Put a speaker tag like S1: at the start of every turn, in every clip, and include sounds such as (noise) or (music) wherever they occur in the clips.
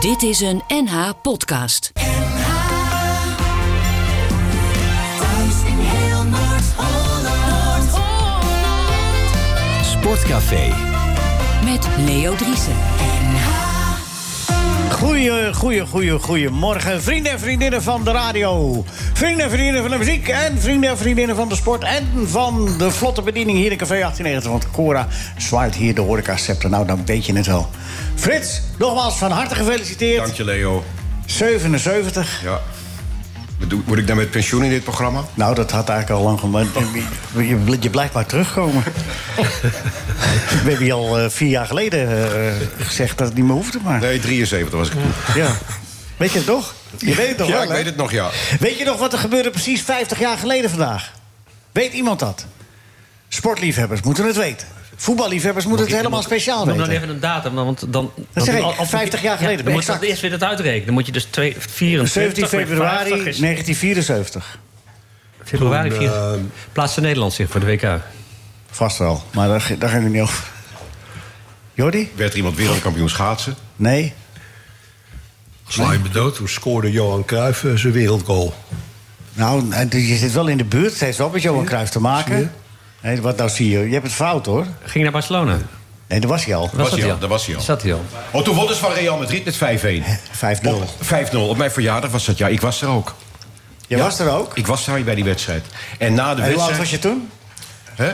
S1: Dit is een NH Podcast.
S2: Thuis in heel Noord-Holland.
S3: Sportcafé.
S1: Met Leo Driessen.
S4: Goeie, goeie, goeie, goeie morgen. Vrienden en vriendinnen van de radio. Vrienden en vriendinnen van de muziek. En vrienden en vriendinnen van de sport. En van de vlotte bediening hier in Café 1890. Want Cora zwaait hier de horecacepter. Nou, dan weet je het wel. Frits, nogmaals van harte gefeliciteerd.
S5: Dank je, Leo.
S4: 77.
S5: Ja. Bedoel- Moet ik dan met pensioen in dit programma? Oh.
S4: Nou, dat had eigenlijk al lang gemaakt. Je, je- je blijft maar
S5: (laughs)
S4: terugkomen. We hebben je al eh, vier jaar geleden eh, gezegd dat het niet meer hoefde. Maar
S5: Nee, 73 was ik toen.
S4: ja, weet je het toch? Je weet het toch
S5: Ja,
S4: wel,
S5: ik
S4: hè?
S5: weet het nog, ja.
S4: Weet je nog wat er gebeurde precies 50 jaar geleden vandaag? Weet iemand dat? Sportliefhebbers moeten het weten. Voetballiefhebbers moeten het helemaal speciaal
S6: Noem dan
S4: weten.
S6: even een datum, want dan... dan
S4: Oh, zeg ik,
S6: als- als-
S4: 50 jaar geleden,
S6: dan moet je
S4: exact.
S6: dat eerst weer dat uitrekenen. Dan moet je dus twee-
S4: 17
S6: 24...
S4: februari
S6: 50 is-
S4: 1974.
S6: Februari 24
S7: eh,
S6: plaatste Nederland zich voor de WK.
S4: Vast wel, maar daar, daar ging het niet over. Jordi?
S5: Werd er iemand wereldkampioen schaatsen?
S4: Nee?
S8: Sla je me dood, toen scoorde Johan Cruijff eh, zijn wereldgoal.
S4: Nou, je zit wel in de buurt. Het heeft wel met Johan Cruijff te
S8: Zie je?
S4: maken. Nee, wat nou zie je? Je hebt het fout, hoor.
S6: Ging naar Barcelona.
S4: Nee, dat was hij al.
S5: Was hij al, daar was hij al.
S6: Zat hij al.
S5: Oh, toen wonnen ze van Real Madrid met 5-1.
S4: 5-0.
S5: Op- 5-0. Op mijn verjaardag was dat, ja. Ik was er ook.
S4: Jij was er ook.
S5: Ik was daar bij die wedstrijd. En na de
S4: En hoe
S5: wedstrijd...
S4: oud was je toen?
S5: Hè?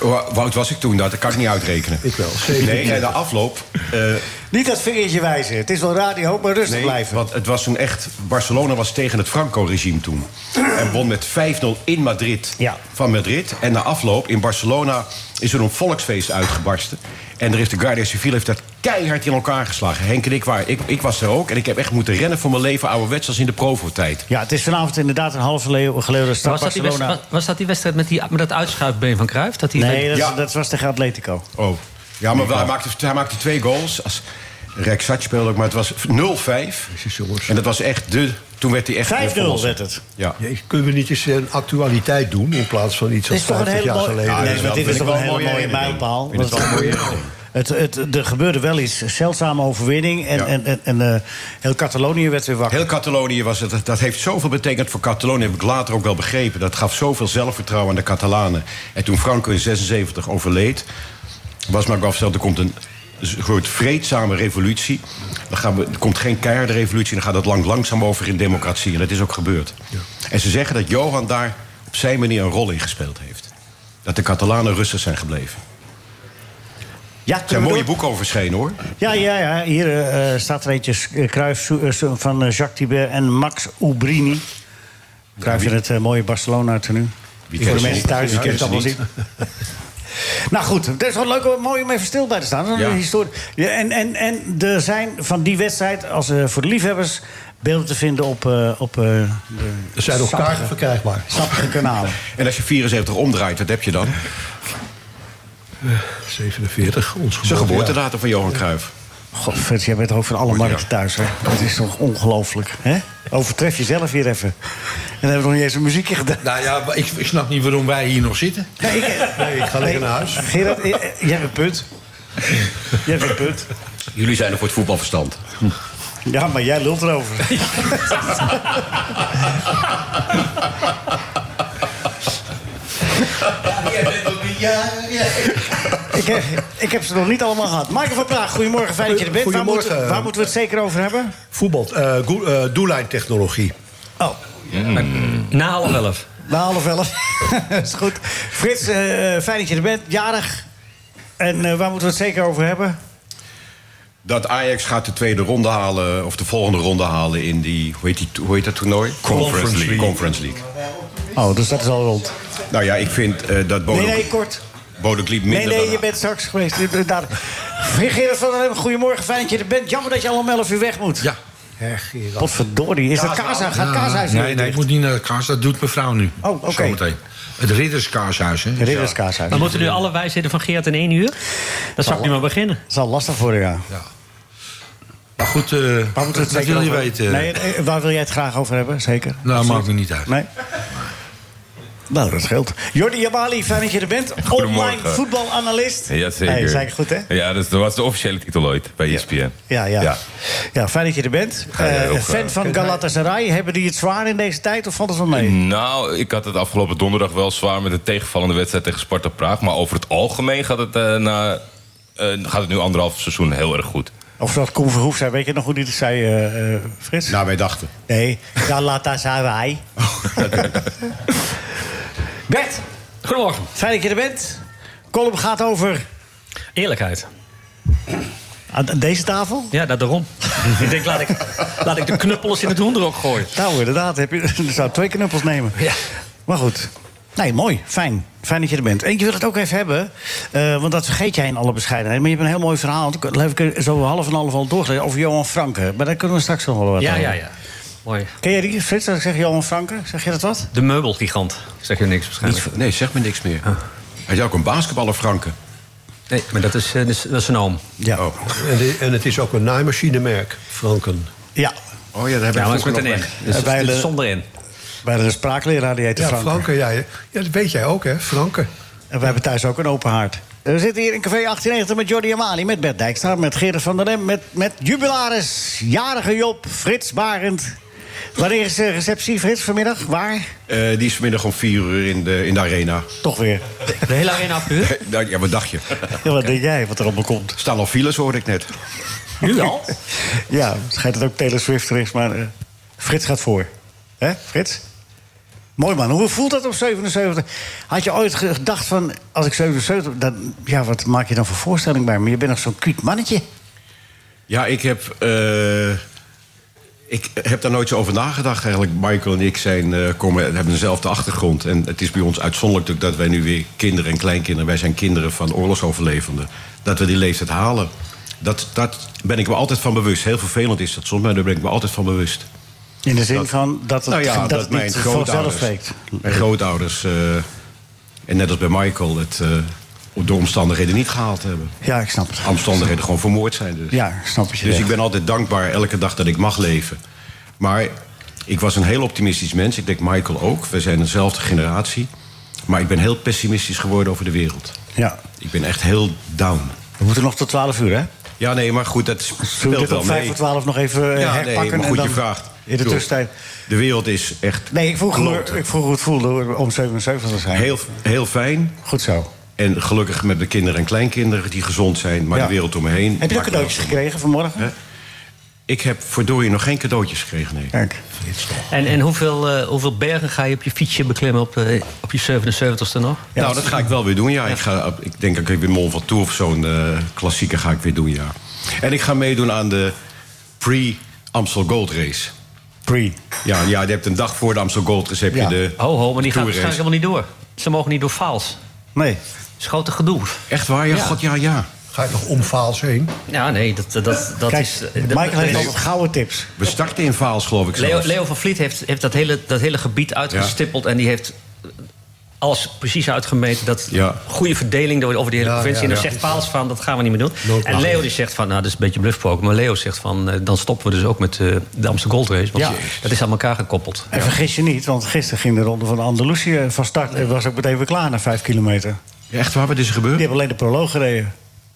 S5: Wa- Wout was ik toen, nou, dat kan ik niet uitrekenen.
S8: Ik wel,
S5: Nee,
S8: 17.
S5: en de afloop... eh,
S4: Niet dat vingertje wijzen. Het is wel radio, maar rustig
S5: nee,
S4: blijven.
S5: want het was een echt... Barcelona was tegen het Franco-regime toen. En won met 5-0 in Madrid
S4: Ja.
S5: van Madrid. En na afloop in Barcelona is er een volksfeest uitgebarsten. En er is de Guardia Civil heeft dat keihard in elkaar geslagen. Henk en ik waren... Ik, ik was er ook en ik heb echt moeten rennen voor mijn leven ouderwets als in de Provo-tijd.
S4: Ja, het is vanavond inderdaad een halve leeuw geleden dat
S6: Was dat, die
S4: Barcelona...
S6: wedstrijd, was, was dat die wedstrijd met, die, met dat uitschuifbeen van Cruijff? Dat hij
S4: Nee, dat, is-
S5: Ja.
S4: dat was tegen Atletico. eh,
S5: Oh. Ja, maar wel, hij, maakte, hij maakte twee goals. Als, Rek Sat speelde ook, maar het was 0-5.
S8: Jezus, jongens.
S5: En dat was echt de... Toen werd hij echt... de
S4: 5-0
S5: verlosser.
S4: werd het.
S5: Ja.
S8: Jezus, kunnen we niet eens een actualiteit doen in plaats van iets
S4: Het
S8: als
S4: is toch een
S8: 50
S4: hele
S8: jaar
S4: mooie...
S8: geleden?
S4: nee,
S5: is
S4: maar
S5: wel-
S4: dit
S5: vind
S4: is
S5: ik
S4: toch
S5: wel
S4: een
S5: een
S4: hele
S5: mooie
S4: mooie
S5: herinnering.
S4: mijlpaal.
S5: Vind ik
S4: Want-
S5: wel een mooie
S4: Het, het, er gebeurde wel iets. Een Zeldzame overwinning. En,
S5: Ja.
S4: en, en, en eh, heel Catalonië werd weer wakker.
S5: Heel Catalonië was het. Dat heeft zoveel betekend voor Catalonië. Heb ik later ook wel begrepen. Dat gaf zoveel zelfvertrouwen aan de Catalanen. En toen Franco in 76 overleed, was maar afgesteld. Er komt een soort vreedzame revolutie. Dan gaan we, er komt geen keiharde revolutie. Dan gaat dat lang, langzaam over in democratie. En dat is ook gebeurd. En ze zeggen dat Johan daar op zijn manier een rol in gespeeld heeft. Dat de Catalanen rustig zijn gebleven.
S4: Ja,
S5: Er zijn
S4: kunnen we
S5: mooie
S4: door?
S5: boeken over verschenen hoor.
S4: Ja, ja, ja. Hier eh, eh, staat er eentje eh, Cruijff eh, van eh, Jacques Tiber en Max Ubrini. Cruijff in het eh, mooie barcelona tenue.
S5: Wie
S4: Voor
S5: kent
S4: de
S5: ze
S4: mensen
S5: niet?
S4: thuis, die
S5: Wie
S4: kunnen
S5: kent
S4: het allemaal
S5: ze
S4: zien. Nou goed, het is wel leuk, om- mooi om even stil bij te staan. Dat is een
S5: Ja.
S4: historie. Ja, en, en, en er zijn van die wedstrijd, als, eh, voor de liefhebbers... beelden te vinden op, eh, op eh,
S8: Er zijn nog kaarten verkrijgbaar.
S4: sappige kanalen.
S5: (laughs) En als je 74 omdraait, wat heb je dan?
S8: 47, ons
S5: Zijn
S8: geboortejaar.
S5: geboortedatum van Johan Cruijff.
S4: God, Frits, jij bent over alle markten thuis, hè? Dat is toch ongelooflijk, hè? Overtref jezelf hier even. En dan hebben we nog niet eens een muziekje gedaan.
S7: Nou ja, maar ik, ik snap niet waarom wij hier nog zitten.
S4: Nee, ik, eh,
S8: Nee, ik ga lekker naar huis.
S4: Gerard, eh, eh, jij hebt een punt. Jij hebt een punt.
S5: Jullie zijn nog voor het voetbalverstand.
S4: Ja, maar jij lult erover. ik, heb, ik heb ze nog niet allemaal gehad. Michael van Praag, goedemorgen. Fijn dat je er bent. Waar moeten, we-
S8: Goedemorgen.
S4: waar moeten we het zeker over hebben?
S8: Voetbal, eh, goe- eh, doellijntechnologie.
S4: Oh,
S5: Hmm.
S6: Na half elf.
S4: na half elf. (laughs) is goed. Frits, eh, fijn dat je er bent. Jarig. En eh, waar moeten we het zeker over hebben?
S5: Dat Ajax gaat de tweede ronde halen, of de volgende ronde halen in die, hoe heet, die, hoe heet dat toernooi?
S7: Conference League.
S5: Conference League.
S4: Oh, dus dat is al rond.
S5: Nou ja, ik vind eh, dat Bodo,
S4: Nee, nee, kort.
S5: Bodo Glimt
S4: Nee,
S5: minder
S4: nee,
S5: dan-
S4: je bent straks geweest. Je bent Daar. Gerard van der Lem, goedemorgen, fijn dat je er bent. Jammer dat je al om 11 uur weg moet.
S7: Ja.
S8: Echt, Gerard.
S4: Potverdorie, is dat Kaza? Gaat Kaza
S7: nou, Nee, nee, ik moet niet naar het kaas. Dat doet mevrouw nu.
S4: Oh, oké.
S7: Zometeen. Het ridderskaarshuis, hè? Dus
S4: Ridderskaashuis.
S6: Dan
S4: Dat
S6: moeten nu alle wijsheden van Geert in één uur. Dan zou ik nu maar beginnen.
S4: is al lastig voor je, ja.
S7: Ja. Maar goed, eh
S4: Waar
S7: dat,
S4: moeten we het zeker
S7: wil je
S4: over-
S7: weten.
S4: Nee, eh, waar wil jij het graag over hebben, zeker?
S7: nou, maakt me niet uit.
S4: Nee? Nou, dat scheelt. Jordi Jabali, fijn dat je er bent. Online
S3: Goedemorgen.
S4: voetbalanalist.
S3: Ja, zeker.
S4: Hey, zei ik goed, hè?
S3: Ja, dus dat was de officiële titel ooit bij E ESPN.
S4: Ja, ja. ja. fijn dat je er bent.
S3: Ja, jij
S4: Eh,
S3: ook,
S4: fan
S3: eh.
S4: van Galatasaray, hebben die het zwaar in deze tijd of valt het wel mee?
S3: Nou, ik had het afgelopen donderdag wel zwaar met een tegenvallende wedstrijd tegen Sparta Praag. Maar over het algemeen gaat het, eh, na, eh, gaat het nu anderhalf seizoen heel erg goed.
S4: Of dat Koen Verhoef zei, weet je nog hoe die het zei, eh, eh, Frits?
S5: Nou, wij dachten.
S4: Nee,
S5: (laughs)
S4: Galatasaray. Bert,
S9: Goedemorgen.
S4: fijn dat je er bent. Column gaat over
S9: Eerlijkheid.
S4: aan aan deze tafel.
S9: Ja, dat daarom. ik denk, laat ik, laat ik de knuppels in het hoenderok gooien.
S4: Nou, inderdaad, heb je, je zou twee knuppels nemen.
S9: Ja.
S4: Maar goed. Nee, mooi. Fijn. Fijn dat je er bent. En je wil het ook even hebben, eh, want dat vergeet jij in alle bescheidenheid. Maar je hebt een heel mooi verhaal. want Dat heb ik zo half en half al doorgelezen over Johan Franke. Maar daar kunnen we straks nog wel wat
S9: Ja,
S4: over.
S9: ja, ja. Mooi.
S4: Ken jij die, Frits? Als ik zeg Johan Franke, zeg je dat wat?
S10: De meubelgigant. Zeg je niks waarschijnlijk.
S5: Niet- nee, zeg me niks meer. Had jij ook een basketballer, Franke?
S10: Nee, maar dat is, eh, dat is, dat is een oom.
S4: Ja.
S5: Oh,
S8: En, de- en het is ook een naaimachinemerk, Franken.
S4: Ja,
S5: oh ja, daar hebben
S10: Ja,
S5: we
S10: maar het is
S5: vroeger
S10: met een
S5: nog
S10: N.
S5: mee.
S10: Dus
S4: Eh, bij
S10: dit is
S4: de-
S10: zonder N.
S4: bij de spraakleraar die heette
S8: Ja,
S4: Franke.
S8: Franken, ja, ja. Ja, dat weet jij ook, hè, Franken.
S4: En we hebben thuis ook een open haard. We zitten hier in Café 1890 met Jordi Amali, met Bert Dijkstra, met Gerrit van der Lem, met, met Jubilaris, Jarige Job, Frits Barend. Wanneer is de receptie, Frits, vanmiddag? Waar?
S5: Eh, die is vanmiddag om vier uur in de, in de arena.
S4: Toch weer.
S10: De hele arena afgehuurd?
S5: Nou, (laughs) Ja, wat dacht je?
S4: Ja, wat denk jij, wat er allemaal komt?
S5: Staan al files, hoorde ik net.
S9: Nu al?
S4: (laughs) Ja, het schijnt dat ook Taylor Swift er is, maar eh, Frits gaat voor. Hè, Frits? Mooi man, hoe voelt dat op 77? Had je ooit gedacht van, als ik 77... Dan, ja, wat maak je dan voor voorstelling bij me? Je bent nog zo'n kriek mannetje.
S5: Ja, ik heb, eh, ik heb daar nooit zo over nagedacht eigenlijk. Michael en ik zijn, eh, komen, hebben dezelfde achtergrond. En het is bij ons uitzonderlijk natuurlijk dat wij nu weer kinderen en kleinkinderen... wij zijn kinderen van oorlogsoverlevenden, dat we die leeftijd halen. Dat, dat ben ik me altijd van bewust. Heel vervelend is dat soms, maar daar ben ik me altijd van bewust.
S4: In de zin
S5: Dat-
S4: van dat het,
S5: nou ja,
S4: dat
S5: dat,
S4: het
S5: mijn
S4: niet vanzelf
S5: grootouders,
S4: spreekt.
S5: mijn grootouders eh, en net als bij Michael... het eh, op de omstandigheden niet gehaald hebben.
S4: Ja, ik snap het.
S5: Omstandigheden gewoon vermoord zijn dus.
S4: Ja, ik snap het je.
S5: Dus
S4: zegt.
S5: ik ben altijd dankbaar elke dag dat ik mag leven. Maar ik was een heel optimistisch mens. Ik denk Michael ook. We zijn dezelfde generatie. Maar ik ben heel pessimistisch geworden over de wereld.
S4: Ja.
S5: Ik ben echt heel down.
S4: We moeten nog tot 12 uur, hè?
S5: Ja, nee, maar goed, dat
S4: Zullen we
S5: speelt
S4: dit
S5: wel
S4: op 5
S5: mee.
S4: voor 12 nog even eh,
S5: Ja, nee,
S4: herpakken?
S5: maar goed,
S4: en dan
S5: je vraagt.
S4: In de
S5: Doe.
S4: tussentijd.
S5: De wereld is echt
S4: Nee, ik vroeg, hoe,
S5: Kloten.
S4: ik vroeg hoe het voelde hoor, om 77 te zijn.
S5: heel, heel fijn.
S4: Goed zo.
S5: En gelukkig met de kinderen en kleinkinderen die gezond zijn. Maar
S4: Ja.
S5: de wereld om me heen...
S4: Heb je ook
S5: maakt
S4: cadeautjes
S5: wel-
S4: gekregen vanmorgen?
S5: Hè? Ik heb verdorie nog geen cadeautjes gekregen, nee.
S4: Kijk.
S10: En, en hoeveel, eh, hoeveel bergen ga je op je fietsje beklimmen op, eh, op je 77ste nog?
S4: Ja,
S5: nou, dat ga ik wel weer doen, ja. Ik, ga, ik denk dat ik weer Mont Ventoux of zo'n eh klassieker ga ik weer doen, ja. En ik ga meedoen aan de pre-Amstel Gold Race.
S4: Pre.
S5: Ja, ja, je hebt een dag voor de Amstel Gold Race heb
S4: Ja.
S5: je de...
S10: Ho, ho, Oh, maar die gaan waarschijnlijk
S5: Tour race.
S10: helemaal niet door. Ze mogen niet door faals.
S4: Nee.
S10: Schoten gedoe.
S5: Echt waar? Ja,
S10: Ja.
S5: god, ja, ja.
S8: Ga je toch om Vaals heen?
S10: Ja, nee, dat, dat, dat, dat
S4: Kijk,
S10: is... eh,
S4: Michael heeft
S10: dat-
S4: altijd gouden tips.
S5: We starten in Vaals, geloof ik
S10: Leo,
S5: zelfs.
S10: Leo van Vliet heeft, heeft dat, hele, dat hele gebied uitgestippeld... en die heeft alles precies uitgemeten. Dat
S5: Ja.
S10: goede verdeling door, over die hele
S8: Ja,
S10: provincie. en
S8: ja,
S10: daar
S8: ja.
S10: zegt Paals van, dat gaan we niet meer doen.
S8: Nooit
S10: en
S8: mag.
S10: Leo die zegt van, nou, dat is een beetje bluffpoker. Maar Leo zegt van, eh, dan stoppen we dus ook met eh, de Amsterdam Gold Race. Want
S4: Ja.
S10: dat is aan elkaar gekoppeld.
S4: En vergis je niet, want gisteren ging de ronde van Andalusië van start. en was ook meteen weer klaar na vijf kilometer.
S5: Echt waar? Wat is er dus gebeurd?
S4: Die hebben alleen de proloog gereden.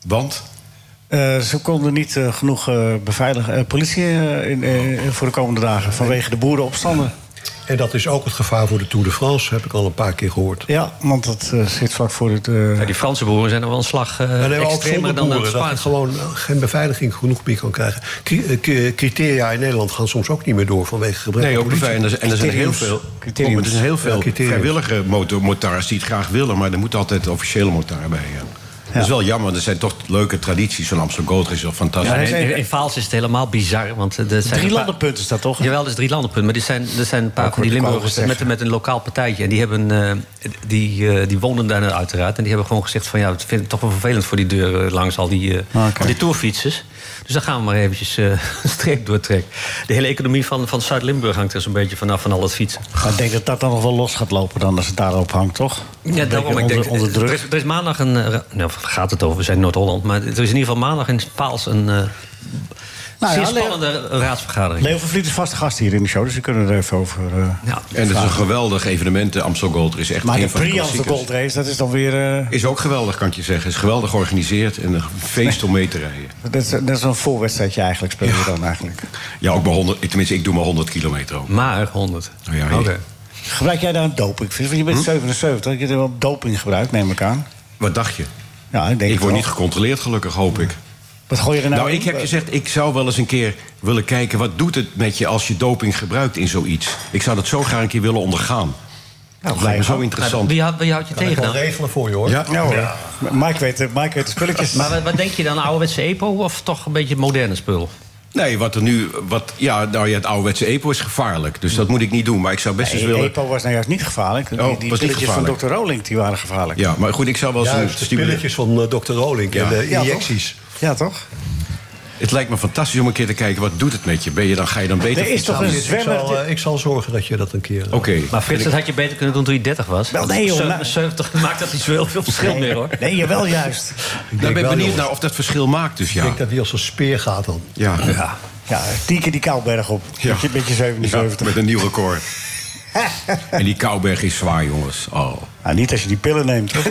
S5: Want?
S4: Eh, ze konden niet eh, genoeg eh beveiligen, eh, politie eh, in, eh, voor de komende dagen vanwege de boerenopstanden.
S8: En dat is ook het gevaar voor de Tour de France, heb ik al een paar keer gehoord.
S4: Ja, want dat eh, zit vlak voor het. eh,
S10: Ja, die Franse boeren zijn nog wel een slag eh,
S8: En hebben we ook
S10: extremer
S8: zonder
S10: dan de
S8: boeren, dat je
S10: Spaanse.
S8: gewoon eh, geen beveiliging genoeg meer kan krijgen. Cri- eh, cri- Criteria in Nederland gaan soms ook niet meer door vanwege gebrek
S5: Nee,
S8: aan
S5: ook niet.
S8: politie.
S5: En er, en er zijn heel
S4: Criteriums.
S5: veel, Oh,
S4: Criteriums.
S5: er zijn heel veel
S8: Ja, criteriums.
S5: vrijwillige motor, motards die het graag willen... maar er moet altijd de officiële motar bij. ja. Dat is wel jammer, want er zijn toch leuke tradities. Zo'n Amstel Gold Race is wel fantastisch.
S10: Ja,
S4: hij
S10: in,
S4: zei-
S10: in- in Vaals is het helemaal bizar. Want eh, er zijn
S4: drie
S10: een paar-
S4: landenpunt is dat toch?
S10: Jawel, dat is drie landenpunt. Maar er zijn, er zijn een paar
S4: Ook
S10: van die
S4: wordt het
S10: Limburgers
S4: wel
S10: met,
S4: gezegd.
S10: met een lokaal partijtje. En die, hebben, eh, die, eh, die wonen daar uiteraard. En die hebben gewoon gezegd van ja, het vind ik toch wel vervelend voor die deur eh, langs al die, eh,
S4: Ah, oké.
S10: al die toerfietsers. Dus dan gaan we maar eventjes eh, (laughs) een streep doortrekken. De hele economie van, van Zuid-Limburg hangt er zo'n beetje vanaf van al dat fietsen.
S4: Maar ik denk dat dat dan nog wel los gaat lopen dan als het daarop hangt, toch?
S10: Ja, daarom. Ik
S4: Onder-
S10: denk,
S4: onder
S10: Er,
S4: druk.
S10: is, er is maandag eh, een. eh, ra- Nou, waar gaat het over? We zijn in Noord-Holland. Maar er is in ieder geval maandag in Paals een. eh,
S4: Nou
S6: Zeer
S4: ja, Leo-
S6: spannende raadsvergadering.
S4: Leo van Vliet is vaste gast hier in de show, dus we kunnen er even over... eh,
S6: Ja.
S5: En het is een geweldig evenement, de Amstel Gold Race. Echt
S4: maar de
S5: een van de
S4: pre de
S5: klassiekers.
S4: Gold Race, dat is dan weer... eh,
S5: Is ook geweldig, kan ik je zeggen. Is geweldig georganiseerd en een feest om mee te rijden.
S4: dat, is, dat is een voorwedstrijdje eigenlijk, spelen we dan eigenlijk.
S5: Ja, ook maar 100, tenminste, ik doe maar 100 kilometer ook.
S6: Maar 100.
S5: Oh ja, hier.
S6: Oké.
S4: Gebruik jij nou doping? Want je bent 77, je hebt wel doping gebruikt, neem ik aan.
S5: Hm? Wat dacht je?
S4: Ja, ik denk
S5: Ik
S4: het
S5: word
S4: wel.
S5: niet gecontroleerd, gelukkig, hoop ik.
S4: Wat gooi je er nou
S5: Nou,
S4: in?
S5: ik heb gezegd, ik zou wel eens een keer willen kijken... wat doet het met je als je doping gebruikt in zoiets? Ik zou dat zo graag een keer willen ondergaan. dat
S4: Nou, ga je
S5: lijkt me zo
S4: gang.
S6: Nou,
S5: interessant.
S6: Wie, houdt- wie houdt je
S8: Ik
S6: tegen
S8: kan
S6: dan?
S8: regelen voor je hoor.
S5: Ja,
S4: Ja hoor, Mike weet, de- Mike weet de
S6: (laughs)
S4: spulletjes.
S6: Maar wat, wat denk je dan, ouderwetse EPO of toch een beetje moderne spul?
S5: Nee, wat er nu... Wat, ja, nou ja, het ouderwetse EPO is gevaarlijk. Dus dat moet ik niet doen. Maar ik zou best eens
S4: Hmm. Nee,
S5: willen... Oh,
S4: EPO was nou juist niet gevaarlijk. Die-
S5: was niet
S4: die pilletjes van
S5: gevaarlijk.
S4: Dr. Rowling die waren gevaarlijk.
S5: Ja, maar goed, ik zou wel eens een
S8: Juist, de
S5: stimuleren.
S8: spilletjes van eh, Dr. Rowling en de
S4: Ja,
S8: injecties.
S4: toch? Ja, toch?
S5: Het lijkt me fantastisch om een keer te kijken... wat doet het met je? Ben je dan, ga je dan beter...
S4: Er is toch een
S8: Dus ik,
S4: zwemmer...
S8: zal, eh, ik zal zorgen dat je dat een keer... eh,
S5: Oké.
S6: Maar Frits, dat had je beter kunnen doen toen je 30 was.
S4: Wel, nee, joh, nou-
S6: 77 maakt dat niet zo heel veel verschil meer, hoor.
S4: Nee, jawel juist.
S8: ik
S5: Nou,
S8: denk
S5: ik ben
S8: wel,
S5: benieuwd
S8: jongens.
S5: naar of dat verschil maakt, dus
S8: Ik
S5: ja.
S8: denk dat die als een speer gaat dan.
S5: Ja,
S6: Ja.
S4: Ja, tien keer die Kouberg op.
S5: Ja.
S4: Met, je, met je
S5: Ja,
S4: 77.
S5: met een nieuw
S4: (laughs)
S5: record. en die Kouberg is zwaar, jongens. Oh.
S4: Nou, niet als je die pillen
S5: (laughs)
S4: neemt. toch?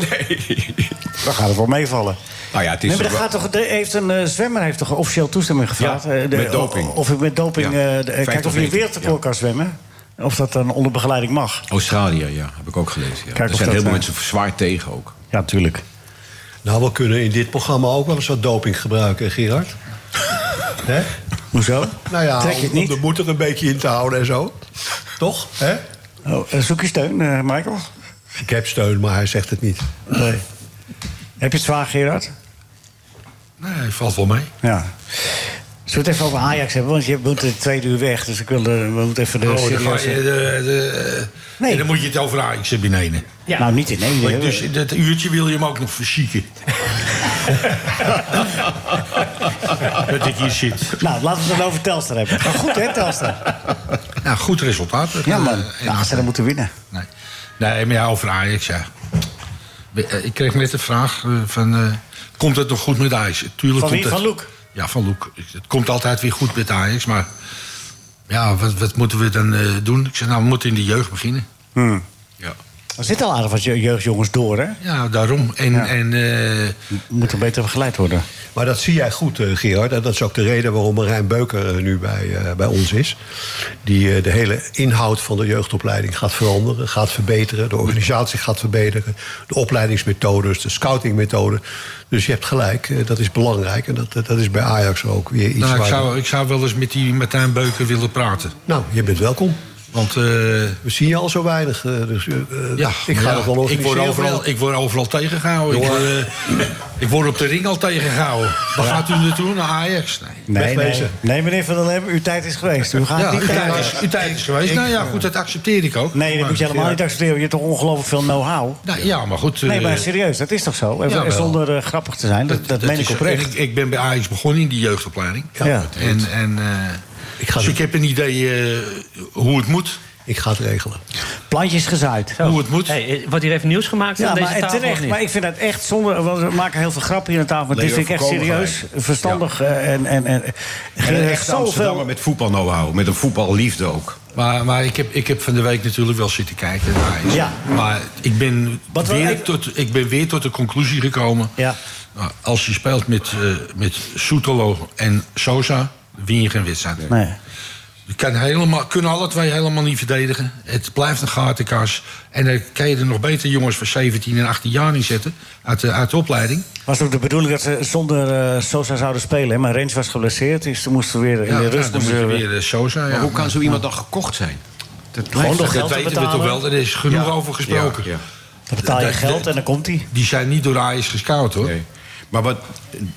S4: Dan gaat het wel meevallen.
S5: Nou ja, het is
S4: Nee, maar
S5: toch
S4: er gaat
S5: wel-
S4: toch, er heeft een eh, zwemmer heeft toch officieel toestemming gevraagd?
S5: Ja,
S4: eh, de-
S5: met doping.
S4: Of ik met doping...
S5: Ja,
S4: eh, de- eh, kijk
S5: 50
S4: of je een
S5: meter,
S4: wereldrecord
S5: ja.
S4: kan zwemmen. Of dat dan onder begeleiding mag.
S5: Australië, ja, heb ik ook gelezen. Ja.
S4: Kijk
S5: Er
S4: of
S5: zijn
S4: dat,
S5: heel veel
S4: eh,
S5: mensen zwaar tegen ook.
S4: Ja, natuurlijk.
S8: Nou, we kunnen in dit programma ook wel eens wat doping gebruiken,
S4: (laughs)
S8: Gerard. Hè?
S4: Hoezo?
S8: Nou ja,
S4: Trek je het
S8: om, om
S4: niet?
S8: de moed er een beetje in te houden en zo. Toch? Hè?
S4: Oh, eh, zoek je steun, eh, Michael?
S8: Ik heb steun, maar hij zegt het niet.
S4: Nee. Heb je het zwaar, Gerard?
S7: Nee, valt wel mee. Oh,
S4: Ja. Zullen we het even over Ajax hebben? Want je moet de tweede uur weg, dus ik wil de, we moeten even de
S7: Oh, dan, ga
S4: serieuze...
S7: je, de, de-
S4: Nee.
S7: en dan moet je het over Ajax hebben inenen.
S4: Nou, niet in één uur.
S7: Dus dat uurtje wil je hem ook nog
S4: (laughs)
S7: verzieken. dat ik hier zit.
S4: Nou, laten we het dan over Telstar hebben. Maar goed, hè, Telstar?
S7: Nou, goed resultaat.
S4: Ja,
S7: Eh,
S4: man.
S7: en
S4: Nou, ze
S7: Ajax.
S4: dan moeten winnen.
S7: Nee. nee, maar ja, over Ajax, ja. Eh, Ik kreeg net de vraag eh, van... eh, komt het nog goed met Ajax? Tuurlijk
S4: Van
S7: komt
S4: wie?
S7: het-
S4: Van Loek?
S7: Ja, van Loek. Ik- Het komt altijd weer goed met Ajax, maar... Ja, wat, wat moeten we dan eh, doen? Ik zeg, nou, we moeten in de jeugd beginnen.
S5: Ja.
S4: Er zitten al aardig wat je- jeugdjongens door, hè?
S7: Ja, daarom. En, en eh, nou,
S4: Moeten beter begeleid worden.
S8: Maar dat zie jij goed, eh, Gerard. En dat is ook de reden waarom Rijn Beuker eh, nu bij, eh, bij ons is. Die eh, de hele inhoud van de jeugdopleiding gaat veranderen, gaat verbeteren. De organisatie gaat verbeteren. De opleidingsmethodes, de scoutingmethoden. Dus je hebt gelijk, eh, dat is belangrijk. En dat, eh, dat is bij Ajax ook weer iets
S7: nou, ik,
S8: waar...
S7: zou, ik zou wel eens met die Martijn Beuken willen praten.
S8: Nou, je bent welkom.
S7: Want eh,
S8: We zien je al zo weinig. eh, dus, eh, eh,
S7: ja,
S8: ik ga
S7: ja,
S8: dat wel
S7: ik
S8: organiseren.
S7: word
S8: voor
S7: overal,
S8: jou.
S7: ik word overal tegengehouden. Ik word, eh, ik word op de ring al tegengehouden. Waar gaat u naartoe? Naar Ajax? Nee.
S4: Nee, nee.
S8: Wegwezen.
S4: nee, meneer Van der Lem, uw tijd is geweest. U gaat
S7: Ja,
S4: niet
S7: uw tijd
S4: verder.
S7: is, uw tijd is geweest. nou ja, goed, dat accepteer ik ook.
S4: Nee, dat moet je helemaal niet accepteren. Je hebt toch ongelooflijk veel know-how?
S7: Nou, ja, maar goed.
S4: Nee,
S7: eh,
S4: maar serieus, dat is toch zo? Even-
S7: jawel.
S4: Zonder eh, grappig te zijn, dat, dat, meen ik
S7: is-
S4: oprecht.
S7: en Ik, ik ben bij Ajax begonnen in die jeugdopleiding.
S4: Ja. Ja.
S7: En, en, eh,
S8: Ik ga
S7: dus
S8: het-
S7: ik heb een idee eh, hoe het moet.
S8: Ik ga het regelen.
S4: Plantjes gezaaid.
S7: Hoe het moet.
S6: Hey, eh, wordt hier even nieuws gemaakt
S4: Ja,
S6: aan deze
S4: maar eh,
S6: tafel of
S4: terecht.
S6: niet?
S4: Maar ik vind dat echt zonde. Want we maken heel veel grappen hier aan tafel. Maar dit
S5: Leo
S4: vind ik echt
S5: voorkomen
S4: serieus. Verstandig. eh, En, en, en,
S5: En
S4: Gerrit
S5: een
S4: heeft
S5: echte Amsterdammer met voetbal know-how. Met een voetballiefde ook.
S7: Maar, maar ik, heb, ik heb van de week natuurlijk wel zitten kijken naar Ajax.
S4: Ja.
S7: Maar ik ben,
S4: Wat wel
S7: weer
S4: even-
S7: tot, ik ben weer tot de conclusie gekomen.
S4: Ja.
S7: Nou, als je speelt met, eh met Soetelo en Sosa, win je geen wedstrijd.
S4: Nee.
S7: Je kan helemaal, kunnen alle twee helemaal niet verdedigen. Het blijft een gatenkas. En dan kan je er nog beter jongens van 17 en 18 jaar in zetten. Uit de, uit de opleiding.
S4: Was ook de bedoeling dat ze zonder eh Sosa zouden spelen. hè? Maar Rens was geblesseerd. Dus toen moesten we weer in
S7: Ja,
S4: de
S7: nou,
S4: rust.
S7: dan moet
S4: moesten
S7: je
S4: we-
S7: weer eh, Sosa.
S5: Maar
S7: ja.
S5: hoe kan zo iemand dan gekocht zijn? Dat
S4: Gewoon
S5: blijft
S4: nog
S7: dat
S4: geld te
S7: weten we
S4: betalen?
S7: toch wel. Er is genoeg
S5: Ja,
S7: over gesproken.
S5: ja, ja.
S4: Dan betaal je
S7: Dat-
S4: geld
S7: dat-
S4: en dan komt hij.
S7: Die zijn niet door Ajax gescout hoor.
S5: Nee. Maar wat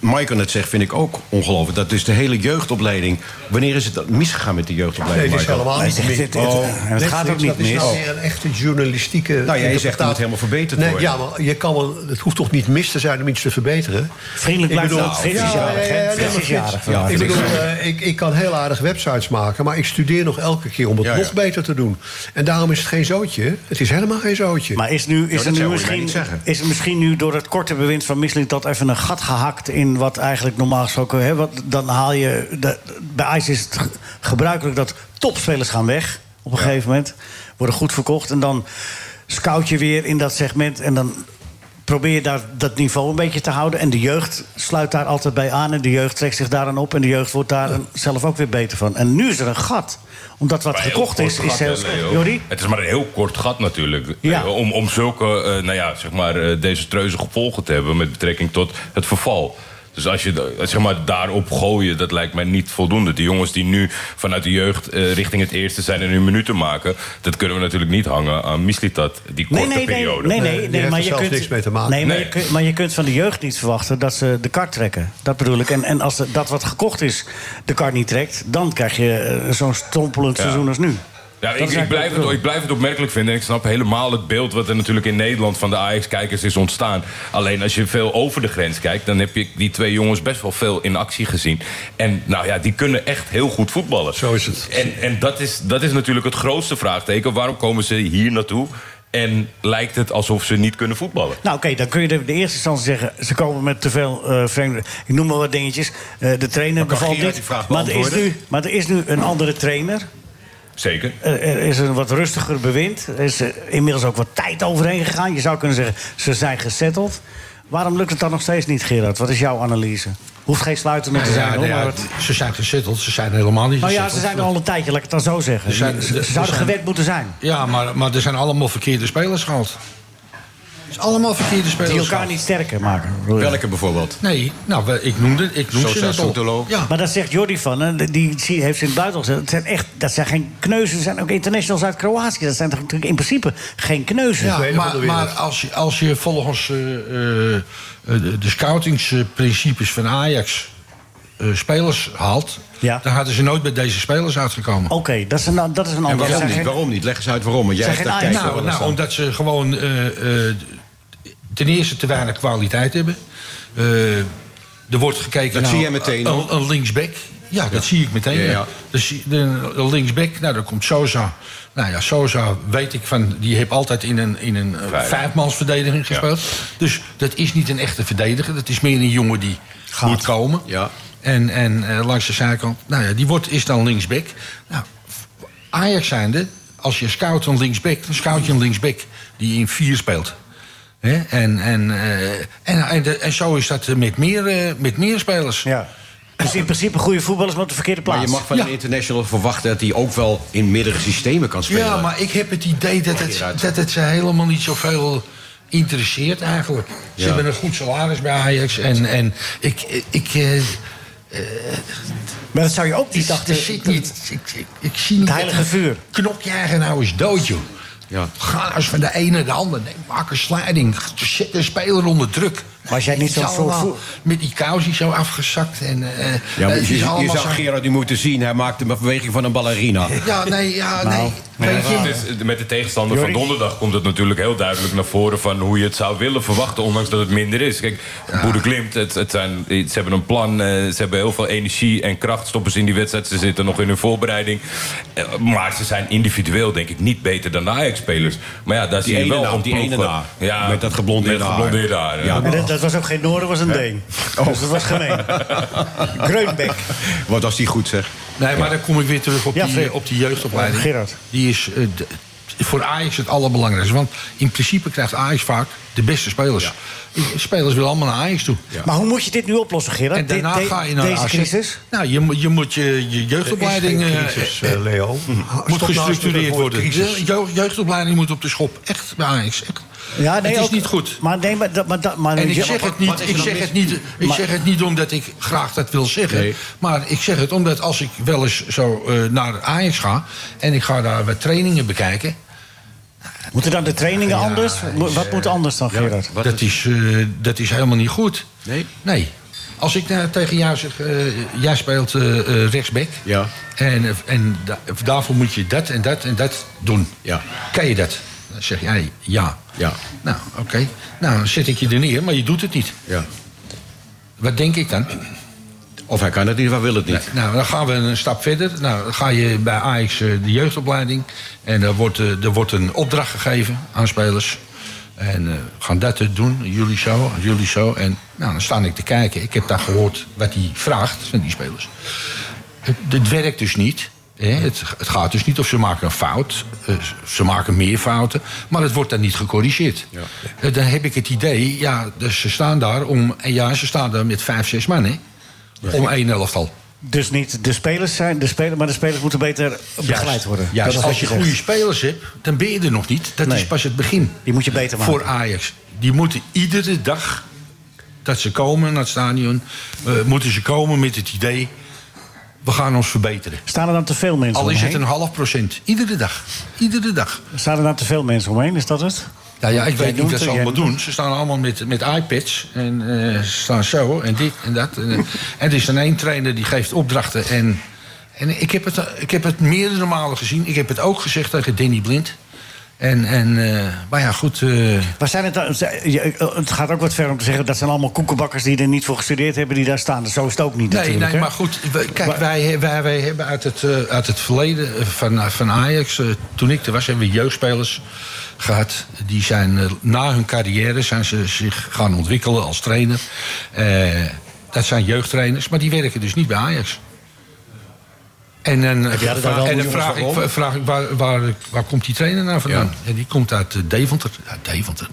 S5: Michael net zegt, vind ik ook ongelooflijk. Dat is de hele jeugdopleiding. Wanneer is het dan misgegaan met de
S8: Nee,
S5: jeugdopleiding,
S8: dit is
S5: Michael?
S8: helemaal
S4: Nee,
S8: niet
S4: dit-
S8: mis.
S4: dit- dit-
S8: Oh,
S4: het
S8: net
S4: gaat ook
S8: niks,
S4: niet
S8: Dat is nou
S4: mis. Oh.
S8: weer een echte journalieke
S5: Nou, jij zegt
S8: interpretatie.
S5: dat het helemaal verbeterd
S8: nee,
S5: worden.
S8: Ja, maar je kan wel, het hoeft toch niet mis te zijn om iets te verbeteren?
S4: Vriendelijk blijft
S8: bedoel- nou,
S4: het. Frits
S8: Ja,
S4: is
S8: ja,
S4: jarig,
S8: ja, ja,
S4: hè?
S8: nee,
S4: Frits
S8: maar
S4: is
S8: Frits-
S4: jarig.
S5: Ja,
S8: ik,
S5: vind ik
S8: bedoel,
S5: zo.
S8: eh, ik, ik kan heel aardig websites maken, maar ik studeer nog elke keer om het
S5: Ja, ja.
S8: nog beter te doen. En daarom is het geen zootje. Het is helemaal geen zootje.
S4: Maar is, nu, is,
S5: Nou, dat
S4: er nu
S5: zou je mij
S4: misschien,
S5: niet zeggen.
S4: is er misschien nu door het korte bewind van Misling dat even een gat gehakt in wat eigenlijk normaal gesproken. Hè, wat, dan haal je. de- bij ICE is het ge- gebruikelijk dat topspelers gaan weg op een gegeven moment. Worden goed verkocht. En dan scout je weer in dat segment. En dan probeer je daar dat niveau een beetje te houden. En de jeugd sluit daar altijd bij aan. En de jeugd trekt zich daaraan op. En de jeugd wordt daar zelf ook weer beter van. En nu is er een gat. Omdat wat
S3: Maar heel
S4: gekocht
S3: kort
S4: is, is
S3: gat,
S4: heel.
S3: hè, Leo.
S4: Jordi?
S3: Het is maar een heel kort gat natuurlijk.
S4: Ja.
S3: Eh, Om, om zulke eh, nou ja, zeg maar, eh, desastreuze gevolgen te hebben met betrekking tot het verval. Dus als je da- zeg maar, daarop gooien, dat lijkt mij niet voldoende. Die jongens die nu vanuit de jeugd eh, richting het eerste zijn en hun minuten maken... dat kunnen we natuurlijk niet hangen aan Mislitat, die korte periode.
S4: Nee, nee,
S8: Nee,
S4: nee,
S8: die heeft
S4: maar
S8: er
S4: je
S8: zelfs
S4: kunt,
S8: niks mee te maken.
S4: Nee, maar,
S3: Nee.
S4: Je kunt, maar je kunt van de jeugd niet verwachten dat ze de kar trekken. Dat bedoel ik. En, en als de- dat wat gekocht is de kar niet trekt... dan krijg je eh, zo'n strompelend
S3: Ja.
S4: seizoen als nu.
S3: Ja,
S4: Dat
S3: ik,
S4: is
S3: ik,
S4: eigenlijk
S3: blijf
S4: wat ik
S3: het,
S4: bedoel.
S3: ik blijf het opmerkelijk vinden. En ik snap helemaal het beeld wat er natuurlijk in Nederland van de Ajax-kijkers is ontstaan. Alleen als je veel over de grens kijkt, dan heb je die twee jongens best wel veel in actie gezien. En nou ja, die kunnen echt heel goed voetballen.
S8: Zo is het.
S3: En, en dat, is, dat is natuurlijk het grootste vraagteken. Waarom komen ze hier naartoe en lijkt het alsof ze niet kunnen voetballen?
S4: Nou oké, dan kun je de, de eerste instantie zeggen... ze komen met te veel eh vreemde... ik noem maar wat dingetjes. Eh, de trainer
S5: kan
S4: bevalt
S5: Gerard
S4: dit.
S5: die vraag
S4: maar, er is
S5: beantwoorden?
S4: nu, maar er is nu een andere trainer. Eh,
S3: Zeker.
S4: Er, er is een wat rustiger bewind. Er is eh, inmiddels ook wat tijd overheen gegaan. Je zou kunnen zeggen, ze zijn gezetteld. Waarom lukt het dan nog steeds niet, Gerard? Wat is jouw analyse? Hoeft geen sluitende te
S7: Nou
S4: zijn,
S7: ja,
S4: hoor.
S7: nou ja,
S4: maar het-
S7: Ze zijn gezetteld, ze zijn helemaal niet
S4: Nou ja, ze
S7: gezetteld.
S4: zijn er al een tijdje, laat ik het dan zo zeggen.
S7: Ze zijn-
S4: Ze- ze
S7: ze- ze
S4: zouden
S7: zijn-
S4: gewend moeten zijn.
S7: Ja, maar, maar er zijn allemaal verkeerde spelers gehaald. Het is allemaal verkeerde spelers
S4: Die elkaar
S7: gehaald.
S4: niet sterker maken.
S5: Welke bijvoorbeeld?
S7: Nee, nou, we- ik noemde ik noem
S5: Sosa
S7: ze net al.
S5: Soetelo.
S7: Ja.
S4: Maar dat zegt Jordi van, hè, die zie- heeft ze in het buitenland gezet. Dat zijn, echt, dat zijn geen kneuzen, dat zijn ook internationals uit Kroatië. Dat zijn toch natuurlijk in principe geen kneuzen.
S7: Ja,
S8: tweede van
S7: maar,
S8: de wereld.
S7: maar als, je, als je volgens eh, eh, eh, de de scoutingsprincipes van Ajax eh, spelers haalt...
S4: Ja.
S7: dan hadden ze nooit bij deze spelers uitgekomen.
S4: Oké, dat, is een- dat is een
S5: En
S4: ander.
S5: waarom
S4: Dat
S5: niet?
S4: zijn geen-
S5: Waarom niet? Leg eens uit waarom. Want jij
S4: Zeg
S5: hebt
S4: geen
S5: daar
S4: Ajax.
S5: tijd voor.
S7: nou, nou, omdat ze gewoon eh, eh, ten eerste te weinig kwaliteit hebben. Eh, er wordt gekeken
S5: Dat
S7: naar
S5: zie jij meteen
S7: een,
S5: al.
S7: een linksback. Ja, dat zie ik meteen.
S5: Ja, ja.
S7: Dus je- de, de linksback, nou, dan komt Sosa. Nou ja, Sosa weet ik van, die heeft altijd in een, in een eh,
S3: Vijf.
S7: vijfmansverdediging gespeeld. Dus dat is niet een echte verdediger. Dat is meer een jongen die moet komen.
S5: Ja.
S7: En, en eh, langs de zijkant, nou ja, die wordt, is dan linksback. Nou, Ajax zijnde, als je scout een linksback, dan scout je een linksback die in vier speelt. Hè? En, en, eh, en, en, de- en zo is dat eh, met meer, eh, met meer spelers.
S4: Ja. Dus in principe goede voetballers, maar op de verkeerde plaats.
S5: Maar je mag van
S7: Ja.
S5: een international verwachten dat hij ook wel in meerdere systemen kan spelen.
S7: Ja, maar ik heb het idee dat het, dat het ze helemaal niet zoveel interesseert eigenlijk. Ze
S5: Ja.
S7: hebben een goed salaris bij Ajax en, en ik... ik eh,
S4: Maar dat zou je ook niet
S7: dacht, er
S4: achter...
S7: zit niet, ik, ik, ik zie niet
S4: Het heilige vuur.
S7: Knokjager nou eens dood, joh.
S5: Ja.
S7: Ga nou eens van de ene de ander. Nee, maak een slijding. Zet de speler onder druk.
S4: Maar als jij niet zo'n
S7: Het is allemaal
S4: soort
S7: Met die kousie zo afgezakt. En, eh
S5: Ja, maar
S7: het is
S5: je, je
S7: allemaal
S5: zou
S7: zo-
S5: Gerard nu moeten zien. Hij maakte een beweging van een ballerina.
S7: Ja, nee,
S4: Nou,
S7: ja, nee. Weet je,
S3: Het
S4: eh,
S3: is- met de tegenstander van donderdag komt het natuurlijk heel duidelijk naar voren van hoe je het zou willen verwachten, ondanks dat het minder is. Kijk, Boede Klimt, het, het zijn, ze hebben een plan, eh, ze hebben heel veel energie en kracht stoppen ze in die wedstrijd. Ze zitten nog in hun voorbereiding. Eh, maar ze zijn individueel, denk ik, niet beter dan de Ajax-spelers. Maar ja, daar zie je
S5: ene
S3: wel
S5: na,
S3: een
S5: die
S3: ploeg
S5: ene
S3: van-
S5: na. Met dat geblondeerde
S3: met geblondeerde haar. ja.
S4: En dat, dat was ook geen Noor, dat was een Deen.
S7: Oh.
S4: Dus dat was
S7: (laughs)
S4: gemeen. Greunbeck.
S5: Wat als hij goed zegt.
S7: Nee, maar dan kom ik weer terug op,
S4: Ja,
S7: die,
S4: Fred.
S7: eh, op die jeugdopleiding.
S4: Gerard.
S7: Die is eh, d- voor Ajax het allerbelangrijkste. Want in principe krijgt Ajax vaak de beste spelers. Eh, Spelers willen allemaal naar Ajax toe.
S4: Maar hoe moet je dit nu oplossen, Gerard?
S7: En daarna
S4: Dit- de-
S7: ga je naar
S4: Deze
S7: AZ.
S4: crisis?
S7: Nou, je, moet- je moet je, je jeugdopleiding
S8: Er is geen
S7: eh,
S8: crisis, eh, Leo. Stop nou
S7: moet
S8: eens met het
S7: gestructureerd
S8: woord
S7: worden.
S8: crisis.
S7: Je jeugd- jeugdopleiding moet op de schop. Echt bij Ajax. Echt.
S4: Ja, nee,
S7: het is
S4: ook-
S7: niet goed.
S4: Maar nee, maar, dat- maar, dat- maar
S7: En ik
S4: ja,
S7: zeg
S4: maar-
S7: het niet,
S5: wat is er
S7: ik
S5: dan
S7: zeg
S5: mis?
S7: het niet, ik
S4: Maar-
S7: zeg het niet omdat ik graag dat wil zeggen.
S5: Nee.
S7: Maar ik zeg het omdat als ik wel eens zo eh, naar Ajax ga... en ik ga daar wat trainingen bekijken...
S4: Moeten dan de trainingen anders? Mo- Wat moet anders dan, Gerard?
S5: Wat
S7: dat, is, eh, dat is helemaal niet goed.
S5: Nee?
S7: Nee. Als ik nou tegen jou zeg, eh, jij speelt eh eh, rechtsback...
S5: Ja.
S7: en, eh, en da- daarvoor moet je dat en dat en dat doen.
S5: Ja.
S7: Kan je dat? Dan zeg jij ja.
S5: Ja.
S7: Nou, oké. Nou, dan zet ik je er neer, maar je doet het niet.
S5: Ja.
S7: Wat denk ik dan?
S5: Of hij kan het niet, of hij wil het niet.
S7: Nou, dan gaan we een stap verder. Nou, dan ga je bij Ajax eh, de jeugdopleiding. En daar wordt, eh, er wordt een opdracht gegeven aan spelers. En eh, we gaan dat doen, jullie zo, jullie zo. En nou, dan sta ik te kijken. Ik heb daar gehoord wat hij vraagt van die spelers. Het, het werkt dus niet. Hè? Het, het gaat dus niet of ze maken een fout. eh, ze maken meer fouten. Maar het wordt dan niet gecorrigeerd. Eh, dan heb ik het idee, ja, dus ze staan daar om... en Ja, ze staan daar met vijf, zes man, hè? Om één elftal.
S4: Dus niet de spelers zijn de speler, maar de spelers moeten beter begeleid worden.
S7: Ja,
S4: Dat is wat
S7: als je
S4: zegt.
S7: goede spelers hebt, dan ben je er nog niet. Dat
S4: Nee.
S7: is pas het begin.
S4: Die moet je beter maken.
S7: Voor Ajax. Die moeten iedere dag dat ze komen naar het stadion, eh, moeten ze komen met het idee: we gaan ons verbeteren.
S4: Staan er dan te veel mensen
S7: Al is het
S4: omheen?
S7: een half procent. Iedere dag. Iedere dag.
S4: Staan er dan te veel mensen omheen, is dat het?
S7: Nou ja, ik
S4: Jij
S7: weet niet
S4: noemt
S7: wat ze
S4: het,
S7: allemaal
S4: jij
S7: doen. Ze staan allemaal met, met iPads. En eh, ze staan zo en dit en dat. En, eh, en er is dan één trainer die geeft opdrachten. En, en ik, heb het, eh, ik heb het meerdere malen gezien. Ik heb het ook gezegd tegen Danny Blind. En, en eh, maar ja, goed. eh,
S4: Maar zijn het, dan- ze- je- eh, het gaat ook wat ver om te zeggen... dat zijn allemaal koekenbakkers die er niet voor gestudeerd hebben... die daar staan. Zo is het ook niet
S7: Nee,
S4: natuurlijk.
S7: nee,
S4: hè?
S7: maar goed. we- kijk, wij, wij, wij hebben uit het, eh, uit het verleden eh, van, van Ajax... eh, toen ik er was, hebben we jeugdspelers gehad. Die zijn eh, na hun carrière zijn ze zich gaan ontwikkelen als trainer. Eh, dat zijn jeugdtrainers, maar die werken dus niet bij Ajax. En dan, eh,
S11: jij er daar wel
S7: en dan
S11: jongens
S7: vraag,
S11: van
S7: ik,
S11: om?
S7: vraag ik waar, waar, waar komt die trainer nou vandaan? En die komt uit eh, Deventer. Uit Deventer.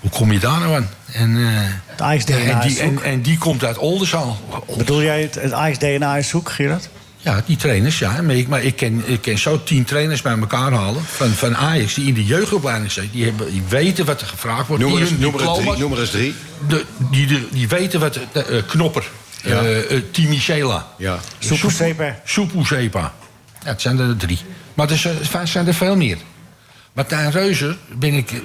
S7: Hoe kom je daar nou aan? En, eh,
S4: Het ijsDNA
S7: en, die,
S4: is zoek.
S7: en, en die komt uit Oldenzaal.
S4: Bedoel jij het, het AX-DNA is zoek, Gerard?
S7: Ja, die trainers, ja. Maar ik, maar ik, ken, ik ken zo tien trainers bij elkaar halen van, van Ajax... die in de jeugdopleiding zijn. Die, hebben, die weten wat er gevraagd wordt.
S5: Noem maar
S7: die
S5: eens,
S7: hun
S5: noem maar eens drie.
S7: diploma's-
S5: Noem maar eens drie.
S7: de- die, die, die weten wat... De, eh, Knopper,
S5: Ja.
S7: eh eh, Timicella,
S5: Ja.
S4: Soepo Sepe.
S7: Soepu Zepa. Ja, het zijn er drie. Maar er zijn- er zijn er veel meer. Martijn Reuzen ben ik... eh,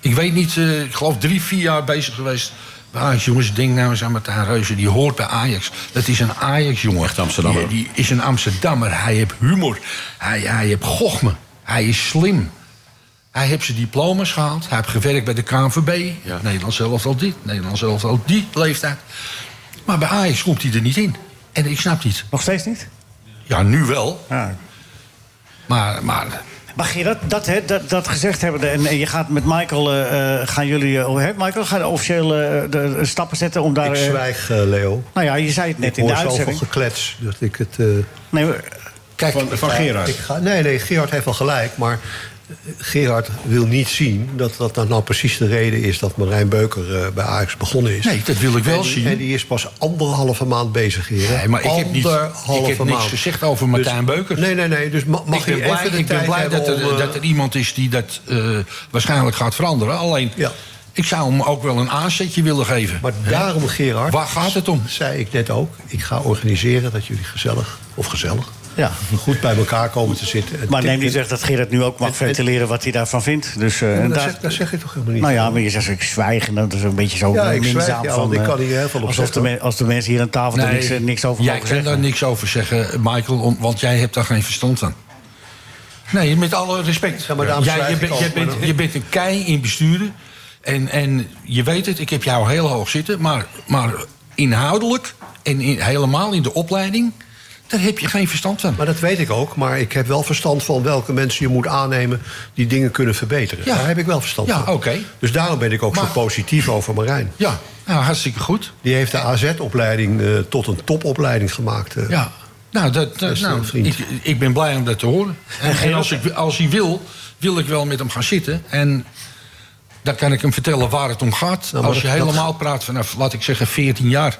S7: ik weet niet, eh, ik geloof drie, vier jaar bezig geweest... bij Ajax, jongens, denk nou eens aan Martijn Reuzen. Die hoort bij Ajax. Dat is een Ajax-jongen.
S5: Echt Amsterdammer.
S7: Die, die is een Amsterdammer. Hij heeft humor. Hij, hij heeft gochme. Hij is slim. Hij heeft zijn diploma's gehaald. Hij heeft gewerkt bij de KNVB.
S5: Ja.
S7: Nederland zelf al dit. Nederland zelf al die leeftijd. Maar bij Ajax komt hij er niet in. En ik snap niet.
S4: Nog steeds niet?
S7: Ja, nu wel.
S4: Ja.
S7: Maar, maar
S4: Maar Gerard, dat, hè, dat, dat gezegd hebben... en eh, je gaat met Michael... eh, eh, gaan jullie... eh, hè, Michael, gaan officieel eh, de, de stappen zetten om daar...
S8: Ik
S4: eh,
S8: zwijg, eh, Leo.
S4: nou ja, je zei het
S8: Ik
S4: net in de
S8: hoor zoveel
S4: uitzending.
S8: geklets. Dat ik het, eh,
S4: Nee, maar-
S7: kijk,
S5: Van, van
S8: ik
S5: Gerard.
S8: ga, nee, nee, Gerard heeft wel gelijk. Maar eh, Gerard wil niet zien dat dat nou, nou precies de reden is... dat Marijn Beuker eh, bij Ajax begonnen is.
S7: nee, dat wil ik wel
S8: en, die-
S7: zien.
S8: En die is pas anderhalve maand bezig hier. hè?
S7: Nee, maar ik heb niet-
S8: Anderhalve
S7: ik heb niks
S8: maand. Dus-
S7: gezegd over Martijn Beuker.
S8: Nee, nee, nee. Dus ma- mag
S7: ik ben
S8: je
S7: blij,
S8: even de
S7: ik ben
S8: tijd
S7: blij
S8: hebben
S7: dat, er,
S8: om, eh,
S7: dat er iemand is die dat eh, waarschijnlijk gaat veranderen. Alleen,
S8: Ja.
S7: ik zou hem ook wel een aanzetje willen geven.
S8: Maar daarom, Gerard...
S7: Waar gaat het om?
S8: zei ik net ook. Ik ga organiseren dat jullie gezellig, of gezellig...
S4: Ja.
S8: goed bij elkaar komen te zitten. En
S4: Maar neem
S8: tikken.
S4: niet weg dat Gerard nu ook mag ventileren wat hij daarvan vindt. Dus, eh, en
S8: dat,
S4: daar-
S8: Nou, zeg, dat zeg je toch helemaal niet?
S4: Nou ja, maar je zegt ik zwijg en dat is een beetje zo
S8: Ja, ik
S4: minzaam
S8: zwijg, ja,
S4: van...
S8: want ik
S4: eh,
S8: kan hier heel veel op
S4: alsof de,
S8: zeggen.
S4: men- als de mensen hier aan tafel er niks, eh, niks over
S7: jij
S4: mogen
S7: kan daar
S4: zeggen.
S7: niks over zeggen, Michael, om- want jij hebt daar geen verstand van. Nee, met alle respect.
S8: Ja, maar daarom
S7: jij, je,
S8: zwijg ik
S7: bent-
S8: al,
S7: je,
S8: maar
S7: bent,
S8: dan-
S7: je bent een kei in besturen. En, en je weet het, ik heb jou heel hoog zitten. Maar, maar inhoudelijk en in- helemaal in de opleiding... daar heb je geen verstand van.
S8: Maar dat weet ik ook. Maar ik heb wel verstand van welke mensen je moet aannemen... die dingen kunnen verbeteren.
S7: Ja.
S8: Daar heb ik wel verstand
S7: Ja,
S8: van.
S7: oké.
S8: Dus daarom ben ik ook
S7: Maar-
S8: zo positief over Marijn.
S7: Ja, nou, hartstikke goed.
S8: Die heeft de AZ-opleiding eh, tot een topopleiding gemaakt. eh.
S7: Ja. Nou, dat, dat-
S8: is
S7: nou
S8: een vriend.
S7: ik, ik ben blij om dat te horen. En, en als, ik, als hij wil, wil ik wel met hem gaan zitten. En dan kan ik hem vertellen waar het om gaat.
S8: maar
S7: als je
S8: dat-
S7: helemaal praat vanaf, laat ik zeggen, 14 jaar.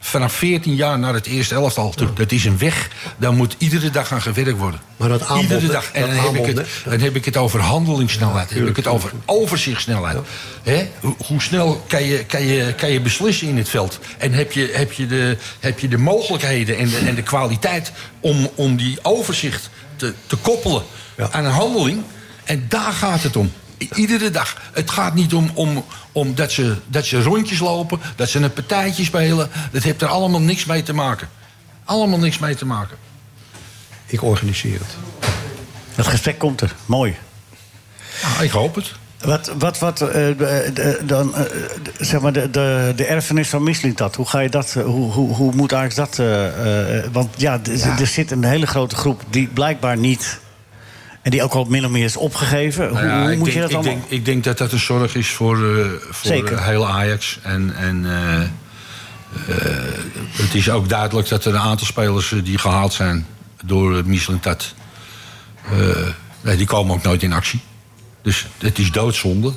S7: Vanaf 14 jaar naar het eerste elftal toe. Dat is een weg. Daar moet iedere dag aan gewerkt worden.
S8: Maar dat aanbod,
S7: iedere
S8: hè?
S7: dag. En
S8: Dat
S7: dan heb, ik
S8: aanbod,
S7: het,
S8: hè?
S7: dan heb ik het over handelingssnelheid. Dan heb ik het over overzichtssnelheid. Hè? Hoe, hoe snel kan je, kan, je, kan je beslissen in het veld? En heb je, heb je, de, heb je de mogelijkheden en de, en de kwaliteit om, om die overzicht te, te koppelen
S8: Ja.
S7: aan een handeling? En daar gaat het om. I- Iedere dag. Het gaat niet om, om, om dat, ze, dat ze rondjes lopen, dat ze een partijtje spelen. Dat heeft er allemaal niks mee te maken. Allemaal niks mee te maken.
S8: Ik organiseer het.
S4: Het gesprek komt er. Mooi.
S7: Nou, ik hoop het.
S4: Wat, wat, wat eh, eh, eh, dan, eh, zeg maar, de, de, de erfenis van Mislintat, hoe ga je dat, eh, hoe, hoe, hoe moet eigenlijk dat, eh, eh, want ja, d- er zit een hele grote groep die blijkbaar niet En die ook al min of meer is opgegeven. Hoe,
S7: Nou ja,
S4: hoe
S7: ik
S4: moet je
S7: denk-
S4: dat
S7: ik
S4: allemaal...
S7: Denk, ik denk dat dat een zorg is voor, eh, voor
S4: Zeker.
S7: eh, heel Ajax. En, en eh, eh, het is ook duidelijk dat er een aantal spelers eh, die gehaald zijn door eh, Mislintat... eh, nee, die komen ook nooit in actie. Dus het is doodzonde.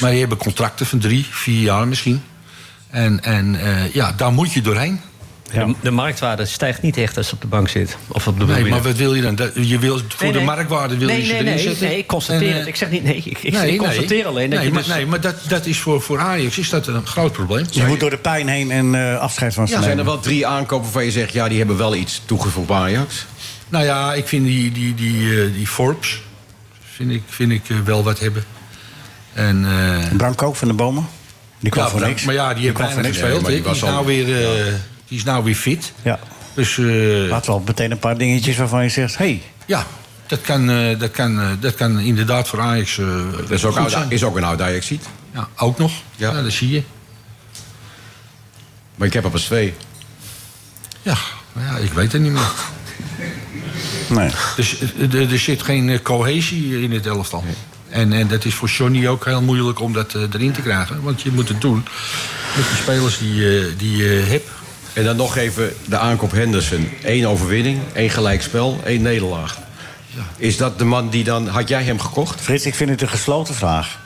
S7: Maar je hebt contracten van drie, vier jaar misschien. En, en eh, ja, daar moet je doorheen.
S12: De, de marktwaarde stijgt niet echt als ze op de bank zit. Of op de
S7: Nee,
S12: tribune.
S7: maar wat wil je dan? Dat- Je wil, voor
S12: Nee,
S7: de
S12: nee.
S7: marktwaarde wil
S12: nee,
S7: je ze
S12: nee,
S7: erin
S12: nee,
S7: zetten.
S12: Nee, ik constateer
S7: En, eh,
S12: het. Ik zeg niet nee. Ik, ik, ik
S7: Nee, nee.
S12: constateer alleen dat
S7: nee,
S12: je
S7: maar,
S12: dus...
S7: nee, maar dat, dat is voor, voor Ajax is dat een groot probleem.
S4: Je moet door de pijn heen en eh, afscheid van ze
S5: Ja, zijn er
S4: nemen.
S5: wel drie aankopen waarvan je zegt... ja, die hebben wel iets toegevoegd bij Ajax?
S7: Nou ja, ik vind die, die, die, eh, die Forbes vind ik, vind ik eh, wel wat hebben. En, eh,
S4: Branco van de Bomen. Die kwam
S7: ja,
S4: voor
S7: Bra-
S4: niks.
S7: Maar ja, die, heeft
S4: kwam
S7: bijna
S4: voor niks.
S7: gespeeld.
S5: Nee, maar die
S7: hè. die, is
S5: was al-
S7: nou weer, eh, die is nou weer fit.
S4: Ja.
S7: Dus eh,
S4: Laten we al meteen een paar dingetjes waarvan je zegt... hey,
S7: nou ja, dat kan, eh, dat, kan, eh, dat kan inderdaad voor Ajax eh
S5: Dat is ook,
S7: goed
S5: oud,
S7: zijn.
S5: is ook een oud ajax ziet.
S7: Ja, ook nog.
S5: Ja.
S7: Ja. dat zie je.
S5: Maar ik heb er pas twee.
S7: Ja, maar ja, ik weet het niet meer.
S4: nee.
S7: Dus eh, er er zit geen eh, cohesie in het elftal. En, en dat is voor Johnny ook heel moeilijk om dat eh, erin te krijgen. Want je moet het doen met de spelers die
S5: eh,
S7: je die, je hebt.
S5: En dan nog even de aankoop Henderson. Eén overwinning, één gelijkspel, één nederlaag. Is dat de man die dan... Had jij hem gekocht?
S4: Frits, ik vind het een gesloten vraag.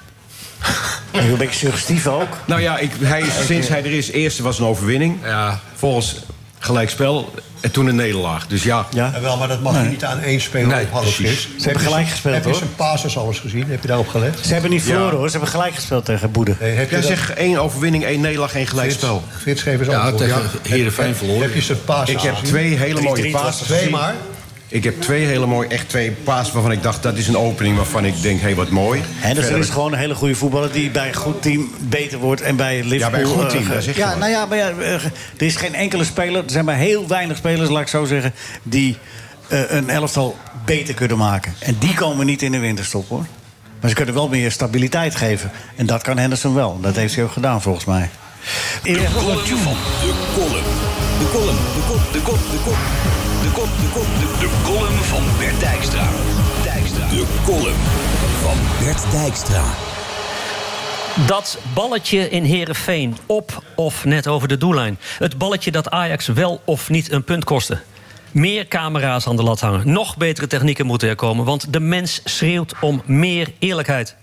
S4: een beetje suggestief ook. eh,
S5: Nou ja, ik, hij is, sinds hij er is, eerste was een overwinning.
S7: Ja.
S5: Volgens gelijkspel en toen een nederlaag. Dus ja,
S4: Ja.
S8: Ja, wel, maar dat mag je niet aan één speler
S7: Nee,
S8: nee, ophangen.
S7: precies.
S8: Frits.
S7: Ze
S8: Heb
S4: hebben
S8: je
S4: gelijk
S8: zijn-
S4: gespeeld,
S8: Heb je
S4: hoor.
S8: zijn passes al eens gezien? Heb je daarop gelet?
S4: Ze hebben niet verloren, hoor. Ze hebben gelijk gespeeld tegen Boede.
S8: Nee, heb je
S5: jij
S8: dat-
S5: zegt één overwinning, één nederlaag, één
S8: Frits,
S5: gelijkspel.
S8: Frits, geef eens
S7: Ja,
S8: antwoord.
S7: tegen Heerenveen
S8: Heb-
S7: verloren.
S8: Heb je zijn passes
S5: Ik heb
S8: gezien?
S5: twee hele mooie
S4: 3-3
S5: paas.
S8: Twee maar.
S5: Ik heb twee hele mooie, echt twee paas waarvan ik dacht... dat is een opening waarvan ik denk, hé, hey, wat mooi.
S4: Henderson
S5: Verder-
S4: dus is gewoon een hele goede voetballer die bij een goed team beter wordt en bij Liverpool.
S5: Ja, bij een goed
S4: eh,
S5: team,
S4: ge-
S5: dat zeg je
S4: ja,
S5: maar.
S4: nou ja, maar ja, eh, ge- er is geen enkele speler, er zijn maar heel weinig spelers, laat ik zo zeggen, die eh, een elftal beter kunnen maken. En die komen niet in de winterstop hoor. Maar ze kunnen wel meer stabiliteit geven. En dat kan Henderson wel. Dat heeft hij ook gedaan volgens mij. Erik,
S3: De column. De column. De kop, de kop, de kop. De kop, de kop, de De column van Bert Dijkstra. Dijkstra. De column van Bert Dijkstra.
S10: Dat balletje in Herenveen op of net over de doellijn. Het balletje dat Ajax wel of niet een punt kostte. Meer camera's aan de lat hangen. Nog betere technieken moeten er komen, want de mens schreeuwt om meer eerlijkheid.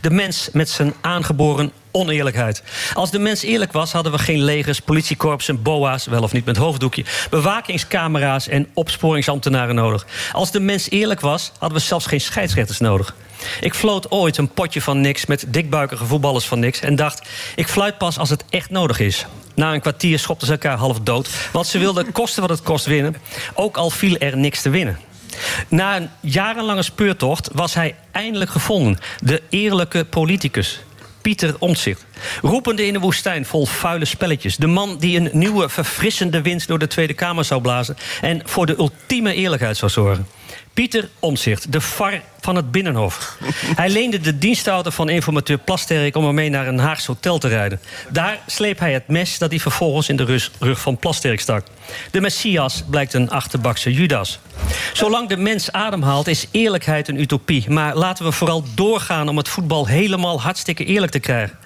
S10: De mens met zijn aangeboren oneerlijkheid. Als de mens eerlijk was, hadden we geen legers, politiekorps en boa's, wel of niet met hoofddoekje, bewakingscamera's en opsporingsambtenaren nodig. Als de mens eerlijk was, hadden we zelfs geen scheidsrechters nodig. Ik floot ooit een potje van niks met dikbuikige voetballers van niks en dacht: ik fluit pas als het echt nodig is. Na een kwartier schopten ze elkaar half dood, want ze wilden kosten wat het kost winnen, ook al viel er niks te winnen. Na een jarenlange speurtocht was hij eindelijk gevonden. De eerlijke politicus. Pieter Omtzigt. Roepende in de woestijn vol vuile spelletjes. De man die een nieuwe, verfrissende wind door de Tweede Kamer zou blazen... en voor de ultieme eerlijkheid zou zorgen. Pieter Omtzigt, de VAR van het Binnenhof. Hij leende de dienstauto van informateur Plasterk om ermee naar een Haags hotel te rijden. Daar sleep hij het mes dat hij vervolgens in de rus- rug van Plasterk stak. De Messias blijkt een achterbakse Judas. Zolang de mens ademhaalt is eerlijkheid een utopie. Maar laten we vooral doorgaan om het voetbal helemaal hartstikke eerlijk te krijgen.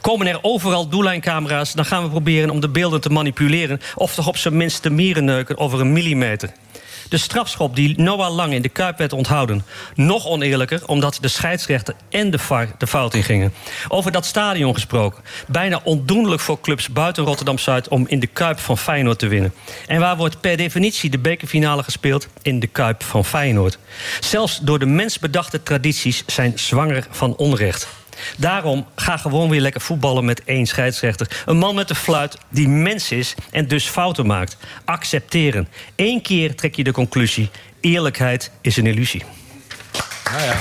S10: Komen er overal doellijncamera's, dan gaan we proberen om de beelden te manipuleren... of toch op zijn minst te mierenneuken over een millimeter. De strafschop die Noah Lang in de Kuip werd onthouden. Nog oneerlijker, omdat de scheidsrechter en de VAR de fout in gingen. Over dat stadion gesproken. Bijna ondoenlijk voor clubs buiten Rotterdam-Zuid... om in de Kuip van Feyenoord te winnen. En waar wordt per definitie de bekerfinale gespeeld? In de Kuip van Feyenoord. Zelfs door de mens bedachte tradities zijn zwanger van onrecht. Daarom ga gewoon weer lekker voetballen met één scheidsrechter. Een man met een fluit die mens is en dus fouten maakt. Accepteren. Eén keer trek je de conclusie: eerlijkheid is een illusie.
S4: en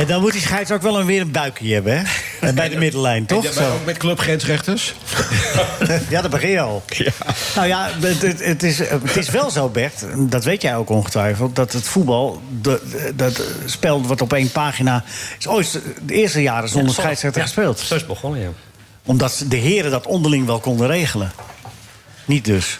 S4: Eh, dan moet die scheids ook wel een weer een buikje
S10: (laughs)
S4: hebben, hè? En bij de middenlijn, toch?
S5: Ja, maar
S4: Zo.
S5: ook met clubgrensrechters?
S4: (laughs) Ja, dat begin
S10: (laughs)
S4: je al. Nou ja, het, het, het is, het is wel zo, Bert, dat weet jij ook ongetwijfeld... dat het voetbal, de, de- dat spel wat op één pagina... is ooit de eerste jaren zonder scheidsrechter
S10: Ja,
S4: gespeeld.
S10: Zo is het begonnen, ja.
S4: Omdat de heren dat onderling wel konden regelen. Niet dus.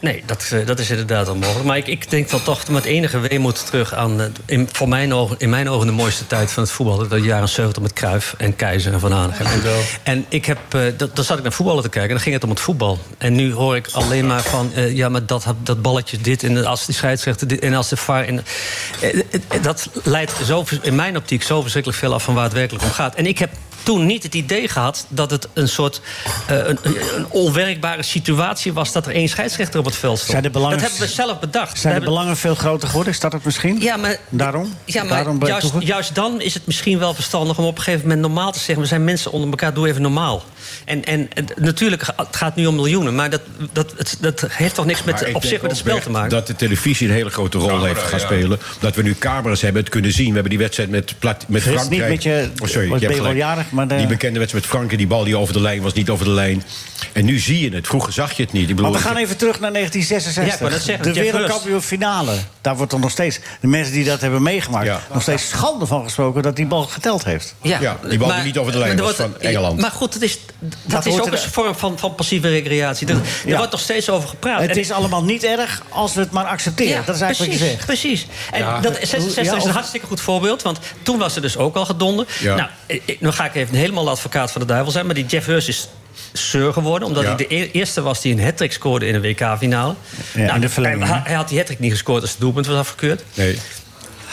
S10: Nee, dat, eh, dat is inderdaad onmogelijk. Maar ik, ik denk dan toch met enige weemoed terug aan... eh, In, voor mijn ogen, in mijn ogen de mooiste tijd van het voetbal. De jaren 70 met Cruijff en Keizer en Van Hanegem. En, en ik heb, eh, dat, dan zat ik naar voetballen te kijken. En dan ging het om het voetbal. En nu hoor ik alleen maar van... eh, ja, maar dat, dat balletje dit en als die scheidsrechter dit... en als de VAR... En, eh, eh, dat leidt zo, vers- in mijn optiek zo verschrikkelijk veel af van waar het werkelijk om gaat. En ik heb toen niet het idee gehad dat het een soort eh, een, een onwerkbare situatie was dat er één scheidsrechter op het veld stond.
S4: Zijn de belangen-
S10: Dat hebben we zelf bedacht.
S4: Zijn
S10: We
S4: de
S10: hebben-
S4: belangen veel groter geworden? Is dat het misschien?
S10: Ja, maar,
S4: Daarom?
S10: ja,
S4: Daarom
S10: maar
S4: ben je
S10: juist,
S4: toege-
S10: juist dan is het misschien wel verstandig om op een gegeven moment normaal te zeggen: we zijn mensen onder elkaar, doe even normaal. En, en, en natuurlijk, ga- het gaat nu om miljoenen, maar dat, dat, het, dat heeft toch niks met,
S5: Maar ik
S10: op zich
S5: denk
S10: met het
S5: ook
S10: spel
S5: echt
S10: te maken?
S5: Dat de televisie een hele grote rol
S3: Camera,
S5: heeft gaan
S3: ja.
S5: spelen. Dat we nu camera's hebben, het kunnen zien. We hebben die wedstrijd met, plat, met
S4: Frits,
S5: Frankrijk.
S4: niet met je-
S5: oh, sorry,
S4: was
S5: hebt
S4: ben je wel
S5: gelijk.
S4: jarig, maar eh, de-
S5: Die bekende wedstrijd met Frankrijk, die bal die over de lijn was, niet over de lijn. En nu zie je het. Vroeger zag je het niet. Ik bedoel,
S4: Maar we gaan even terug naar
S10: Ja, ik wou
S4: 1966.
S10: net zeggen,
S4: de
S10: Jeff
S4: wereldkampioen finale. Daar wordt dan nog steeds, de mensen die dat hebben meegemaakt...
S5: Ja.
S4: nog steeds schande van gesproken dat die bal geteld heeft.
S5: Ja, die bal die niet over de lijn
S10: maar er
S5: was
S10: wordt-
S5: van Engeland.
S10: Maar goed, dat is,
S4: Dat
S10: dat is
S4: hoort
S10: ook
S4: er-
S10: een vorm van, van passieve recreatie. Er, er
S4: Ja.
S10: wordt nog steeds over gepraat.
S4: Het
S10: En-
S4: is allemaal niet erg als we het maar accepteren. dat is eigenlijk
S10: precies,
S4: wat je zegt.
S10: Precies. En dat 66
S4: Ja,
S10: is
S4: of-
S10: een hartstikke goed voorbeeld. Want toen was er dus ook al gedonder.
S5: Ja.
S10: Nou, eh, eh, nu ga ik even helemaal de advocaat van de duivel zijn. Maar die Jeff Hurst is seur geworden. Omdat
S5: Ja.
S10: hij de e- eerste was die een hat scoorde in de WK-finale.
S4: Ja, in de verlenging,
S10: hij,
S4: hè?
S10: hij had die hat niet gescoord als het doelpunt was afgekeurd.
S5: Nee.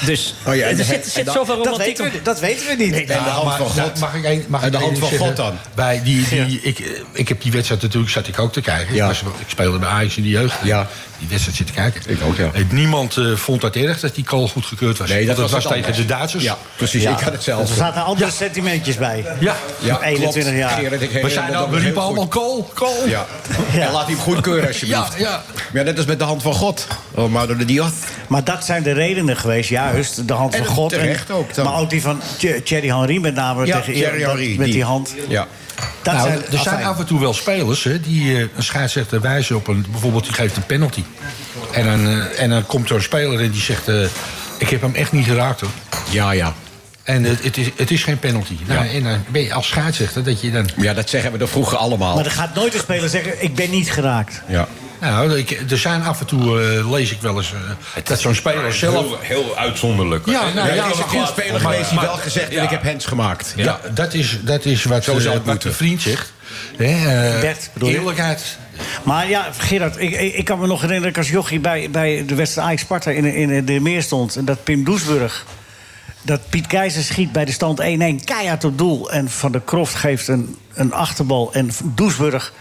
S10: Dus
S5: Oh ja, en de-
S10: er zit,
S5: en
S10: zit
S5: dan-
S10: zoveel
S4: Dat
S10: romantiek
S4: weten,
S10: om.
S4: we, dat weten we niet.
S5: En de hand
S7: maar,
S5: van
S7: nou,
S5: God.
S7: mag ik één- mag
S5: En
S7: ik
S5: de
S7: één ding
S5: hand van
S7: zeggen?
S5: God dan.
S7: Bij die, die, ik, eh, ik heb die wedstrijd natuurlijk, zat ik ook te kijken.
S5: Ja.
S7: Ik, was- ik speelde bij Ajax in de jeugd.
S5: Ja.
S7: Die wedstrijd zit te kijken.
S5: Ik ook, ja.
S7: Eh, Niemand eh, vond dat erg dat die call goedgekeurd was.
S5: Nee, dat,
S7: Want
S5: was,
S7: was,
S5: wat
S7: tegen de
S5: anders.
S7: Duitsers.
S5: Ja, precies.
S4: Ja.
S5: Ik had het
S4: Er
S5: zelf.
S4: zaten andere sentimentjes bij.
S7: ja.
S5: Ja,
S4: 21
S5: klopt.
S4: jaar.
S5: Gerard, ik herinner
S7: We,
S5: me
S7: zijn
S5: dat
S7: al,
S5: nog
S7: we
S5: heel
S7: riepen
S5: goed.
S7: allemaal call, call.
S5: Ja. Ja, laat hem goedkeuren alsjeblieft.
S7: Ja, ja.
S5: Maar ja, net als met de hand van God. Oh, maar door de dios.
S4: Maar dat zijn de redenen geweest, juist. De hand
S5: En
S4: van God.
S5: terecht ook dan.
S4: Maar ook die van Th- Thierry Henry met name.
S5: Ja,
S4: tegen
S5: Thierry
S4: dat-
S5: Henry.
S4: Met die hand.
S5: Ja.
S4: Dat
S7: Nou,
S4: zijn,
S7: er zijn
S4: afijn.
S7: af en toe wel spelers hè, die eh, een scheidsrechter wijzen op een. Bijvoorbeeld, die geeft een penalty. En dan, eh, en dan komt zo'n speler en die zegt: eh, Ik heb hem echt niet geraakt hoor.
S5: Ja, ja.
S7: En het, het, is, het is geen penalty. Nou,
S5: Ja.
S7: En dan ben je als scheidsrechter dat je dan.
S5: Maar Ja, dat zeggen we er vroeger allemaal.
S4: Maar er gaat nooit een speler zeggen: Ik ben niet geraakt.
S5: Ja.
S7: Nou, ik, er zijn af en toe, eh, lees ik wel eens, eh, dat zo'n speler zelf.
S3: Heel, heel uitzonderlijk.
S7: Ja, nou,
S5: Er
S7: ja,
S5: is
S7: maar
S5: een keer een
S7: goed.
S5: speler geweest die
S3: maar-
S5: wel gezegd heeft,
S3: ja.
S5: ik heb hands gemaakt.
S7: Ja, dat is, dat is wat,
S5: Zo
S7: eh,
S5: zou het
S7: wat
S5: moeten.
S7: de vriend zegt. Hè, eh,
S4: Bert, bedoel je?
S7: eerlijkheid.
S4: Maar ja, Gerard, ik, ik, ik kan me nog herinneren dat ik als jochie bij, bij de wedstrijd Ajax Sparta in, in de meer stond. En dat Pim Doesburg, dat Piet Keizer schiet bij de stand 1-1 keihard op doel. En Van der Kroft geeft een, een achterbal. En Doesburg,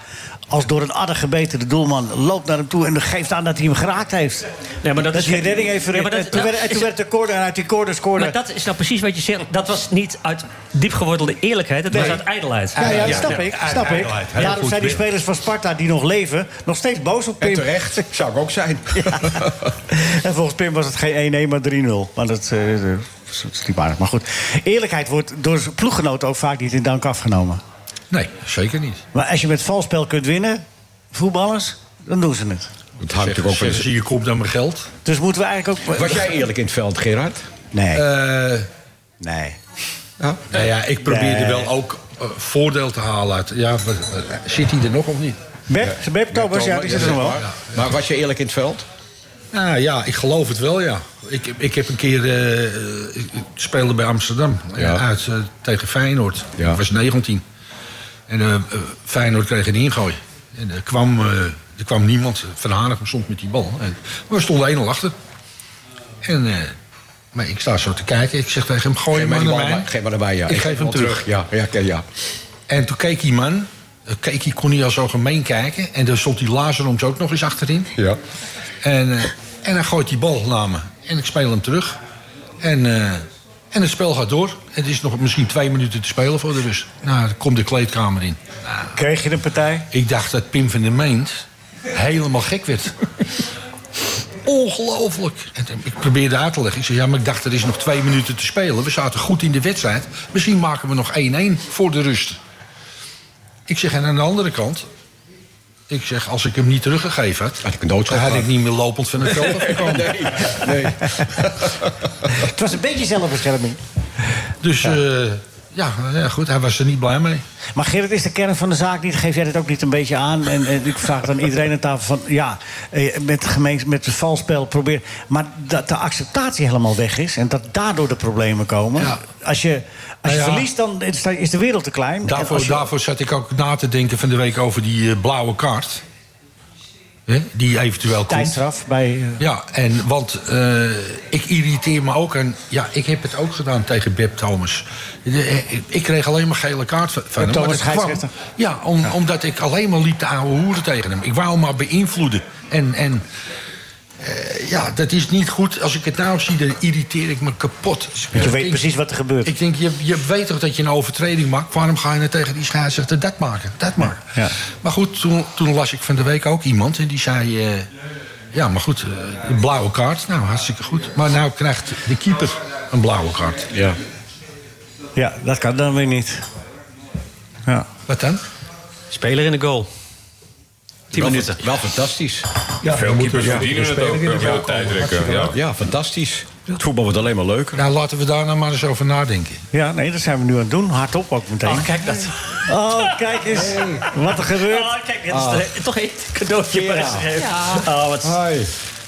S4: als door een adder gebeten de doelman, loopt naar hem toe. En geeft aan dat hij hem geraakt heeft.
S10: Ja, maar dat
S4: dat
S10: is
S4: hij
S10: geen-
S4: redding heeft verricht.
S10: Ja, maar dat-
S4: en toen,
S10: nou,
S4: werd, en
S10: is-
S4: toen werd de corner en uit die corner scoorde.
S10: Maar dat is nou precies wat je zegt. Dat was niet uit diepgewortelde eerlijkheid. Het was uit ijdelheid.
S4: ja, ja,
S7: Ja,
S4: snap
S7: ja,
S4: ik.
S7: ja,
S4: Snap ik.
S7: ijdelheid. Heel
S4: Daarom
S7: goed
S4: zijn die
S7: weer.
S4: spelers van Sparta die nog leven nog steeds boos op
S5: En
S4: Pim. (laughs)
S5: terecht, zou ik ook
S7: (laughs)
S5: zijn.
S4: En volgens Pim was het geen 1-1, maar 3-0. Maar dat, eh, dat is niet waar. Maar goed, eerlijkheid wordt door zijn ploeggenoten ook vaak niet in dank afgenomen.
S7: Nee, zeker niet.
S4: Maar als je met valspel kunt winnen, voetballers, dan doen ze het.
S5: Het hangt natuurlijk ook van
S7: Zeggen
S5: de...
S7: ze, je komt aan mijn geld.
S4: Dus moeten we eigenlijk ook...
S5: Was jij eerlijk in het veld, Gerard?
S4: Nee,
S7: Eh,
S4: nee.
S7: Nou ja, ik probeerde
S4: Nee.
S7: wel ook eh, voordeel te halen uit. Ja, maar, eh, zit hij er nog of niet?
S4: Bert, Bert Thomas, ja, die zit er nog wel.
S5: Maar was je eerlijk in het veld?
S7: Nou ja, ik geloof het wel, ja. Ik, ik heb een keer... eh, eh, ik speelde bij Amsterdam eh,
S5: Ja.
S7: uit eh, tegen Feyenoord.
S5: Ja.
S7: Ik was 19. En eh, eh, Feyenoord kreeg een ingooi. En er kwam, eh, er kwam niemand. Van Hanegem stond met die bal. En, maar we stonden 1-0 achter. En... eh, maar ik sta zo te kijken. Ik zeg tegen hem, gooi
S5: Geef
S7: hem
S5: maar
S7: maar
S5: die
S7: naar
S5: bal
S7: mij.
S5: maar- Geef maar naar mij, ja.
S7: Ik geef hem terug.
S5: Ja, ja, ja, ja.
S7: En toen keek die man, eh, keek, die kon niet al zo gemeen kijken. En daar stond die Lazaroms ook nog eens achterin.
S5: Ja.
S7: En, eh, en hij gooit die bal naar me. En ik speel hem terug. En, eh, en het spel gaat door. Het is nog misschien twee minuten te spelen voor de rust. Nou, dan komt de kleedkamer in.
S4: Kreeg je een partij?
S7: Ik dacht dat Pim van der Meent helemaal gek werd. Ongelooflijk. En toen- ik probeerde uit te leggen. Ik zei, ja, maar ik dacht er is nog twee minuten te spelen. We zaten goed in de wedstrijd. Misschien maken we nog 1-1 voor de rust. Ik zeg, en aan de andere kant... Ik zeg, als ik hem niet teruggegeven had...
S5: Had ik een doodschop
S7: dan had ik
S5: gehad.
S7: niet meer lopend van het veld afgekomen.
S5: Nee.
S4: Het was een beetje zelfbescherming.
S7: Dus eh, Ja, ja, goed, hij was er niet blij mee.
S4: Maar Gerrit is de kern van de zaak niet. Geef jij dit ook niet een beetje aan? En, eh, ik vraag dan iedereen aan tafel van... ja, eh, met, gemeens, met het valspel probeer... maar dat de acceptatie helemaal weg is... en dat daardoor de problemen komen. Als je, als
S7: Nou
S4: je
S7: ja.
S4: verliest, dan is- is de wereld te klein. En
S7: Daarvoor,
S4: als je-
S7: daarvoor zat ik ook na te denken van de week over die eh, blauwe kaart. Hè, die eventueel komt.
S4: Tijdstraf bij... eh,
S7: Ja, en want eh, ik irriteer me ook. En ja, ik heb het ook gedaan tegen Beb Thomas. De- eh, ik kreeg alleen maar gele kaart van hem. maar
S4: Thomas,
S7: dat kwam-
S4: scheidsrechter.
S7: Ja, om- omdat ik alleen maar liep te oude hoeren tegen hem. Ik wou hem maar beïnvloeden. En, en eh, ja, dat is niet goed. Als ik het nou zie, dan irriteer ik me kapot.
S4: Want je weet
S7: Ik-
S4: precies wat er gebeurt.
S7: Ik denk, je, je weet toch dat je een overtreding maakt? Waarom ga je nou tegen die scheidsrechter dat maken? Dat maken.
S4: Ja.
S7: Maar goed, toen, toen las ik van de week ook iemand en die zei... eh, ja, maar goed, eh, een blauwe kaart, nou hartstikke goed. Maar nou krijgt de keeper een blauwe kaart.
S5: Ja.
S4: Ja, dat kan dan weer niet. Ja.
S7: Wat dan?
S11: Speler in de goal. 10
S5: Wel-
S11: minuten.
S5: Wel fantastisch.
S8: Ja,
S3: Veel
S8: dan moeten
S3: keepers
S8: we- ja,
S3: verdienen het
S8: we
S3: ook.
S8: spelen in
S3: eh,
S8: de
S3: Veel
S8: zaal.
S3: tijdrekken. Ja.
S5: Ja, fantastisch. Het voetbal wordt alleen maar leuker.
S7: Nou, laten we daar nou maar eens over nadenken.
S4: ja, nee, dat zijn we nu aan het doen. Hardop ook meteen.
S11: Oh, kijk dat.
S4: Oh, kijk eens wat er gebeurt.
S11: Oh, kijk, dit is de- toch een cadeautje bij
S4: Ah,
S11: Oh, wat
S5: Hoi.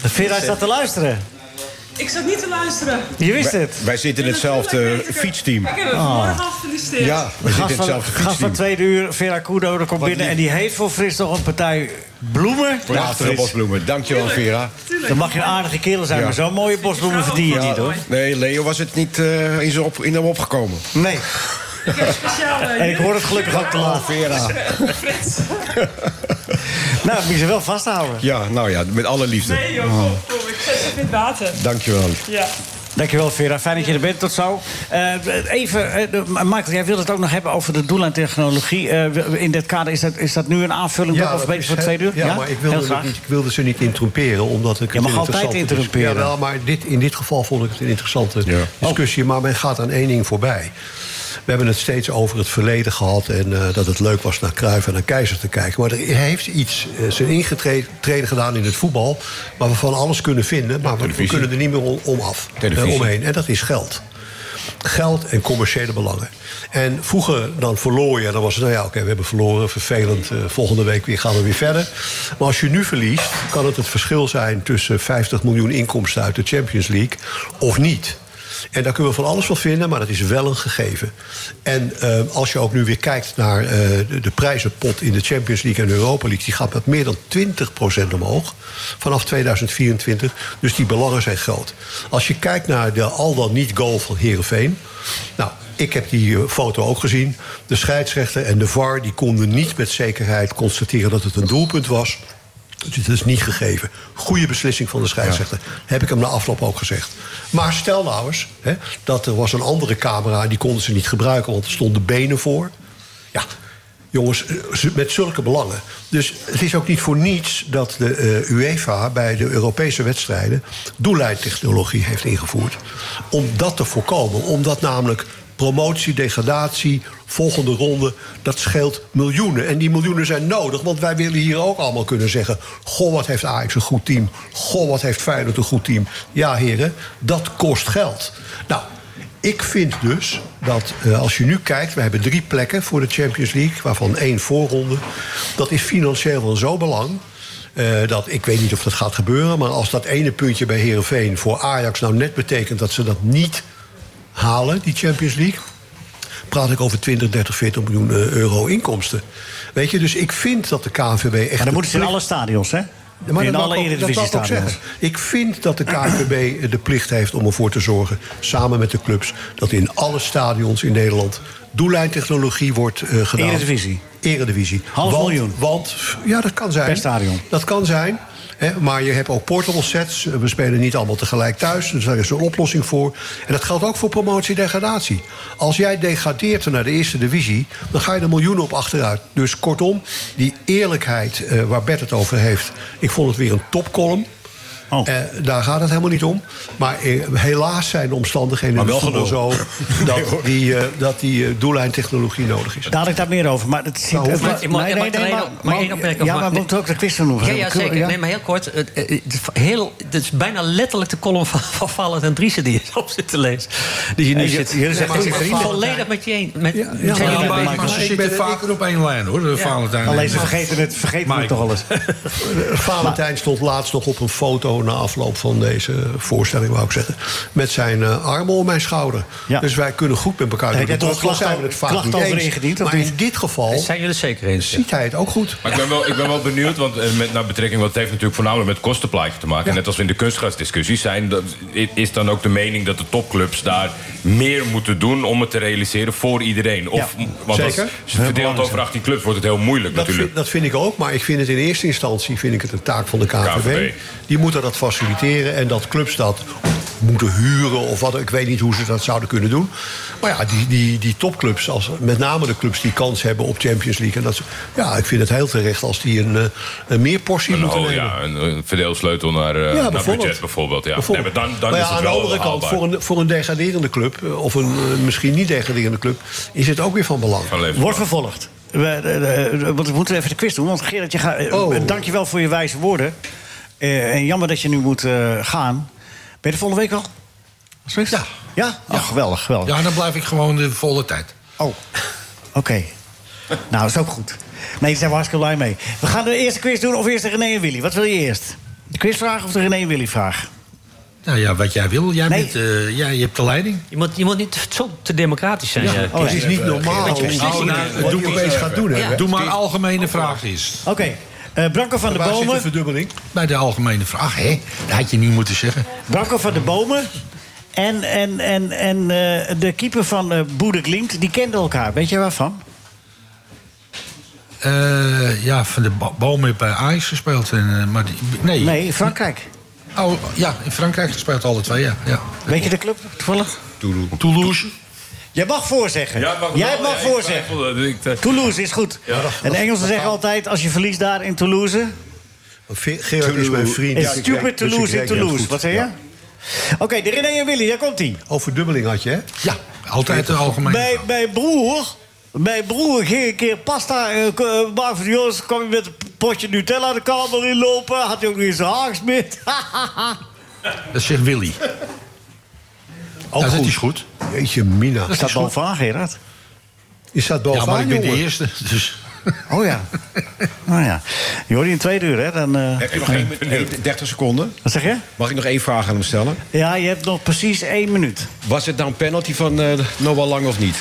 S4: Vera staat te luisteren.
S13: Ik zat niet te luisteren. Ik
S4: Je wist het.
S5: Wij zitten in
S13: Natuurlijk
S5: hetzelfde
S13: weet ik het.
S5: fietsteam. Ah.
S13: heb hem
S4: Ah.
S13: vanmorgen al gefeliciteerd.
S5: Ja, we zitten in
S4: Gast van,
S5: hetzelfde
S4: gast van
S5: fietsteam.
S4: tweede uur, Vera Kudo, er komt binnen.
S5: lief.
S4: En die heeft voor Frits nog een partij bloemen.
S5: Voor de achtere bosbloemen. Dankjewel, Vera.
S13: Tuurlijk.
S4: Dan mag je een aardige kerel zijn,
S5: Ja.
S4: maar zo'n mooie bosbloemen verdien je niet, hoor.
S5: Nee, Leo was het niet eh, in, zijn op, in hem opgekomen.
S4: Nee.
S13: Ik heb speciaal... eh,
S4: En ik hoor het
S13: jurk-
S4: gelukkig ook te laat.
S5: Vera.
S13: Frits.
S4: (laughs) Nou, dat moet je ze wel vasthouden.
S5: Ja, nou ja, met alle liefde.
S13: Nee
S4: Ah.
S13: joh, kom, kom. Ik zet even in het water.
S5: Dankjewel.
S13: Ja.
S4: Dankjewel, Vera. Fijn dat je er bent. Tot zo. Eh, even, eh, de- Michael, jij wilde het ook nog hebben over de doellijntechnologie. Eh, in dit kader, is dat, is dat nu een aanvulling
S8: Ja,
S4: nog, of
S8: dat
S4: beter
S8: is
S4: voor
S8: het.
S4: twee uur?
S8: Ja, maar ik
S4: Heel
S8: wilde,
S4: graag.
S8: het niet, ik wilde ze niet interromperen, omdat ik
S4: Je mag altijd interromperen.
S8: Ja, wel, maar dit, in dit geval vond ik het een interessante
S5: Ja. Oh.
S8: discussie. Maar men gaat aan één ding voorbij. We hebben het steeds over het verleden gehad... en eh, dat het leuk was naar Cruijff en naar Keizer te kijken. Maar er heeft iets eh, zijn ingetreden gedaan in het voetbal... waar we van alles kunnen vinden, maar we, we
S5: televisie.
S8: kunnen er niet meer om, om af. eh,
S5: Televisie.
S8: omheen. En dat is geld geld en commerciële belangen. En vroeger dan verloor je, dan was het nou ja, oké, we hebben verloren, vervelend. eh, volgende week weer gaan we weer verder. Maar als je nu verliest, kan het het verschil zijn tussen 50 miljoen inkomsten uit de Champions League of niet. En daar kunnen we van alles van vinden, maar dat is wel een gegeven. En eh, als je ook nu weer kijkt naar eh, de, de prijzenpot in de Champions League en Europa League, die gaat met meer dan 20% omhoog vanaf 2024. Dus die belangen zijn groot. Als je kijkt naar de al dan niet goal van Herenveen. Nou, ik heb die eh, foto ook gezien. De scheidsrechter en de VAR die konden niet met zekerheid constateren dat het een doelpunt was. Dus het is niet gegeven. Goede beslissing van de scheidsrechter. Heb ik hem na afloop ook gezegd. Maar stel nou eens hè, dat er was een andere camera... die konden ze niet gebruiken, want er stonden benen voor. Ja, jongens, eh, z- met zulke belangen. Dus het is ook niet voor niets dat de eh, UEFA bij de Europese wedstrijden... doellijntechnologie heeft ingevoerd. Om dat te voorkomen. Omdat namelijk promotie, degradatie, volgende ronde... dat scheelt miljoenen. En die miljoenen zijn nodig, want wij willen hier ook allemaal kunnen zeggen... goh, wat heeft Ajax een goed team. Goh, wat heeft Feyenoord een goed team. Ja, heren, dat kost geld. Nou, ik vind dus dat eh, als je nu kijkt, we hebben drie plekken voor de Champions League, waarvan één voorronde. Dat is financieel van zo belang. eh, dat, ik weet niet of dat gaat gebeuren, maar als dat ene puntje bij Herenveen voor Ajax nou net betekent dat ze dat niet halen, die Champions League, praat ik over 20, 30, 40 miljoen eh, euro inkomsten. Weet je, dus ik vind dat de KNVB echt.
S4: Maar
S8: de
S4: dan moeten ze in
S8: plicht-
S4: alle stadions, hè?
S8: ja, maar
S4: in
S8: dat
S4: alle
S8: mag ook- dat mag ook
S4: Eredivisie-stadions.
S8: zeggen. Ik vind dat de KNVB de plicht heeft om ervoor te zorgen... samen met de clubs, dat in alle stadions in Nederland... doellijntechnologie wordt eh, gedaan.
S4: Eredivisie.
S8: Eredivisie.
S4: Half
S8: want,
S4: miljoen.
S8: Want, ja, dat kan zijn.
S4: Per stadion.
S8: Dat kan zijn. Hè, maar je hebt ook portable sets. We spelen niet allemaal tegelijk thuis. Dus daar is een oplossing voor. En dat geldt ook voor promotie en degradatie. Als jij degradeert naar de eerste divisie... dan ga je er miljoenen op achteruit. Dus kortom, die eerlijkheid eh, waar Bert het over heeft... ik vond het weer een topcolumn.
S4: Maar
S8: Eh, daar gaat het helemaal niet om. Maar eh, helaas zijn de omstandigheden
S4: Maar
S8: in de
S4: wel
S8: voetbal zo...
S4: (laughs) gelul.
S8: dat die, eh, dat die eh, doellijntechnologie nodig is.
S4: Dadelijk daar meer over. Maar het zit...
S8: Nou,
S4: het-
S8: maar-
S4: nee,
S8: maar-
S4: nee,
S8: maar-
S4: nee,
S8: maar-
S4: maar-
S8: maar-
S4: maar-
S8: één opmerking
S4: Ja,
S8: nog
S4: maar we
S8: maar.
S4: moeten ook de quiz nog
S11: Ja,
S4: hebben.
S11: ja, zeker. Nee, maar heel kort. Het, eh, het is heel, het is bijna letterlijk de column van, van Valent en Driessen die je op zit te lezen. Die je nu
S7: Ja, je-
S11: zit.
S7: jullie zijn
S11: Maar
S7: goede
S11: ik ben
S7: vrienden.
S11: volledig met je eens. Met, met-
S7: Ja, maar-
S11: met-
S7: maar-
S11: met-
S7: maar- ik ben vaker op één lijn, hoor. de Valentijn.
S8: Alleen
S7: en-
S8: ze vergeten
S4: het, vergeten
S8: het toch
S4: alles.
S8: Eh, Valentijn stond laatst nog op een foto na afloop van deze voorstelling, wou ik zeggen. Met zijn eh, armen om mijn schouder. Dus wij kunnen goed met elkaar.
S4: Daar heb
S8: doen.
S4: je toch
S8: Ook al
S4: klacht
S8: zijn we
S4: over-
S8: het vaak
S4: klacht
S8: niet
S4: over
S8: eens.
S4: ingediend, of
S8: Maar
S4: niet?
S8: in dit geval
S11: Zijn jullie zeker eens?
S8: ziet hij het ook goed.
S3: Maar ik ben wel, ik ben wel benieuwd, want eh, met, naar betrekking... want het heeft natuurlijk voornamelijk met kostenplaatje te maken. Net als we in de kunstgrasdiscussies zijn... Dat, i- is dan ook de mening dat de topclubs daar meer moeten doen... om het te realiseren voor iedereen. Of,
S8: Ja,
S3: want als
S8: zeker.
S3: als je het verdeelt over 18 clubs wordt het heel moeilijk
S8: Dat
S3: natuurlijk.
S8: vind, dat vind ik ook, maar ik vind het in eerste instantie vind ik het een taak van de KNVB.
S3: KNVB.
S8: Die moeten dat faciliteren en dat clubs dat moeten huren of wat. Ik weet niet hoe ze dat zouden kunnen doen. Maar ja, die, die, die topclubs, als, met name de clubs die kans hebben op Champions League. En dat, ze- ja, ik vind het heel terecht als die een, eh, een meerportie
S3: Een,
S8: moeten
S3: oh,
S8: nemen.
S3: ja, een, een verdeelsleutel naar, eh, naar
S8: bijvoorbeeld.
S3: budget bijvoorbeeld. Ja. Nee,
S8: Bijvoorbeeld.
S3: maar dan dan
S8: Maar ja,
S3: is het
S8: aan de
S3: wel
S8: andere kant,
S3: haalbaar.
S8: voor een, voor een degraderende club... eh, of een eh, misschien niet degraderende club... is het ook weer van belang.
S4: Wordt vervolgd. We, eh, eh, want we moeten even de quiz doen. Want Gerrit, je gaat, eh,
S8: Oh.
S4: eh, dankjewel voor je wijze woorden. Eh, en jammer dat je nu moet eh, gaan. Ben je de volgende week al? Alsjeblieft? Ja. Ja? Oh, geweldig, geweldig.
S7: Ja, dan blijf ik gewoon de volle tijd.
S4: Oh. Oké. nou, is ook goed. Nee, daar zijn we hartstikke blij mee. We gaan de eerste quiz doen of eerst de René en Willy? Wat wil je eerst? De quizvraag of de René en Willy vraag?
S7: Nou ja, wat jij wil. Jij,
S4: Nee.
S7: bent, eh, jij je hebt de leiding.
S11: Je moet, je moet niet zo te democratisch zijn.
S7: Ja,
S11: eh,
S7: het
S11: Kees.
S7: is niet
S11: Eh,
S7: normaal.
S11: dat je
S7: Nou,
S11: beslissingen-
S7: nou,
S11: wat
S7: doe
S11: je
S7: maar
S11: opeens
S7: eens
S11: gaat doen, hè.
S7: Doe maar algemene vraag is.
S4: Oké. eh, Branko van de
S7: Waar zit
S4: Bomen.
S7: de verdubbeling? Bij de algemene vraag, hè? Dat had je niet moeten zeggen.
S4: Branko van de Bomen en, en, en, en eh, de keeper van eh Boede Glimt, die kenden elkaar. Weet je waarvan?
S7: Eh, ja, van de Bo- boom heeft bij Ajax gespeeld. En, eh, maar die, nee.
S4: nee, Frankrijk.
S7: Oh, ja, in Frankrijk gespeeld alle twee, ja. ja.
S4: Weet je de club toevallig?
S7: Toulouse. Toulouse.
S4: Jij mag voorzeggen.
S3: Ja, mag
S4: Jij
S3: wel,
S4: mag
S3: ja, ik
S4: voorzeggen.
S3: twijfelde. Ik, eh,
S4: Toulouse is goed.
S3: Ja.
S4: en de Engelsen zeggen altijd, als je verliest daar in Toulouse...
S8: Ve- Gerard is mijn vriend.
S4: It's
S8: dus ik
S4: stupid
S8: reken-
S4: to
S8: dus ik
S4: lose in
S8: reken het
S4: Toulouse.
S8: goed.
S4: Wat zeg je?
S8: Ja.
S4: Oké, de René en Willy, daar komt hij.
S8: Over dubbeling had je, hè?
S7: Ja, altijd de algemene
S4: Bij, bij broer, bij broer ging een keer pasta eh, k- eh, maken voor Joost. kwam hij met een potje Nutella de kamer inlopen. Had hij ook nog eens zijn haar gesmeerd.
S7: Dat zegt Willy.
S8: Ook
S7: dat
S8: goed.
S7: is goed.
S8: Jeetje, Mina.
S4: Dat staat bovenaan, Gerard.
S8: Je staat
S7: Ja, maar
S8: bovenaan,
S7: ik ben de
S8: jongen.
S7: eerste. Dus.
S4: (laughs) Oh ja. Nou ja. Jordi, in twee uur, hè? Dan, eh,
S5: Heb je nog één minuut, 30 seconden?
S4: Wat zeg je?
S5: Mag ik nog één vraag aan hem stellen?
S4: Ja, je hebt nog precies één minuut.
S5: Was het nou een penalty van eh Noah Lang of niet?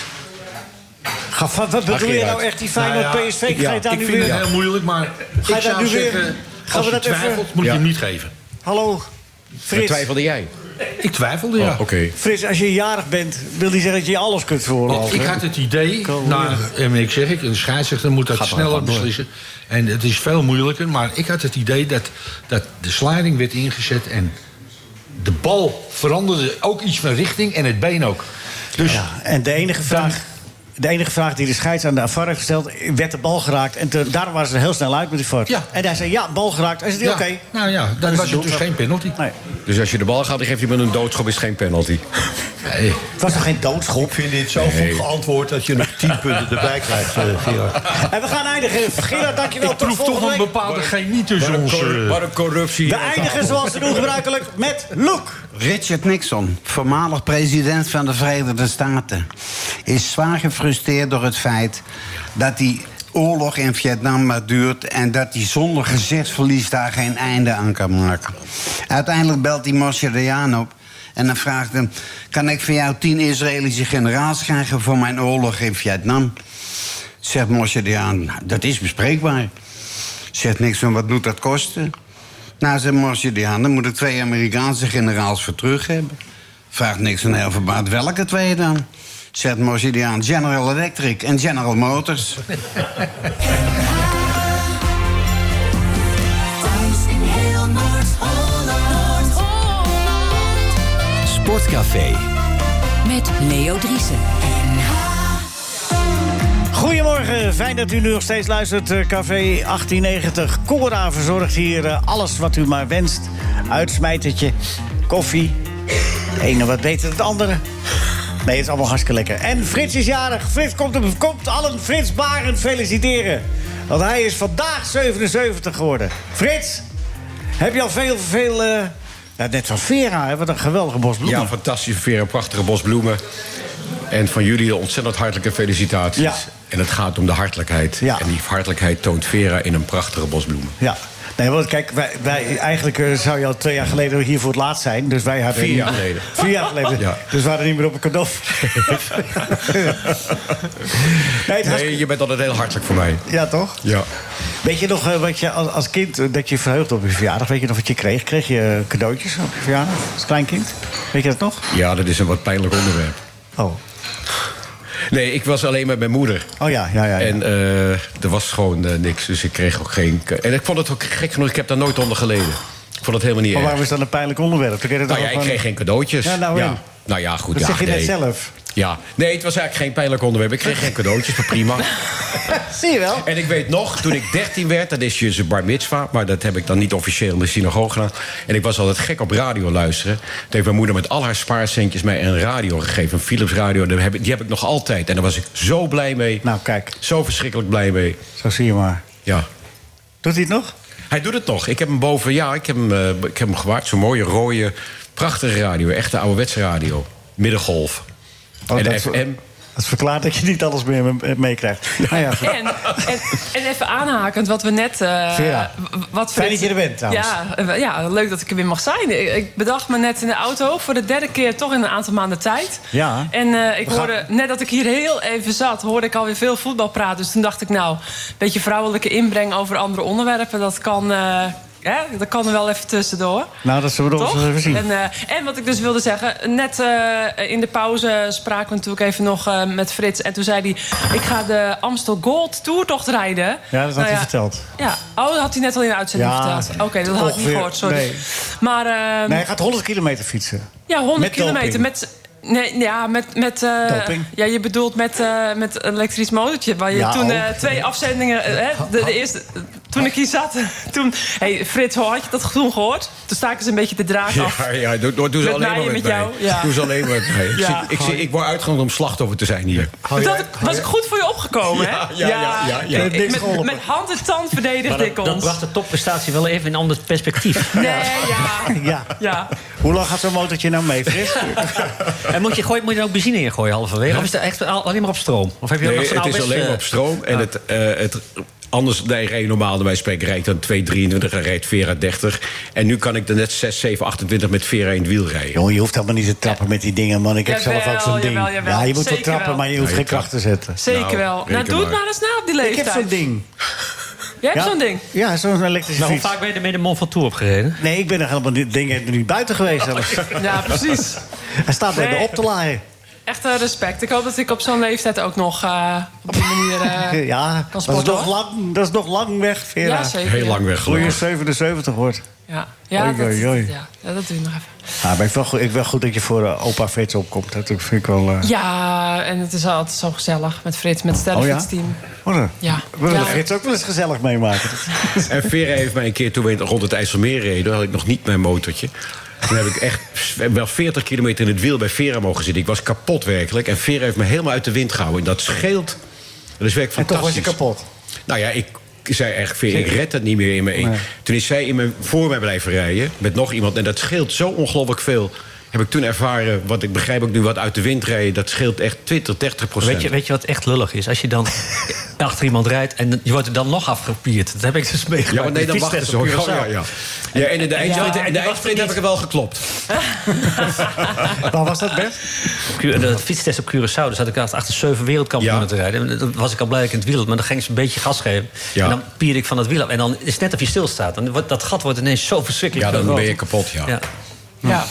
S4: Ga, wat wat bedoel je
S5: Gerard.
S4: nou echt die Feyenoord
S7: Nou ja,
S4: PSV? Ik,
S5: ja,
S4: ga je daar
S7: ik
S4: nu
S7: vind
S4: weer...
S7: het heel moeilijk, maar
S4: Ga je
S7: ik
S4: daar nu
S7: zou
S4: weer-
S7: zeggen...
S4: Gaan
S7: Als
S4: we
S7: je
S4: dat even-
S7: twijfelt, moet je
S5: Ja.
S7: hem niet geven.
S4: Hallo,
S5: Wat
S4: Frits.
S5: twijfelde jij? Oh,
S7: Ik twijfelde, ja.
S5: Oké.
S4: Frits, als je jarig bent, wil die zeggen dat je alles kunt
S7: Want
S4: voorlopen.
S7: ik had het idee, nou, en ik zeg ik, een scheidsrechter moet dat sneller beslissen. En het is veel moeilijker, maar ik had het idee dat, dat de sliding werd ingezet en de bal veranderde ook iets van richting en het been ook. Dus
S4: Ja, en de enige vraag... De enige vraag die de scheids aan de VAR heeft gesteld... werd de bal geraakt. En te- daarom waren ze er heel snel uit met die VAR.
S7: Ja.
S4: En hij zei, ja, bal geraakt. Hij zei,
S7: ja,
S4: oké.
S7: nou ja, dan
S4: is
S7: was
S4: het
S7: het dus
S4: doeltrap.
S7: geen penalty.
S4: Nee.
S5: Dus als je de bal gaat, dan geeft hij met een doodschop, is geen penalty.
S7: Nee.
S4: Het was toch geen doodschop?
S8: Ik vind dit zo goed geantwoord dat
S7: (laughs)
S8: je nog 10 punten erbij krijgt, eh, Gerard.
S4: En we gaan eindigen. Gerard, dankjewel.
S7: Ik
S4: Tot
S7: proef
S4: volgende
S7: toch een
S4: week.
S7: bepaalde chemie tussen ons. eh,
S5: Wat een corruptie.
S4: We eindigen zoals we doen gebruikelijk met Loek.
S14: Richard Nixon, voormalig president van de Verenigde Staten, is zwaar gefrustreerd door het feit dat die oorlog in Vietnam maar duurt en dat hij zonder gezichtsverlies daar geen einde aan kan maken. Uiteindelijk belt hij Moshe Dayan op en dan vraagt hem: Kan ik van jou tien Israëlische generaals krijgen voor mijn oorlog in Vietnam? Zegt Moshe Dayan: Dat is bespreekbaar. Zegt Nixon, wat moet dat kosten? Nou, zegt Mosje Dihan, dan moet ik twee Amerikaanse generaals voor terug hebben. Vraagt Nixon heel verbaasd, welke twee dan? Zegt Mosje Dihan, General Electric en General Motors.
S2: Thuis in heel Noord-Holland.
S15: Sportcafé.
S1: Met Leo Driessen.
S4: Goedemorgen, fijn dat u nu nog steeds luistert. eh, Café 1890. Cora verzorgt hier eh, alles wat u maar wenst. Uitsmijtertje, koffie. Het ene wat beter dan het andere. Nee, het is allemaal hartstikke lekker. En Frits is jarig. Frits komt, hem, komt allen Frits Barend feliciteren. Want hij is vandaag 77 geworden. Frits, heb je al veel, veel... eh, ja, net van Vera, hè? wat een geweldige bos bloemen.
S5: Ja, fantastische veren, prachtige bosbloemen. En van jullie de ontzettend hartelijke felicitaties.
S4: Ja.
S5: En het gaat om de hartelijkheid. En die hartelijkheid toont Vera in een prachtige bosbloemen.
S4: Ja. Nee, want kijk, wij, wij, eigenlijk eh, zou je al twee jaar geleden hier voor het laatst zijn. Dus wij hebben...
S5: Vier jaar geleden.
S4: Vier jaar geleden.
S5: Ja.
S4: Dus we hadden niet meer op een
S5: (laughs)
S4: cadeau. nee,
S5: je bent altijd heel hartelijk voor mij.
S4: Ja, toch?
S5: Ja.
S4: Weet je nog eh, wat je als, als kind, eh, dat je verheugd op je verjaardag, weet je nog wat je kreeg? Kreeg je eh, cadeautjes op je verjaardag als klein kind? Weet je dat nog?
S5: Ja, dat is een wat pijnlijk onderwerp.
S4: Oh.
S5: Nee, ik was alleen met mijn moeder.
S4: Oh ja, ja, ja.
S5: En eh, er was gewoon eh, niks, dus ik kreeg ook geen... En ik vond het ook gek genoeg, ik heb daar nooit onder geleden. Ik vond het helemaal niet
S4: Maar
S5: erg.
S4: waarom is dat een pijnlijk onderwerp? Ik, weet het
S5: Nou
S4: ook
S5: ja, ik
S4: gewoon-
S5: kreeg geen cadeautjes.
S4: Ja, nou,
S5: ja.
S4: en?
S5: Nou ja, goed.
S4: Dat
S5: ja,
S4: zeg je net
S5: nee.
S4: zelf.
S5: Ja, nee, het was eigenlijk geen pijnlijk onderwerp. Ik kreeg geen cadeautjes, maar prima.
S4: (laughs) Zie je wel?
S5: En ik weet nog, toen ik 13 werd, dat is je bar mitzwa, maar dat heb ik dan niet officieel in de synagoge gedaan. En ik was altijd gek op radio luisteren. Toen heeft mijn moeder met al haar spaarcentjes mij een radio gegeven, een Philips radio. Die heb, ik- die heb ik nog altijd. En daar was ik zo blij mee.
S4: Nou, kijk.
S5: Zo verschrikkelijk blij mee.
S4: Zo zie je maar.
S5: Ja.
S4: Doet hij het nog?
S5: Hij doet het nog. Ik heb hem boven, ja, ik heb hem, eh, ik heb hem gewaard. Zo'n mooie, rode, prachtige radio. Echte ouderwetse radio. Middengolf.
S4: Oh,
S5: en
S4: dat-
S5: FM.
S4: Dat verklaart dat je niet alles meer me-
S5: (laughs)
S4: meekrijgt. Nou ja, goed.
S13: En, en, en even aanhakend, wat we net... eh,
S4: Vera,
S13: w- wat
S4: fijn
S13: Frits-
S4: dat je er bent, trouwens.
S13: Ja, eh, ja, leuk dat ik er weer mag zijn. Ik, ik bedacht me net in de auto, voor de derde keer toch in een aantal maanden tijd.
S4: Ja.
S13: En eh, ik
S4: We gaan-
S13: hoorde, net dat ik hier heel even zat, hoorde ik alweer veel voetbal praten. Dus toen dacht ik, nou, een beetje vrouwelijke inbreng over andere onderwerpen, dat kan... eh, hè, dat kan er wel even tussendoor.
S4: Nou, dat zullen we nog
S13: Toch?
S4: eens even zien.
S13: En, eh, en wat ik dus wilde zeggen, net eh, in de pauze spraken we natuurlijk even nog eh, met Frits. En toen zei hij, ik ga de Amstel Gold Tourtocht rijden.
S4: Ja, dat had
S13: Nou
S4: hij verteld.
S13: Ja, oh, dat had hij net al in de uitzending
S4: Ja,
S13: verteld. Oké, dat had ik niet
S4: ongeveer.
S13: gehoord, sorry.
S4: Nee.
S13: Maar, eh,
S4: Nee, hij gaat 100 kilometer fietsen.
S13: ja, 100
S4: Met
S13: kilometer
S4: doping.
S13: met... Nee, ja, met... met eh,
S4: Doping.
S13: Ja, je bedoelt met, eh, met een elektrisch motortje. Waar je
S4: Ja,
S13: toen eh,
S4: ook.
S13: twee afzendingen... eh, hè, de, de eerste, toen ik hier zat, eh, toen... hey, Frits, hoe had je dat toen gehoord? Toen staken ze een beetje de draak af.
S5: Ja, ja doe, doe, doe ze
S13: Met
S5: alleen
S13: mij en
S5: maar
S13: met
S5: met mij.
S13: jou, ja.
S5: Doe ze alleen maar met mij. Ik,
S13: Ja.
S5: zie- ik, zie- ik word uitgenodigd om slachtoffer te zijn hier.
S13: dat was ik goed voor je opgekomen, hè?
S5: Ja, ja, ja, ja, ja.
S13: Ik-
S5: Niks
S13: Met,
S5: geholpen.
S13: met hand en tand
S10: Maar
S13: verdedigde
S10: dat,
S13: ik
S10: dat
S13: ons.
S10: bracht de topprestatie wel even in een ander
S13: (laughs)
S10: perspectief.
S13: Nee, ja.
S4: (laughs) Ja.
S13: ja.
S4: Hoe lang gaat zo'n motortje nou mee,
S13: (laughs)
S4: Frits?
S10: En moet je, gooien, moet je er ook benzine in gooien halverwege? Of is het echt al- alleen maar op stroom? Of heb je ook
S5: Nee,
S10: nog van
S5: het is
S10: oude
S5: alleen
S10: best,
S5: maar op
S10: eh,
S5: stroom. En het, eh, het, anders nee, rij je normaal, bij spreken, rijdt dan 2,23 en rijdt Vera 30. En nu kan ik er net 6, 7, 28 met Vera in het wiel rijden.
S4: Jongen, je hoeft helemaal niet te trappen met die dingen, man. Ik heb
S13: Jawel,
S4: zelf ook zo'n ding.
S13: jawel, jawel.
S4: Ja, je moet wel
S13: Zeker
S4: trappen,
S13: wel.
S4: maar je hoeft
S5: Ja,
S4: geen
S5: je
S4: kracht te zetten.
S13: Zeker wel. Nou,
S4: reken
S13: doe het
S4: maar.
S13: maar eens na op die
S4: Ik
S13: leeftijd.
S4: heb zo'n ding.
S13: Jij hebt
S4: Ja?
S13: zo'n ding?
S4: Ja, zo'n elektrische
S10: Nou, hoe
S4: fiets.
S10: vaak ben je ermee de Mont Ventoux opgereden?
S4: Nee, ik ben er helemaal niet, dingen niet buiten geweest zelfs.
S13: Oh, Ja, precies.
S4: (laughs) Hij staat bij de
S13: Nee.
S4: op te laaien.
S13: Echt eh, respect. Ik hoop dat ik op zo'n leeftijd ook nog eh, op die manier... eh,
S4: (laughs) ja,
S13: kan
S4: dat
S13: sporten,
S4: is, nog
S13: hoor.
S4: lang, dat is nog lang weg, Vera.
S13: Ja, zeker, Heel ja. lang weg,
S4: Voor je
S13: gelukkig.
S4: 77 wordt.
S13: Ja, ja,
S4: Oei,
S13: dat,
S4: oei, oei.
S13: ja, ja, dat doe ik nog even.
S4: Ja, Ah, maar ik wel, goed- ik wel goed dat je voor eh, opa Frits opkomt. Dat vind ik wel... eh,
S13: Ja, en het is altijd zo gezellig met Frits, met het sterrenfietsteam.
S4: Oh, dan-
S13: ja?
S4: We willen
S13: Ja.
S4: Frits ook wel eens gezellig meemaken.
S5: En Vera heeft mij een keer, toen we rond het IJsselmeer reden... had ik nog niet mijn motortje. Toen heb ik echt wel 40 kilometer in het wiel bij Vera mogen zitten. Ik was kapot werkelijk. En Vera heeft me helemaal uit de wind gehouden. En dat scheelt. Dat is werk
S4: En toch
S5: fantastisch.
S4: was je kapot.
S5: Nou ja, ik zei echt, Vera, ik red dat niet meer in mijn... ik- Toen is zij in mijn, voor mij blijven rijden met nog iemand. En dat scheelt zo ongelooflijk veel. Heb ik toen ervaren, wat ik begrijp ook nu, wat uit de wind rijden... dat scheelt echt 20, 30 procent.
S10: Weet je, weet je wat echt lullig is? Als je
S4: (laughs)
S10: dan achter iemand rijdt en je wordt er dan nog afgepierd. Dat heb ik dus meegemaakt.
S5: Ja, maar nee,
S10: Die
S5: dan wachten ze
S10: fietstest op
S5: ook. Ja,
S10: Curaçao.
S5: ja, ja. ja, en in de
S10: Ja,
S5: eindsprint,
S10: die
S5: in de
S10: wachten
S5: eindsprint heb ik er wel
S10: (laughs)
S5: geklopt.
S4: Waar was dat, best?
S10: Op Cura- De fietstest op Curaçao, dus had ik laatst achter zeven wereldkampioenen te rijden. En Dan was ik al blij dat ik in het wiel had, maar dan ging ze een beetje gas geven.
S5: Ja.
S10: En
S4: Nou,
S10: dan pier ik van het wiel af. En dan is het net of je stilstaat. En wordt- dat gat wordt ineens zo verschrikkelijk
S5: Ja, dan
S10: groot.
S5: ben je kapot, ja.
S10: ja.
S13: Ja.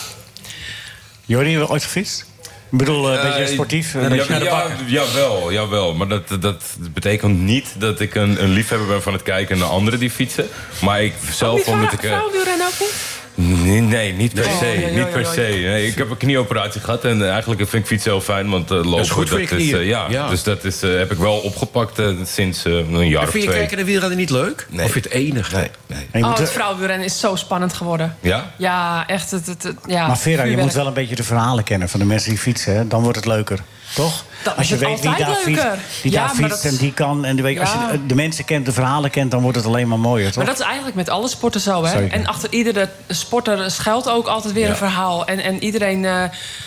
S4: Jordi, heb je ooit gefietst? Ik bedoel, eh, een beetje
S3: Eh,
S4: sportief. Een
S3: ja,
S4: beetje naar de
S3: ja,
S4: bakken.
S3: jawel, jawel. Maar dat, dat betekent niet dat ik een, een liefhebber ben van het kijken naar anderen die fietsen. Maar ik zelf
S13: Niet
S3: vond dat
S13: waar,
S3: ik... eh,
S13: vrouwenwielrennen ook niet?
S3: Nee, nee, niet per
S5: Nee.
S3: se.
S5: Oh, ja, ja,
S3: niet per
S5: ja, ja.
S3: se. Nee, ik heb een knieoperatie gehad en eh, eigenlijk vind ik fiets heel fijn. Want eh, lopen,
S7: is goed voor je knieën.
S3: eh, ja,
S7: Ja.
S3: Dus dat is, eh, heb ik wel opgepakt eh, sinds eh, een jaar
S7: En
S3: of
S7: vind
S3: twee.
S7: je kijken naar wielrennen niet leuk?
S3: Nee.
S7: Of vind je het enig? Nee.
S13: Oh, het vrouwenwielrennen is zo spannend geworden.
S3: Ja?
S13: Ja, echt. Het, het, het- ja,
S4: maar Vera, je
S13: vuurwerk.
S4: moet wel een beetje de verhalen kennen van de mensen die fietsen. hè? Dan wordt het leuker, toch?
S13: Dan
S4: Als je
S13: wordt
S4: weet
S13: het
S4: wie
S13: altijd
S4: daar fietst,
S13: leuker.
S4: die
S13: Ja,
S4: daar
S13: maar
S4: fietst
S13: dat-
S4: en die kan. En die weet, Als je
S13: Ja.
S4: de, de mensen kent, de verhalen kent, dan wordt het alleen maar mooier, toch?
S13: Maar dat is eigenlijk met alle sporten zo, hè?
S4: Zeker.
S13: En achter iedere sporter schuilt ook altijd weer
S4: Ja.
S13: een verhaal. En, en iedereen eh,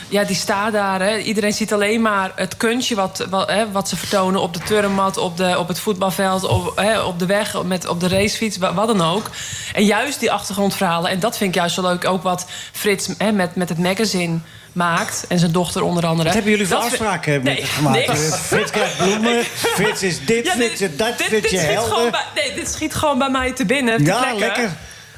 S13: ja, die staat daar, hè? Iedereen ziet alleen maar het kunstje wat, wat, hè, wat ze vertonen op de turnmat, op, de, op het voetbalveld, op, hè, op de weg, met, op de racefiets, wa- wat dan ook. En juist die achtergrondverhalen. En dat vind ik juist zo leuk. Ook wat Frits hè, met, met het magazine maakt. En zijn dochter onder andere.
S4: Wat hebben jullie voor
S13: Dat vind-
S4: afspraken met
S13: Nee,
S4: het gemaakt?
S13: niks.
S4: Eh, Frits krijgt bloemen, Frits is dit,
S13: Ja, nee,
S4: Frits is dat, Frits
S13: (laughs) dit
S4: je
S13: schiet gewoon
S4: helder.
S13: bij, nee, dit schiet gewoon bij mij te binnen. ter
S4: Ja,
S13: plekke.
S4: lekker.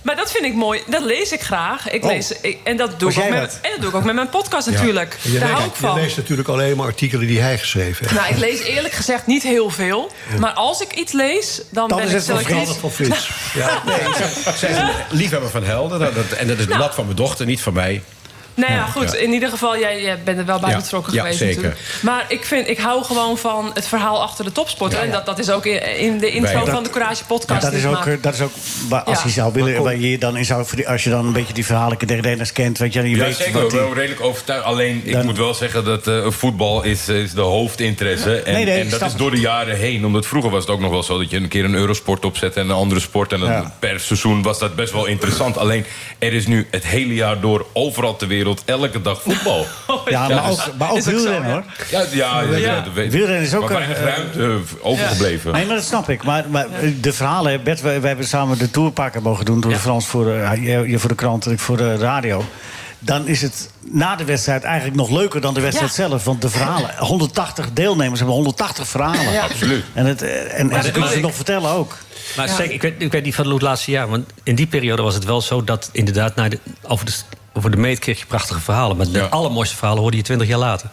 S13: Maar dat vind ik mooi. Dat lees ik graag. Ik
S8: Oh.
S13: lees, ik- en, dat doe
S8: Was
S13: ik ook
S8: jij
S13: met,
S8: dat?
S13: en dat doe ik ook met mijn podcast
S8: Ja.
S13: natuurlijk.
S8: En Je
S13: Daar
S8: leest,
S13: hou ik van.
S8: Je leest natuurlijk alleen maar artikelen die hij geschreven heeft.
S13: Nou, ik lees eerlijk gezegd niet heel veel. Maar als ik iets lees, dan,
S8: Dan
S13: ben
S8: is
S13: ik
S8: het van
S13: selectief.
S8: Frits. Van Frits.
S5: Ja, nee, zij- zij is een liefhebber van helden. Dat, dat- en dat is het blad van mijn dochter, niet van mij.
S13: (laughs) Nou ja,
S5: Ja.
S13: goed.
S5: Ja.
S13: In ieder geval, jij, jij bent er wel bij
S5: Ja,
S13: betrokken
S5: ja,
S13: geweest
S5: zeker.
S13: natuurlijk. Maar ik, vind, ik hou gewoon van het verhaal achter de topsport.
S4: Ja,
S13: En
S4: ja.
S13: dat, dat is ook in, in de intro
S4: Wij- dat-
S13: van de Courage
S4: Ja,
S13: podcast.
S4: dat,
S13: die
S4: is
S13: ik
S4: ook,
S13: maak.
S4: eh, dat is ook waar- als
S13: Ja.
S4: hij zou willen, waar je dan in zou, als je dan een beetje die verhalen denkers kent, weet je, en je
S3: Ja,
S4: weet
S3: zeker.
S4: wat
S3: Ik
S4: die-
S3: ben redelijk overtuigd. Alleen, ik moet wel zeggen dat eh, voetbal is, is de hoofdinteresse. En,
S4: Nee, nee,
S3: en
S4: ik
S3: dat
S4: snap
S3: is door de jaren heen. Omdat vroeger was het ook nog wel zo dat je een keer een eurosport opzette... en een andere sport. En dan
S4: Ja.
S3: per seizoen was dat best wel interessant. Alleen, er is nu het hele jaar door overal ter wereld elke dag
S4: (laughs)
S3: voetbal.
S4: Ja, maar
S3: dus-
S4: ook, maar ook wielrennen, hoor.
S3: Ja, ja, ja, ja, dat weet ik.
S4: Wielrennen is ook...
S3: Maar weinig
S4: eh,
S3: ruimte eh, overgebleven.
S4: Nee, maar dat snap ik. Maar, maar eh, de verhalen, Bert, wij, wij hebben samen de tourpakken mogen doen door Frans voor, eh, je, je voor de krant en ik voor de radio. Dan is het na de wedstrijd eigenlijk nog leuker dan de wedstrijd zelf. Want de verhalen, 180 deelnemers hebben 180 verhalen.
S11: Ja. Absoluut.
S4: En, het, eh, en- en,
S11: dat
S4: ze
S11: bedoel
S4: kunnen ze
S11: ik.
S4: nog vertellen ook.
S11: Maar
S4: Ja.
S11: zeker, ik, weet, ik weet niet van het laatste jaar. Want in die periode was het wel zo dat inderdaad
S10: nou,
S11: naar de, over, de, over de meet kreeg je prachtige verhalen. Maar de allermooiste verhalen hoorde je twintig jaar later.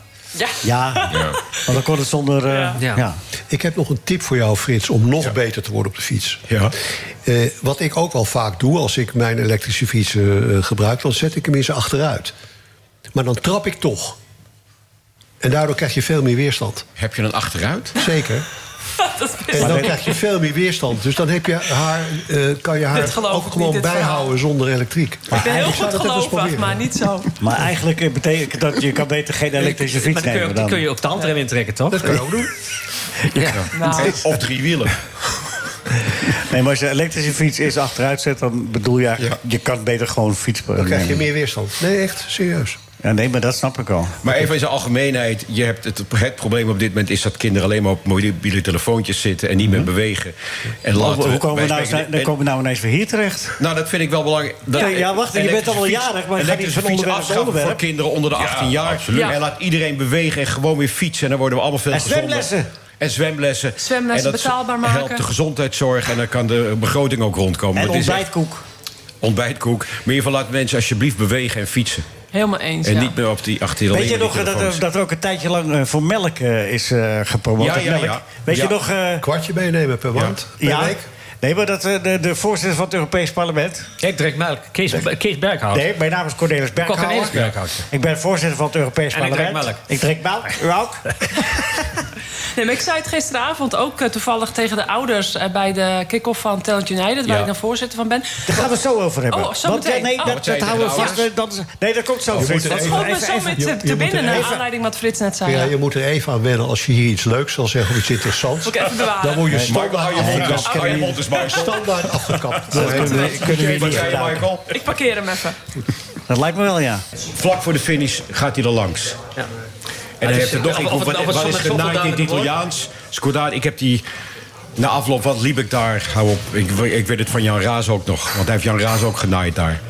S4: Ja, (laughs) want dan kon het zonder... eh, ja.
S8: Ik heb nog een tip voor jou, Frits, om nog beter te worden op de fiets. Ja. wat ik ook wel vaak doe als ik mijn elektrische fiets eh, gebruik, dan zet ik hem eens achteruit. Maar dan trap ik toch. En daardoor krijg je veel meer weerstand.
S5: Heb je een achteruit?
S8: Zeker.
S13: dat is
S8: En dan krijg je veel meer weerstand. Dus dan heb je haar, eh, kan je
S13: Dit
S8: haar
S13: geloof ik
S8: ook
S13: niet,
S8: gewoon
S13: dit
S8: bijhouden zonder elektriek.
S13: Ik ben heel
S8: eigenlijk
S13: goed
S8: zou dat even eens
S13: gelovig,
S8: proberen.
S13: maar niet zo.
S4: Maar eigenlijk eh, betekent dat je kan beter geen elektrische
S11: Maar
S4: fiets
S11: die kun je,
S4: nemen
S11: ook- die
S4: dan.
S11: kun je op de handrem intrekken, toch? Dat kun je ook
S10: (laughs)
S11: doen.
S5: (laughs)
S4: Nou.
S5: Of drie wielen.
S4: Nee, maar als je een elektrische fiets is achteruit zet, dan bedoel je eigenlijk... je kan beter gewoon fiets
S8: Dan krijg je meer weerstand. Nee, echt, serieus.
S4: Ja, nee, maar dat snap ik al.
S5: Maar even in zijn algemeenheid, je hebt het, het probleem op dit moment is dat kinderen alleen maar op mobiele telefoontjes zitten en niet meer bewegen. En
S4: Hoe-
S5: laten
S4: hoe komen
S5: wij
S4: we nou,
S5: spreken-
S4: dan
S5: en-
S4: komen we nou ineens weer hier terecht?
S5: Nou, dat vind ik wel belangrijk. Dat-
S4: Ja, ja, wacht, je bent
S5: elektrische
S4: al wel
S5: fiets-
S4: jarig, maar je gaat niet
S5: elektrische
S4: van
S5: fiets
S4: onderwerp naar
S5: afschaffen voor
S4: onderwerp.
S5: kinderen onder de
S4: Ja,
S5: 18 jaar.
S4: absoluut.
S5: En laat iedereen bewegen en gewoon weer fietsen. En dan worden we allemaal veel
S4: En
S5: gezonder.
S4: zwemlessen.
S5: En zwemlessen.
S13: Zwemlessen
S5: En dat
S13: betaalbaar maken.
S5: helpt de gezondheidszorg en dan kan de begroting ook rondkomen.
S4: En
S5: Want het is echt-
S4: ontbijtkoek.
S5: Ontbijtkoek. Maar in ieder geval laat mensen alsjeblieft bewegen en fietsen.
S13: Helemaal eens,
S5: En
S13: ja.
S5: niet meer op die 18
S4: Weet je nog eh, dat, er- dat er ook een tijdje lang eh, voor melk eh, is eh, gepromoot?
S5: Ja, ja,
S4: Melk.
S5: ja.
S4: Weet
S5: Ja.
S4: je nog... eh,
S8: Kwartje meenemen per maand, per
S4: ja?
S8: week.
S4: Nee, maar dat, eh, de, de voorzitter van het Europees Parlement...
S11: Ik drink melk. Kees, Kees Berghout.
S4: Nee, mijn naam is Cornelis Berghout.
S11: Cornelis Berghout.
S4: Ik ben voorzitter van het Europees
S11: En ik drink
S4: Parlement.
S11: melk.
S4: Ik drink melk. U ook?
S13: Nee, maar ik zei het gisteravond ook eh, toevallig tegen de ouders... eh, bij de kick-off van Talent United, waar
S4: Ja.
S13: ik dan voorzitter van ben.
S4: Daar gaan we het zo over hebben.
S13: Oh, zo
S4: Want,
S13: meteen.
S4: eh, nee,
S13: Oh.
S4: dat,
S13: Wat
S4: dat
S13: zei je
S4: houden we
S13: tegen de
S4: vast. eh,
S13: ouders?
S4: Dat, is- nee, dat komt zo.
S8: Je
S4: Frits.
S8: moet er
S4: Dat
S8: even-
S4: schoot
S13: Ik
S4: me
S13: ben zo met te,
S8: je moet
S13: binnen
S8: er
S13: naar
S8: even-
S13: aanleiding wat Frits net zei.
S8: Ja,
S13: Nou ja.
S8: je moet er even aan wennen als je hier iets leuks zal zeggen of iets interessants.
S13: Moet ik even bewaren.
S8: Dan word je
S13: Nee,
S8: standaard
S13: Michael, hou je mond
S8: afgekapt.
S13: eens. Hou je mond dus eens, Michael.
S8: Standaard afgekapt.
S4: Dat kunnen we- kunnen we niet gedaan.
S13: Ik parkeer hem even.
S4: Dat lijkt me wel, ja.
S5: Vlak voor de finish gaat hij er langs.
S11: Ja.
S5: En
S11: Ja,
S5: dan
S11: dus
S5: heeft het
S11: ja,
S5: nog
S11: of-
S5: ik
S11: of-
S5: wat,
S11: of- of-
S5: wat is
S11: of- of-
S5: genaaid in het
S11: of-
S5: Italiaans? Scordaat, ik heb die... Na afloop, wat liep ik daar? Hou op, ik, ik weet het van Jan Raas ook nog. Want hij heeft Jan Raas ook genaaid daar.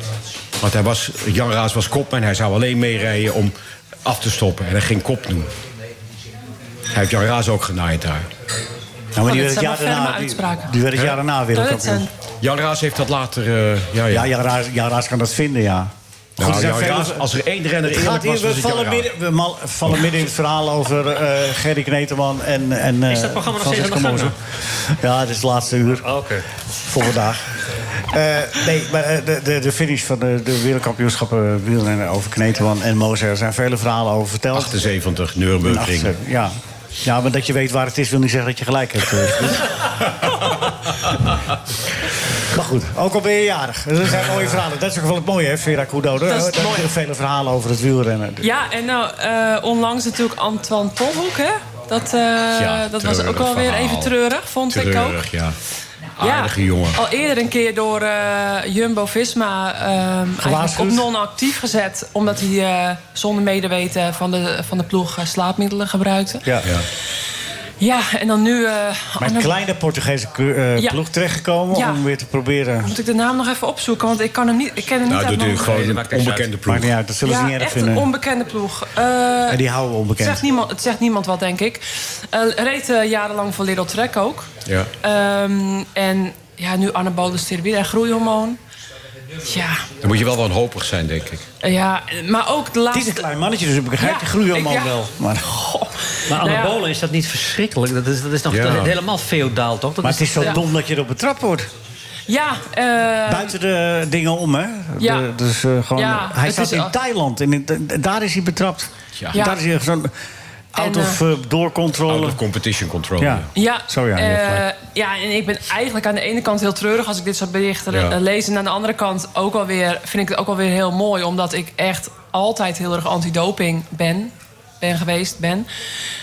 S5: Want hij was, Jan Raas was kopman. Hij zou alleen meerijden om af te stoppen. En hij ging kop doen. Hij heeft Jan Raas ook genaaid daar.
S4: Nou, maar die
S13: Oh,
S4: werd
S13: dit
S4: het
S13: zijn
S4: jaar
S13: wel ferme
S4: daarna... Die,
S13: uitspraken.
S4: die werd het jaar daarna wereldkampioen.
S5: Jan Raas heeft dat later... eh, ja,
S4: Ja,
S5: ja.
S4: Jan Raas, Jan Raas kan dat vinden, ja.
S5: Nou,
S4: er zijn
S5: Jan
S4: vele-
S5: Raas, als er één renner
S4: Het
S5: eerlijk
S4: gaat hier-
S5: was,
S4: we,
S5: was het Jan
S4: vallen
S5: Raas.
S4: midden, we mal- vallen midden in het verhaal over eh Gerry Kneteman en, en eh,
S11: Is dat programma nog steeds aan de nou?
S4: Francisco
S11: gang,
S10: Oh,
S4: Mozer. Ja, het is het laatste uur. Voor vandaag. Eh, nee, maar eh, de, de, de finish van de, de wereldkampioenschappen wielrennen over Kneteman en Moser... er zijn vele verhalen over verteld.
S5: 78, Nürburgring.
S4: In 78, Ja. ja, maar dat je weet waar het is wil niet zeggen dat je gelijk hebt. eh, Guus. maar goed, ook al ben je jarig. Er zijn mooie verhalen. Dat is ook wel het mooie, hè, Vera Coudodo.
S13: Dat is het
S4: er
S13: mooie.
S4: zijn vele verhalen over het wielrennen.
S13: Ja, en nou, eh, onlangs natuurlijk Antoine Polhoek, hè? Dat, eh,
S5: Ja,
S13: dat was ook
S5: treurig
S13: wel weer
S5: verhaal.
S13: even treurig, vond ik ook.
S5: Treurig, ja. Aardige jongen.
S13: Al eerder een keer door eh, Jumbo-Visma ehm, eigenlijk op
S5: Gewaarschuwd?
S13: non-actief gezet... omdat hij eh, zonder medeweten van de, van de ploeg eh, slaapmiddelen gebruikte.
S4: Ja.
S13: Ja, en dan nu... eh,
S4: Maar een
S13: Anne-
S4: kleine Portugese ku- eh,
S13: Ja.
S4: ploeg terechtgekomen
S13: Ja.
S4: om weer te proberen.
S13: Moet ik de naam nog even opzoeken, want ik, kan hem niet, ik
S5: Nou,
S13: ken hem niet uit mijn hoofd.
S4: Maakt niet uit, dat zullen
S13: ja,
S4: ze niet erg
S13: echt
S4: vinden.
S13: een onbekende ploeg. Eh,
S4: En die houden we onbekend.
S13: Zegt niemand, het zegt niemand wat, denk ik. Eh reed eh, jarenlang voor Lidl Trek ook.
S5: Ja.
S13: Ehm, en ja, nu anabole steroïden en groeihormoon. Ja,
S5: Dan moet je wel wanhopig zijn, denk ik.
S13: eh, ja, maar ook de laatste...
S4: Het is een klein mannetje, dus ik begrijp
S13: Ja,
S4: de groeihoormoon
S13: ik- ja.
S4: wel. Maar,
S10: Maar
S13: Nou ja.
S10: anabolen, is dat niet verschrikkelijk? Dat is, dat is nog
S4: Ja.
S10: dat is helemaal feodaal, toch? Dat
S4: maar het is zo
S10: ja.
S4: dom dat je erop betrapt wordt.
S13: Ja, eh,
S4: Buiten de dingen om, hè?
S13: Ja.
S4: De- dus eh, gewoon,
S13: Ja,
S4: hij
S13: het
S4: staat
S13: is
S4: in
S13: al-
S4: Thailand en in- en daar is hij betrapt.
S13: Ja.
S4: Daar is hij zo'n out
S13: En,
S4: of
S13: eh,
S4: eh, door control.
S5: Out of competition control.
S4: Ja.
S13: Ja,
S4: Zo Oh ja.
S13: eh,
S4: je hebt gelijk.
S13: ja, en ik ben eigenlijk aan de ene kant heel treurig als ik dit soort berichten
S4: Ja.
S13: eh, lees. En aan de andere kant ook alweer, vind ik het ook alweer heel mooi. Omdat ik echt altijd heel erg antidoping ben. Ben geweest, ben.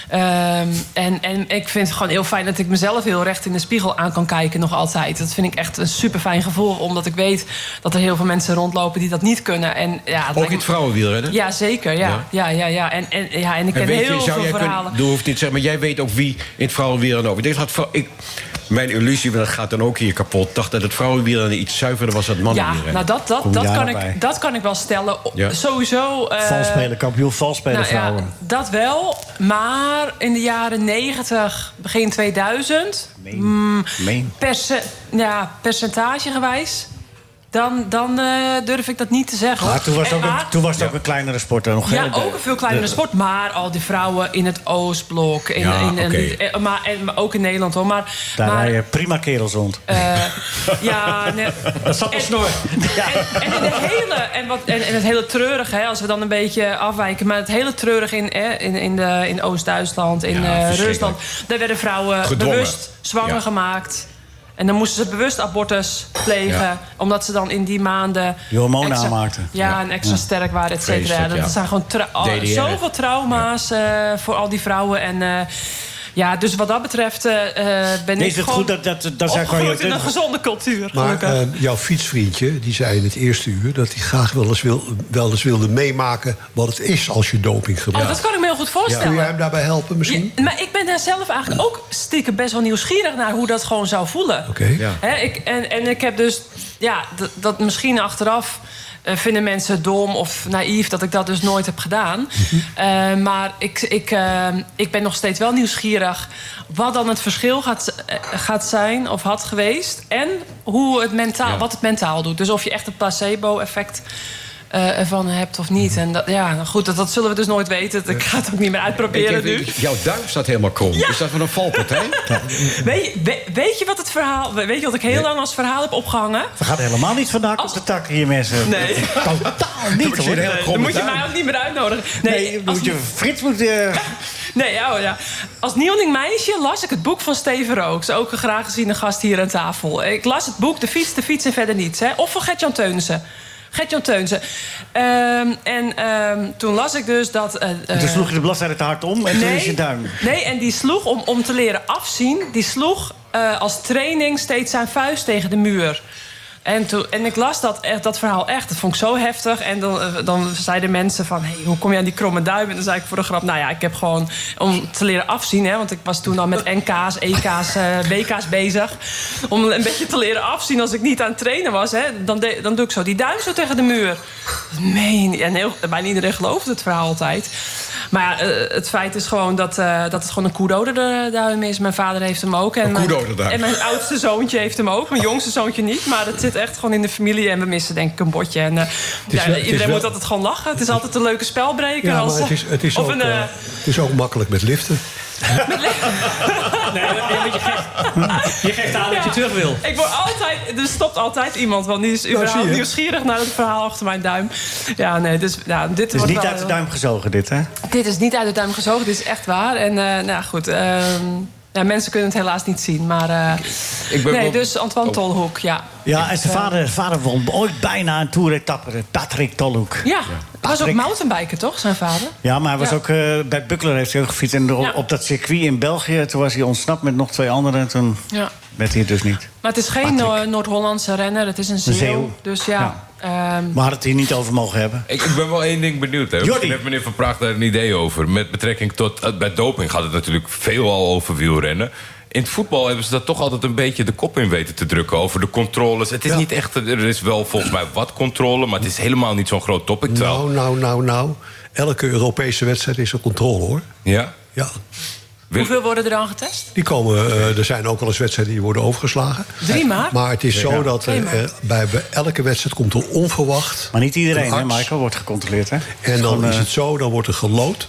S13: Ehm, en, en ik vind het gewoon heel fijn dat ik mezelf heel recht in de spiegel aan kan kijken, nog altijd. Dat vind ik echt een super fijn gevoel, omdat ik weet dat er heel veel mensen rondlopen die dat niet kunnen. En, ja, het
S5: Ook
S13: lijkt
S5: in
S13: me-
S5: het vrouwenwielrennen?
S13: Ja, zeker. Ja, ja.
S5: Ja.
S13: Ja, ja, En, en, ja, en ik ken
S5: En weet je,
S13: heel
S5: zou
S13: veel
S5: jij kunnen-
S13: verhalen.
S5: dat hoeft niet te zeggen, maar jij weet ook wie in het vrouwenwielrennen over. Ik dacht, dat vrou- ik, mijn illusie, want dat gaat dan ook hier kapot... dacht dat het vrouwenwielrennen iets zuiverder was dan het
S13: Ja,
S5: mannenwielrennen.
S13: nou dat, dat,
S5: Kom je
S13: dat,
S5: daar
S13: kan
S5: nog bij?
S13: ik, dat kan ik wel stellen. O-
S5: Ja.
S13: Sowieso. eh,
S4: vals spelen, kampioen vals spelen,
S13: nou ja,
S4: vrouwen.
S13: dat wel, maar in de jaren 90, begin 2000, mm,
S4: Meen.
S13: perce- ja, percentagegewijs, dan, dan eh, durf ik dat niet te zeggen.
S4: Maar
S13: hoor.
S4: toen was
S13: En
S4: het ook,
S13: maar-
S4: een, toen was het ook een kleinere sport. hè, Nog
S13: ja,
S4: hè?
S13: ook een veel kleinere
S4: De-
S13: sport. Maar al die vrouwen in het Oostblok. In,
S4: Ja,
S13: in, in-
S4: oké.
S13: eh, maar, en, maar ook in Nederland hoor. Maar,
S4: Daar
S13: maar
S4: rijden prima kerels rond.
S13: eh, ja, nee.
S4: Dat zat op snor.
S13: En, in de hele, en, wat, en, en het hele treurige, hè, als we dan een beetje afwijken... maar het hele treurige in, hè, in, in, de, in Oost-Duitsland, in
S16: Ja,
S13: eh,
S16: verschrikkelijk.
S13: Rusland... daar werden vrouwen
S16: Gedwongen.
S13: bewust zwanger
S16: Ja.
S13: gemaakt. En dan moesten ze bewust abortus plegen...
S4: Ja.
S13: omdat ze dan in die maanden...
S4: Die hormonen
S13: extra-
S4: aanmaakten.
S13: Ja,
S4: Ja.
S13: en extra
S4: Ja.
S13: sterk waren, et cetera.
S4: Vreselijk,
S13: Dat
S4: ja.
S13: zijn gewoon tra- al-
S4: DDR.
S13: zoveel trauma's eh, voor al die vrouwen. En, eh, ja, dus wat dat betreft eh, eh, ben
S4: Nee,
S13: ik
S4: is het
S13: gewoon
S4: goed dat- dat- dat zijn gewoon
S13: opgegroeid
S4: je-
S13: in een gezonde cultuur. (laughs)
S8: Maar
S13: gelukkig.
S8: eh, jouw fietsvriendje, die zei in het eerste uur... dat hij graag wel eens, wil, wel eens wilde meemaken wat het is als je doping
S13: Oh,
S8: gebruikt.
S13: dat kan ik me heel goed voorstellen.
S8: Kun jij hem daarbij helpen misschien?
S13: Ja, maar ik ben daar zelf eigenlijk ook stiekem best wel nieuwsgierig naar hoe dat gewoon zou voelen.
S8: Oké. Ja.
S13: Hè, ik, en, en ik heb dus, ja, dat, dat misschien achteraf eh, vinden mensen dom of naïef dat ik dat dus nooit heb gedaan. Eh, maar ik, ik, eh, ik ben nog steeds wel nieuwsgierig wat dan het verschil gaat, eh, gaat zijn of had geweest. En hoe het mentaal,
S16: Ja.
S13: wat het mentaal doet. Dus of je echt een placebo-effect eh, ervan hebt of niet. En dat, ja, nou goed, dat, dat zullen we dus nooit weten. Ik ga het ook niet meer uitproberen
S5: Ik denk,
S13: nu.
S5: ik- Jouw duim staat helemaal krom. Is dat van een
S4: (laughs)
S5: valpartij?
S13: Weet, je- we- weet je wat het verhaal. Weet je wat ik heel lang als verhaal heb opgehangen?
S4: We gaan helemaal niet vandaag op de takken hier, mensen.
S13: Oh. Nee.
S4: Totaal niet, hoor.
S13: Dan moet je mij ook niet meer uitnodigen. Nee,
S4: Nee,
S13: als-
S4: moet je, Frits moet... eh,
S13: (laughs) nee ja, oh ja. Als nieuweling meisje las ik het boek van Steven Rooks. Ook een graag geziene gast hier aan tafel. Ik las het boek De Fiets, De Fiets en Verder Niets. Hè. Of van Gertjan Teunissen. Gertjan Teunissen. Ehm, en ehm, toen las ik dus dat... eh,
S4: En toen
S13: eh,
S4: sloeg je de bladzijde te hard om en toen is je duim.
S13: Nee, en die sloeg om, om te leren afzien. Die sloeg eh, als training steeds zijn vuist tegen de muur. En, toen, en ik las dat, echt- dat verhaal echt. Dat vond ik zo heftig. En dan, eh, dan zeiden mensen van... Hey, hoe kom je aan die kromme duim? En dan zei ik voor de grap... nou ja, ik heb gewoon... om te leren afzien, hè, want ik was toen al met NK's, EK's, eh, WK's bezig... om een beetje te leren afzien als ik niet aan het trainen was. Hè, dan, de- dan doe ik zo die duim zo tegen de muur. Dat meen je niet. En heel, bijna iedereen geloofde het verhaal altijd. Maar ja, eh, het feit is gewoon dat, eh, dat het gewoon een koedoderduim is. Mijn vader heeft hem ook. En
S5: Een
S13: mijn-
S5: koedoderduim.
S13: En mijn oudste zoontje heeft hem ook. Mijn jongste zoontje niet. Maar het zit echt gewoon in de familie. En we missen denk ik een botje. En, eh,
S8: is
S13: ja,
S8: wel- het
S13: iedereen
S8: is wel-
S13: moet altijd gewoon lachen. Het is altijd een leuke spelbreker.
S8: Ja,
S13: als,
S8: maar het is, het, is
S13: of
S8: ook,
S13: een, eh,
S8: eh, het is ook makkelijk met liften.
S11: nee, want je geeft, je geeft aan dat je
S13: Ja.
S11: terug wil.
S13: Ik word altijd, er stopt altijd iemand, want die is überhaupt
S4: Nou, zie je.
S13: nieuwsgierig naar het verhaal achter mijn duim. Ja, nee, dus ja, dit
S4: Het is
S13: wordt
S4: niet
S13: wel
S4: uit de
S13: heel-
S4: duim gezogen, dit, hè?
S13: Dit is niet uit de duim gezogen, dit is echt waar. En eh, nou goed, ehm, nou, mensen kunnen het helaas niet zien, maar. eh,
S4: ik ben
S13: nee,
S4: wel-
S13: dus Antoine
S4: Oh.
S13: Tolhoek, ja.
S4: Ja, en
S13: Echt,
S4: zijn
S13: eh,
S4: vader, vader won ooit bijna een toeretappe. Patrick Tolhoek.
S13: Ja, was ook
S4: Patrick.
S13: mountainbiker, toch, zijn vader?
S4: Ja, maar hij was
S13: Ja.
S4: ook eh, bij Buckler heeft hij ook gefietst. En door-
S13: Ja.
S4: op dat circuit in België, toen was hij ontsnapt met nog twee anderen. En toen
S13: Ja.
S4: werd hij het dus niet.
S13: Maar het is geen Noor- Noord-Hollandse renner, het is een
S4: Een
S13: zeeuw.
S4: zeeuw.
S13: Dus ja. ehm,
S4: Maar had het hier niet over mogen hebben.
S3: Ik, ik ben wel één ding benieuwd. Hè. Misschien heeft meneer Van Praag daar een idee over. Met betrekking tot... eh, Bij doping gaat het natuurlijk veelal over wielrennen. In het voetbal hebben ze daar toch altijd een beetje de kop in weten te drukken... over de controles. Het is niet echt... Er is wel volgens mij wat controle... maar het is helemaal niet zo'n groot topic. Terwijl...
S8: Nou, nou, nou, nou. Elke Europese wedstrijd is een controle, hoor.
S3: Nou, Ja?
S8: Ja.
S13: Hoeveel worden er dan getest?
S8: Die komen, eh, er zijn ook wel eens wedstrijden die worden overgeslagen.
S13: Drie maar?
S8: Maar het is zo
S13: Ja.
S8: dat
S13: Twee maar.
S8: eh, eh, bij bij elke wedstrijd komt er onverwacht...
S4: Maar niet iedereen,
S8: een
S4: hè,
S8: arts.
S4: Michael, wordt gecontroleerd, hè?
S8: En dan
S4: Gewoon,
S8: is
S4: eh,
S8: het zo, dan wordt er gelood...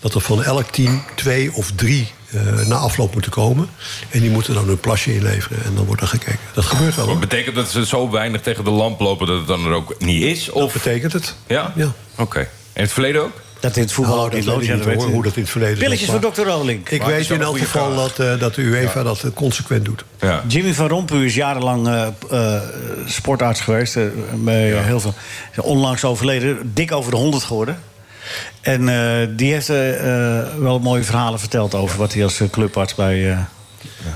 S8: dat er van elk team twee of drie eh, na afloop moeten komen. En die moeten dan hun plasje inleveren en dan wordt er gekeken. Dat gebeurt wel.
S3: Maar
S8: hoor.
S3: betekent dat ze zo weinig tegen de lamp lopen dat het dan er ook niet is? Of...
S8: betekent het.
S3: Ja? Oké. En het verleden ook?
S4: Dat in het
S8: voetbal Nou, ook dat niet weet loopt, ik ja, niet, dat hoor, weet- hoe dat in het verleden is, Pilletjes maar- voor
S4: Dr. Rolling.
S8: Ik
S4: Maar het
S8: weet
S4: is wel
S8: in
S4: een
S8: elk
S4: goede
S8: geval
S4: vraag.
S8: dat, eh, dat de UEFA
S4: Ja.
S8: dat eh, consequent doet.
S4: Jimmy van Rompuy is jarenlang eh, eh, sportarts geweest. eh, bij heel veel, is onlangs overleden, dik over de 100 geworden. En eh, die heeft eh, eh, wel mooie verhalen verteld over wat hij als eh, clubarts bij, eh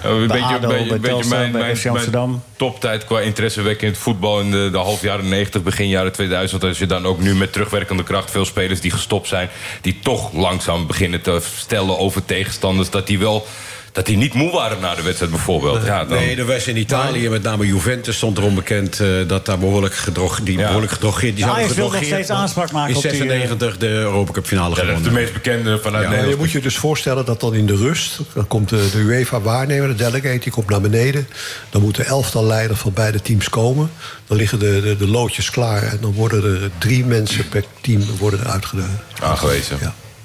S3: Eh,
S4: bij ADO, bij, Telstar, bij FC Amsterdam...
S3: mijn toptijd qua interesse wekken in het voetbal in de, de half jaren 90, begin jaren 2000. Als je dan ook nu met terugwerkende kracht veel spelers die gestopt zijn, die toch langzaam beginnen te stellen over tegenstanders, dat die wel dat die niet moe waren na de wedstrijd bijvoorbeeld. Ja, dan,
S5: Nee, er was in Italië, met name Juventus, stond erom bekend... eh, dat daar behoorlijk gedrogeerd... Die behoorlijk gedrogeerd die
S4: Ja,
S5: zouden
S4: Ajax wil nog
S5: gedrogeerd
S4: steeds aanspraak maken
S5: In
S4: op die, eh,
S5: 96 de Europa Cup finale gewonnen.
S3: de meest bekende vanuit
S8: Ja, maar je moet je dus voorstellen dat dan in de rust... dan komt de, de UEFA-waarnemer, de delegate, die komt naar beneden. Dan moeten elftal leiders van beide teams komen. Dan liggen de, de, de loodjes klaar en dan worden er drie mensen per team worden er uitgedaan.
S3: aangewezen.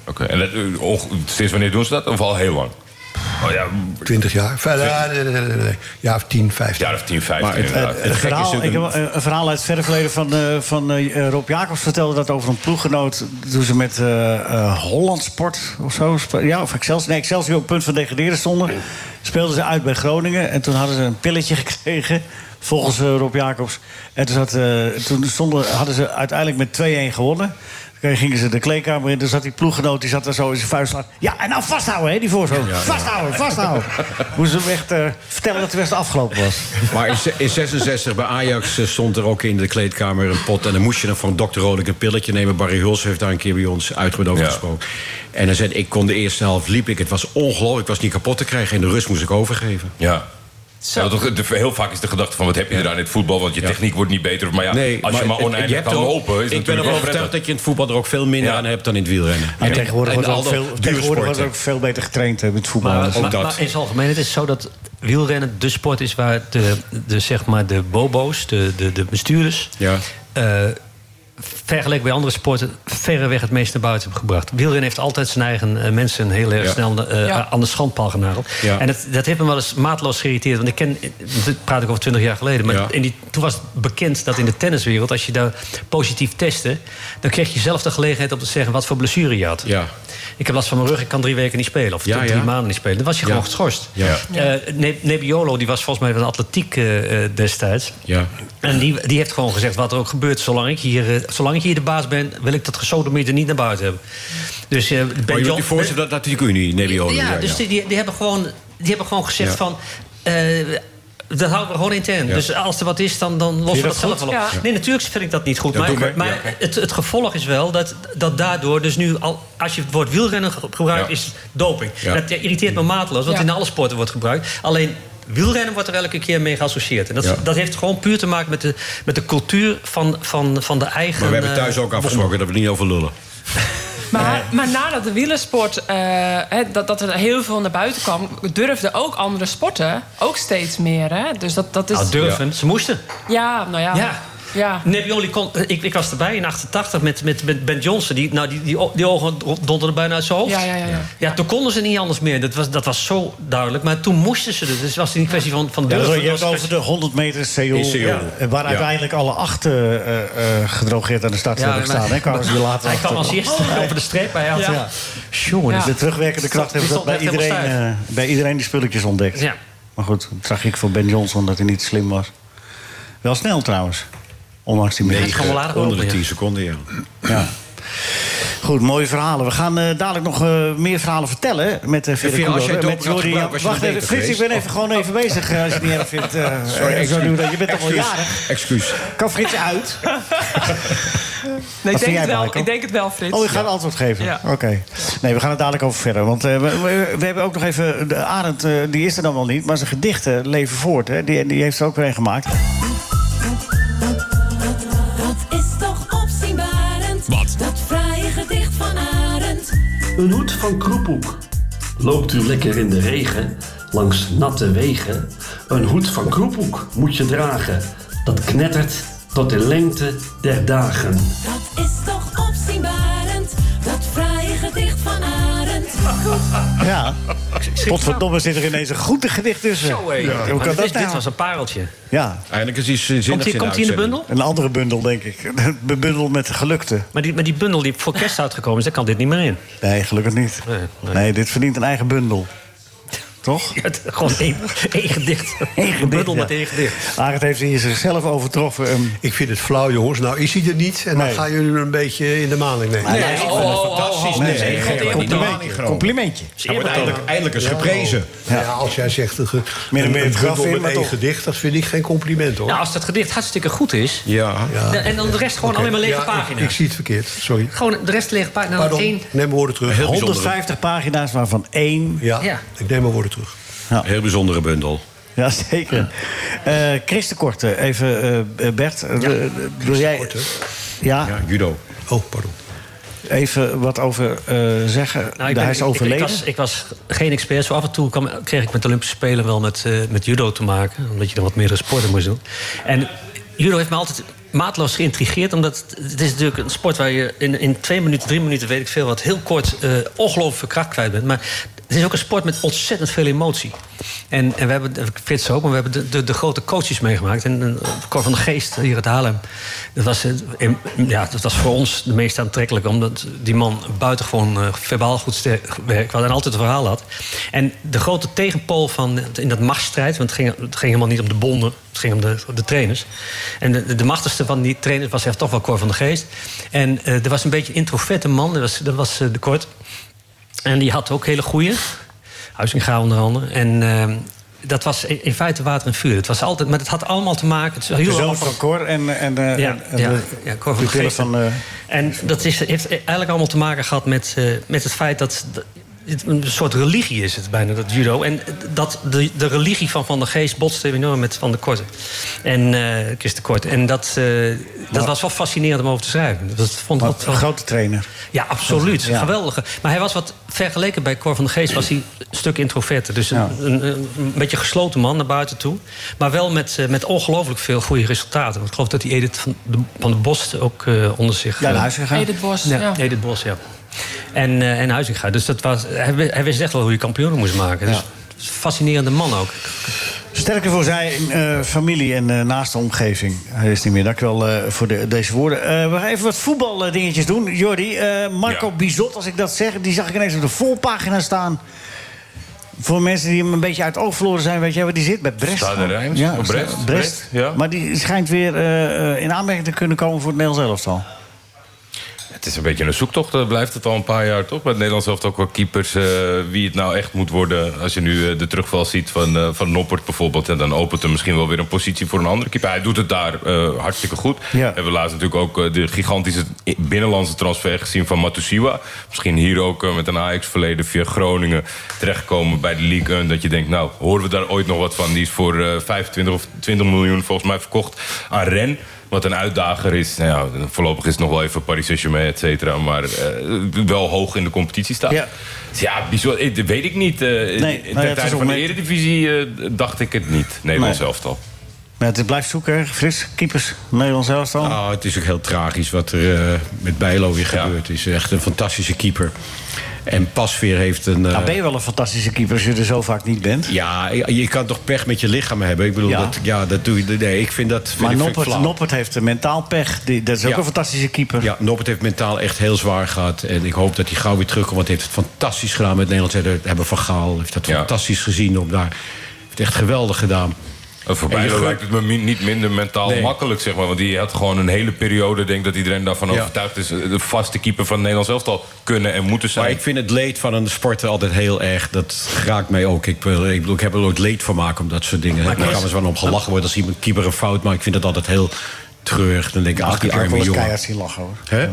S3: Oké. En dat, eh, onge- sinds wanneer doen ze dat? Of al heel lang? Oh, ja,
S8: 20 jaar? Enfin, nee, nee, nee, nee, nee. Ja, of 10, 15.
S3: Ja, of 10, 15
S8: Maar het-
S3: inderdaad.
S8: het-
S4: Het
S8: het gekke is
S4: verhaal, ik heb
S8: natuurlijk-
S4: een, een verhaal uit het verre verleden van, eh, van eh, Rob Jacobs vertelde dat over een ploeggenoot. Toen ze met eh eh, Holland Sport of zo. spe- Ja, of Excelsior. Nee, Excelsior op het punt van degraderen stonden. Speelden ze uit bij Groningen. En toen hadden ze een pilletje (laughs) gekregen. Volgens eh, Rob Jacobs. En toen, zat, eh, toen stonden, hadden ze uiteindelijk met 2-1 gewonnen. Toen gingen ze de kleedkamer in. Toen zat die ploeggenoot. Die zat daar zo in zijn vuist. aan. Ja, en nou vasthouden, hè, die voorzorg.
S5: ja.
S4: Vasthouden, vasthouden. (laughs) Moesten ze hem echt eh, vertellen dat de wedstrijd afgelopen was.
S5: Maar in, se- in 66 bij Ajax eh, stond er ook in de kleedkamer een pot. En dan moest je dan van dokter Rolik een pilletje nemen. Barry Huls heeft daar een keer bij ons uitgebreid over
S3: Ja.
S5: gesproken. En hij zei, ik kon de eerste helft liep ik. Het was ongelooflijk, ik was niet kapot te krijgen. In de rust moest ik overgeven.
S3: Ja. Ja, want toch, de- heel vaak is de gedachte van wat heb je eraan in het voetbal? Want je techniek wordt niet beter. Maar ja, als je maar
S5: het-
S3: oneindig
S5: je hebt
S3: kan
S5: er ook-
S3: lopen, is
S5: Ik ben
S3: natuurlijk
S5: ervan
S3: wel
S5: overtuigd
S3: prettig.
S5: dat je in het voetbal er ook veel minder aan hebt dan in het wielrennen.
S4: En tegenwoordig wordt er
S5: al
S4: ook
S5: dat
S4: veel,
S5: duursporten.
S4: tegenwoordig wordt er ook veel beter getraind hè, met het voetbal.
S5: Maar-
S4: Dus-
S5: maar-
S10: Maar in het algemeen, het is zo dat wielrennen de sport is waar de, de, zeg maar de bobo's, de, de, de bestuurders...
S5: Ja.
S10: eh, vergeleken bij andere sporten verreweg het meest naar buiten hebben gebracht. Wielrennen heeft altijd zijn eigen eh, mensen heel erg
S11: Ja.
S10: snel eh,
S11: Ja.
S10: aan de schandpaal genageld.
S11: Ja.
S10: En dat, dat heeft me wel eens maatloos geïrriteerd. Want ik ken, dit praat ik over twintig jaar geleden... maar
S11: Ja.
S10: in die, toen was het bekend dat in de tenniswereld... als je daar positief testte... dan kreeg je zelf de gelegenheid om te zeggen wat voor blessure je had. Ik heb last van mijn rug, ik kan drie weken niet spelen. Of
S11: Ja,
S10: drie
S11: ja.
S10: maanden niet spelen. Dan was je
S11: Ja.
S10: gewoon geschorst.
S11: Ja.
S10: Eh, Ne- Nebbiolo, die was volgens mij van de atletiek eh, eh, destijds.
S5: Ja.
S10: En die, die heeft gewoon gezegd, wat er ook gebeurt... zolang ik hier, eh, zolang ik hier de baas ben, wil ik dat gesodemieter niet naar buiten hebben. Dus eh
S5: Maar
S10: Ben
S5: je
S10: John-
S5: die voorzitter, dat, dat die kun je niet, nee,
S10: ja,
S5: Biola,
S10: dus Die, die, die hebben gewoon, die hebben gewoon gezegd
S5: Ja.
S10: van... eh, dat houden we gewoon intern.
S5: Ja.
S10: Dus als er wat is, dan, dan
S5: Vind je
S10: lossen we dat
S5: dat
S10: zelf
S5: goed?
S10: wel op.
S5: Ja.
S10: Nee, natuurlijk vind ik dat niet goed.
S5: Dat doe
S10: maar
S5: ik,
S10: maar
S5: ja.
S10: het, het gevolg is wel dat, dat daardoor... dus nu, al, als je het woord wielrennen ge- gebruikt, is het doping.
S11: Ja.
S10: En Dat irriteert me mateloos, want
S11: Ja.
S10: in alle sporten wordt gebruikt. Alleen wielrennen wordt er elke keer mee geassocieerd. En dat, is-
S5: Ja.
S10: dat heeft gewoon puur te maken met de, met de cultuur van, van, van de eigen...
S5: Maar we hebben thuis
S10: eh,
S5: ook afgesproken dat we niet over lullen.
S13: Maar, maar nadat de wielersport, eh, hè, dat, dat er heel veel naar buiten kwam, durfden ook
S4: Nou,
S13: andere sporten ook steeds meer. Hè? Dus dat, dat is.
S10: Nou, durven. Ze moesten.
S13: Ja, nou ja.
S10: Ja.
S13: Ja.
S10: Nebbiolo kon, eh, ik, ik was erbij in 88 met, met, met Ben Johnson. Die, nou, die, die, o- die ogen donderden bijna uit zijn hoofd.
S13: Ja, ja, ja, ja.
S10: toen konden ze niet anders meer. Dat was, dat was zo duidelijk. Maar toen moesten ze dus. Dus was het niet een kwestie van, van
S4: Ja,
S10: durven.
S4: je
S10: Het
S4: hebt
S10: was een
S4: over de 100 meter Seoul.
S10: In Seoul.
S4: eh, Waar
S10: Ja.
S4: uiteindelijk alle acht eh, eh, eh, gedrogeerd aan de start
S10: Ja,
S4: hebben
S10: maar-
S4: staan. Hè? Kwamen ze weer later
S10: Hij kwam
S4: achter.
S10: als eerste over de streep. Hij had,
S4: Ja.
S10: Oh, ja.
S4: Jongen, dus
S10: Ja.
S4: de terugwerkende kracht
S10: Die
S4: hebben ze dat
S10: stond echt
S4: bij
S10: helemaal
S4: iedereen, eh, bij iedereen die spulletjes ontdekt.
S10: Ja.
S4: Maar goed, tragiek voor Ben Johnson dat hij niet slim was. Wel snel trouwens. Ondanks die
S5: Nee,
S4: minuut.
S5: gewoon wel aardig onder de lopen, ja. 10
S4: seconden, ja. ja. Goed, mooie verhalen. We gaan eh, dadelijk nog eh, meer verhalen vertellen met eh Vera
S5: Vera, als jij
S4: Koelhoorn,
S5: het open
S4: met
S5: had gebruikt, was je
S4: Wacht
S5: nog
S4: even,
S5: beter
S4: Frits, ik ben even, gewoon even bezig eh, als je het niet erg vindt. eh,
S5: (laughs) Sorry,
S4: ik zou
S5: excuus.
S4: doen dat je bent toch wel
S5: Excuus.
S4: jarig.
S5: Excuus.
S4: Kan Frits
S8: (laughs)
S4: uit?
S13: Nee, ik
S4: Wat vind
S13: denk,
S4: jij,
S13: het wel,
S4: Michael?
S13: ik denk het wel, Frits.
S4: Oh, je gaat antwoord geven?
S13: Ja.
S4: Oké. Nee, we gaan het dadelijk over verder. Want eh, we, we- we hebben ook nog even... De Arend, eh, die is er dan wel niet, maar zijn gedichten leven voort. Hè? Die, die heeft er ook weer een gemaakt.
S2: Dat is toch opzienbarend. Wat? Dat fraaie gedicht van Arend.
S16: Een hoed van kroepoek.
S4: eh,
S16: Loopt u lekker in de regen, langs natte wegen. Een hoed van kroepoek moet je dragen. Dat knettert tot de lengte der dagen.
S2: Dat is toch opzienbarend. Dat fraaie gedicht van Arend. Goed.
S4: Ja. Potverdomme zit er ineens een goed gedicht tussen.
S10: Ja,
S4: Hoe
S10: maar
S4: kan
S10: dit,
S4: dat
S10: is- dit
S4: nou?
S10: was een pareltje.
S4: Ja.
S5: Eigenlijk is iets eh, zinnigs
S10: Komt die- komt die in de bundel?
S4: Een andere bundel, denk ik. (laughs) Een bundel met gelukte.
S10: Maar die, maar die bundel die voor kerst uitgekomen is, daar kan dit niet meer in.
S4: Nee, gelukkig niet.
S10: Nee,
S4: nee. dit verdient een eigen bundel. Toch?
S10: gewoon één, één gedicht. een bundel
S4: ja.
S10: met één gedicht.
S4: Arend heeft hier zichzelf overtroffen. ehm.
S8: Ik vind het flauw, jongens. Nou is hij er niet. En dan gaan jullie hem een beetje in de maling nemen.
S10: oh,
S4: Nee, ik vind het fantastisch. Nee, nee, nee, complimentje. Complimentje.
S8: Hij wordt eindelijk- eindelijk eens geprezen. Ja, als jij zegt een, ge-
S4: Meer en meer
S8: een
S4: het graf
S8: bundel
S4: in,
S8: met
S4: maar
S8: één
S4: toch.
S8: gedicht... dat vind ik geen compliment, hoor.
S10: Nou, als dat gedicht hartstikke goed is.
S5: Ja.
S10: dan- En dan de rest gewoon
S8: Oké.
S10: alleen maar lege
S8: Ja, ik-
S10: pagina's.
S8: Ik, zie het verkeerd, sorry.
S10: Gewoon de rest lege pagina's.
S8: Pardon,
S10: één.
S8: neem mijn woorden terug.
S4: 150 pagina's, waarvan één...
S8: Ja,
S10: Ja.
S8: ik neem mijn woorden terug.
S5: Heel bijzondere bundel.
S4: Ja, zeker. Eh Chris de Korte, even eh, Bert. eh, eh, wil jij... Ja.
S5: judo.
S8: Oh, pardon.
S4: Even wat over eh, zeggen.
S10: Nou, ik
S4: Hij
S10: ben-
S4: is
S10: ik- ik-
S4: overleden.
S10: Ik, was, ik was geen expert. Zo af en toe kwam, kreeg ik met Olympische Spelen wel met, eh, met judo te maken. Omdat je dan wat meerdere sporten moest doen. En judo heeft me altijd maatloos geïntrigeerd. Omdat het- het is natuurlijk een sport waar je in, in twee minuten, drie minuten... weet ik veel wat, heel kort eh ongelooflijk veel kracht kwijt bent. Maar het is ook een sport met ontzettend veel emotie. En, en we hebben, eh, Frits ook, maar we hebben de, de, de grote coaches meegemaakt. En eh, Cor van de Geest hier uit Haarlem. Dat was, eh, em- ja, dat was voor ons de meest aantrekkelijke. Omdat die man buitengewoon eh, verbaal goed sterk werk had. En altijd een verhaal had. En de grote tegenpool van, in dat machtsstrijd... want het ging, het ging helemaal niet om de bonden. Het ging om de, de trainers. En de, de machtigste van die trainers was echt toch wel Cor van de Geest. En eh, er was een beetje een introverte man. Dat was, dat was eh, de Kort. En die had ook hele goede. Huizinga onder andere. En ehm, dat was in in feite water en vuur. Het was altijd, maar het had allemaal te maken. Het was
S4: De
S10: heel
S4: zoon
S10: allemaal-
S4: van Cor en, en, eh,
S10: ja,
S4: en- en
S10: ja,
S4: de
S10: ja, Cor van de
S4: pupillen
S10: Geest.
S4: van, eh,
S10: En dat is, heeft eigenlijk allemaal te maken gehad met, eh, met het feit dat. dat- het- een soort religie is het bijna, dat judo. En dat, de, de religie van Van der Geest botste enorm met Van der Korte. En eh Chris de Korte. En dat, eh, dat was wel fascinerend om over te schrijven. Dat vond ik
S4: wat
S10: altijd
S4: een
S10: wel-
S4: grote trainer.
S10: ja, absoluut.
S4: Ja.
S10: Geweldige. Maar hij was wat vergeleken bij Cor van de Geest... was hij een stuk introverter. Dus een, een, een, een beetje gesloten man naar buiten toe. Maar wel met, eh, met ongelooflijk veel goede resultaten. Want ik geloof dat die Edith van de, van de Bos ook eh, onder zich...
S4: Ja, de
S10: eh,
S4: Huizinga. Edith Bos, ja.
S10: Edith Bos, ja. En, eh, en Huizinga. Dus dat was, hij, wi- hij wist echt wel hoe je kampioenen moest maken. Dus fascinerende man ook.
S4: Sterker voor zijn eh, familie en eh, naaste omgeving. Hij is niet meer. Dank je wel eh, voor de, deze woorden. Eh, we gaan even wat voetbaldingetjes doen. Jordi, eh, Marco Bizot, als ik dat zeg... die zag ik ineens op de volpagina staan. Voor mensen die hem een beetje uit het oog verloren zijn... weet jij waar die zit? Bij Brest.
S3: Stade Reims,
S4: Ja,
S3: of Brest,
S4: Brest.
S3: Brest, ja.
S4: Maar die schijnt weer eh, eh, in aanmerking te kunnen komen... voor het Nederlands elftal.
S3: Het is een beetje een zoektocht. Dat blijft het al een paar jaar toch? Bij het Nederlands elftal ook wel keepers. eh, wie het nou echt moet worden. Als je nu eh, de terugval ziet van, eh, van Noppert bijvoorbeeld. En dan opent er misschien wel weer een positie voor een andere keeper. Hij doet het daar eh, hartstikke goed. Hebben we laatst natuurlijk ook eh, de gigantische binnenlandse transfer gezien van Matusiwa. Misschien hier ook eh, met een Ajax-verleden via Groningen terechtkomen bij de League 1. Dat je denkt, nou, horen we daar ooit nog wat van? Die is voor eh, 25 of 20 miljoen volgens mij verkocht aan Ren. Wat een uitdager is. Nou ja, voorlopig is het nog wel even Paris Saint-Germain, et cetera. Maar eh, wel hoog in de competitie staat. Ja, ja bizar. Eh, Dat weet ik niet. eh
S4: nou ja,
S3: nee,
S4: het
S3: ten
S4: is
S3: tijde
S4: op
S3: van de
S4: moment-
S3: Eredivisie eh, dacht ik het niet. Nederlands
S4: Nee.
S3: elftal.
S4: Maar het blijft zoeken, fris, keepers,
S5: Eh.
S4: Nederlands elftal.
S5: Nou, het is ook heel tragisch wat er eh, met Bijlo weer gebeurd is. Echt een fantastische keeper. En Pasveer heeft een... eh,
S4: Nou, ben je wel een fantastische keeper als je er zo vaak niet bent.
S5: ja, je- je kan toch pech met je lichaam hebben? Ik bedoel,
S4: Ja.
S5: dat, ja, dat doe je... Nee, ik vind dat... Vind
S4: Maar
S5: ik- vind ik
S4: Noppert,
S5: flauw.
S4: Noppert heeft een mentaal pech. Die, dat is ook
S5: Ja.
S4: een fantastische keeper.
S5: Ja, Noppert heeft mentaal echt heel zwaar gehad. En ik hoop dat hij gauw weer terugkomt. Want hij heeft het fantastisch gedaan met Nederland. Hij hebben Van Gaal heeft dat fantastisch gezien. Om daar, heeft echt geweldig gedaan.
S3: Voor
S5: En je
S3: Bijlo
S5: gunt-
S3: lijkt het me mi- niet minder mentaal
S5: Nee.
S3: makkelijk, zeg maar. Want die had gewoon een hele periode, ik denk dat iedereen daarvan
S5: Ja.
S3: overtuigd is... eh, de vaste keeper van Nederland zelf al kunnen en moeten zijn.
S5: Maar ik vind het leed van een sporter altijd heel erg. Dat raakt mij ook. Ik, wil- ik bedoel, ik heb er nooit leed van maken om dat soort dingen. Daar
S4: Chris-
S5: kan eens wel om gelachen worden als iemand keeper een fout maakt. Ik vind dat altijd heel treurig. Dan denk ik, ach,
S4: Ik
S5: die
S4: heb ook wel
S5: arme
S4: eens
S5: jongen.
S4: keihard zien lachen hoor.
S5: Hè?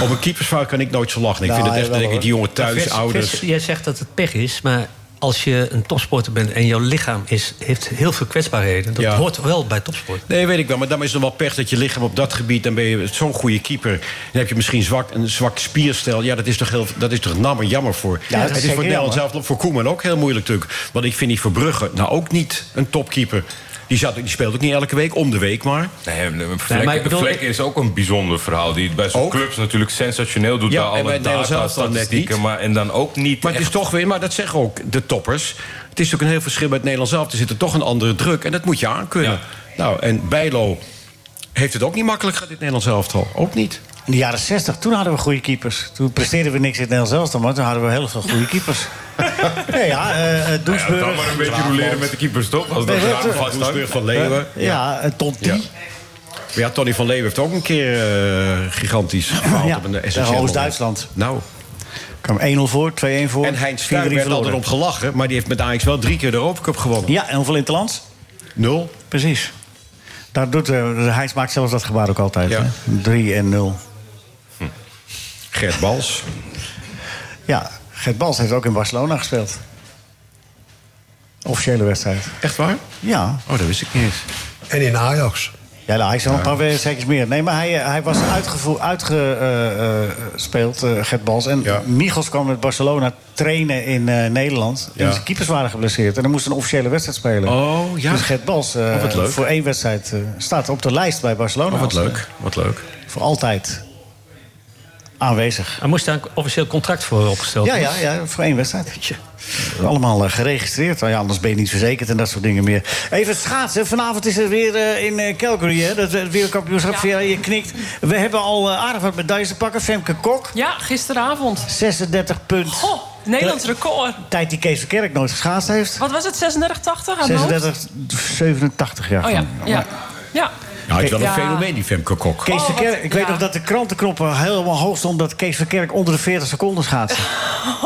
S5: (laughs) Op een keepersfout kan ik nooit zo lachen. Ik
S4: Nou,
S5: vind het echt, dan denk ik, die jongen
S6: Maar
S5: thuis,
S6: Frits,
S5: ouders...
S6: Frits, jij zegt dat het pech is, maar als je een topsporter bent en jouw lichaam is, heeft heel veel kwetsbaarheden. Dat
S5: Ja.
S6: hoort wel bij topsport.
S5: Nee, weet ik wel. Maar dan is het wel pech dat je lichaam op dat gebied... dan ben je zo'n goede keeper. Dan heb je misschien zwak, een zwak spierstel. Ja, dat is toch, heel, dat is toch nammer jammer voor.
S4: Ja, dat is
S5: het is
S4: zeker
S5: voor Nederland
S4: jammer.
S5: zelf, voor Koeman ook heel moeilijk natuurlijk. Want ik vind die Verbrugge nou ook niet een topkeeper. Die, zat, die speelt ook niet elke week, om de week maar.
S3: Nee, een vlek,
S5: Nee, maar ik bedoel-
S3: Vlek is ook een bijzonder verhaal. Die het bij zo'n clubs natuurlijk sensationeel doet.
S5: Ja,
S3: bij
S5: en
S3: alle
S5: bij het Nederlands
S3: data,
S5: elftal net
S3: statistieken.
S5: niet.
S3: Maar, en dan ook niet
S5: Maar het is toch weer, maar dat zeggen ook de toppers. Het is ook een heel verschil bij het Nederlands zelf. Er zit er toch een andere druk en dat moet je aankunnen. Nou, en Bijlo heeft het ook niet makkelijk gehad, dit Nederlands elftal. Ook niet.
S4: In de jaren 60, toen hadden we goede keepers. Toen presteerden we niks in het Nederlands elftal, maar toen hadden we heel veel
S3: (laughs)
S4: goede keepers. nee, ja, eh eh,
S3: Ja,
S4: Doesburg.
S3: dan maar een beetje roleren met de keepers, toch? Als dat
S4: Nee,
S3: raam
S4: dat-
S3: vasthangt.
S5: Doesburg van Leeuwen.
S4: Ja, eh, Tom T. Ja,
S5: Ja, Tony van Leeuwen heeft ook een keer eh, gigantisch gefaald
S4: Ja,
S5: op een
S4: tegen
S5: essentieel
S4: Oost-Duitsland.
S5: Nou.
S4: kwam 1-0 voor, 2-1 voor.
S5: En Heinz
S4: 4-3
S5: Stuy werd
S4: verloren.
S5: altijd op gelachen, maar die heeft met Ajax wel drie keer de Europa Cup gewonnen.
S4: Ja, en hoeveel in het land?
S5: Nul.
S4: Precies. Daar doet, eh Heinz maakt zelfs dat gebaar ook altijd.
S5: Ja. Hm.
S4: hè? 3 en 0.
S5: Gert Bals.
S4: Ja, Gert Bals heeft ook in Barcelona gespeeld. Officiële wedstrijd.
S5: Echt waar?
S4: Ja.
S5: Oh, dat wist ik niet.
S8: En in Ajax.
S4: Ja, nou, hij is al een
S8: Ja.
S4: paar wedstrijdjes meer. Nee, maar hij, eh, hij was uitgespeeld, uitgespeeld eh, Gert Bals. En Michels kwam met Barcelona trainen in eh, Nederland.
S5: Ja.
S4: En zijn keepers waren geblesseerd. En dan moest een officiële wedstrijd spelen.
S5: Oh, ja.
S4: Dus Gert Bals eh,
S5: Oh, wat leuk.
S4: voor één wedstrijd eh, staat op de lijst bij Barcelona.
S5: Oh, wat
S4: Als, eh,
S5: leuk, wat leuk.
S4: Voor altijd aanwezig.
S10: Hij moest daar een officieel contract voor opgesteld
S4: Ja, ja,
S10: worden.
S4: ja, voor één wedstrijd. Allemaal eh, geregistreerd. Nou ja, anders ben je niet verzekerd en dat soort dingen meer. Even schaatsen. Vanavond is er weer eh, in eh, Calgary, hè? Dat eh, wereldkampioenschap. Ja, Je knikt. We hebben al eh, aardig wat medailles te pakken. Femke Kok.
S13: Ja, gisteravond.
S4: 36 punt.
S13: Goh, Nederlands record.
S4: Tijd die Kees Verkerk nooit geschaatst heeft.
S13: Wat was het, 3680 aan
S4: 36, 87 jaar.
S13: Oh ja,
S4: geleden.
S13: ja. ja.
S5: Nou, het is wel
S13: Ja.
S5: een fenomeen, die Femke Kok.
S4: Kees
S13: Oh, wat-
S4: Verkerk, ik weet
S13: ja.
S4: nog dat de krantenknoppen helemaal hoog stonden... dat Kees Verkerk onder de 40 seconden
S13: (laughs)
S4: schaatste.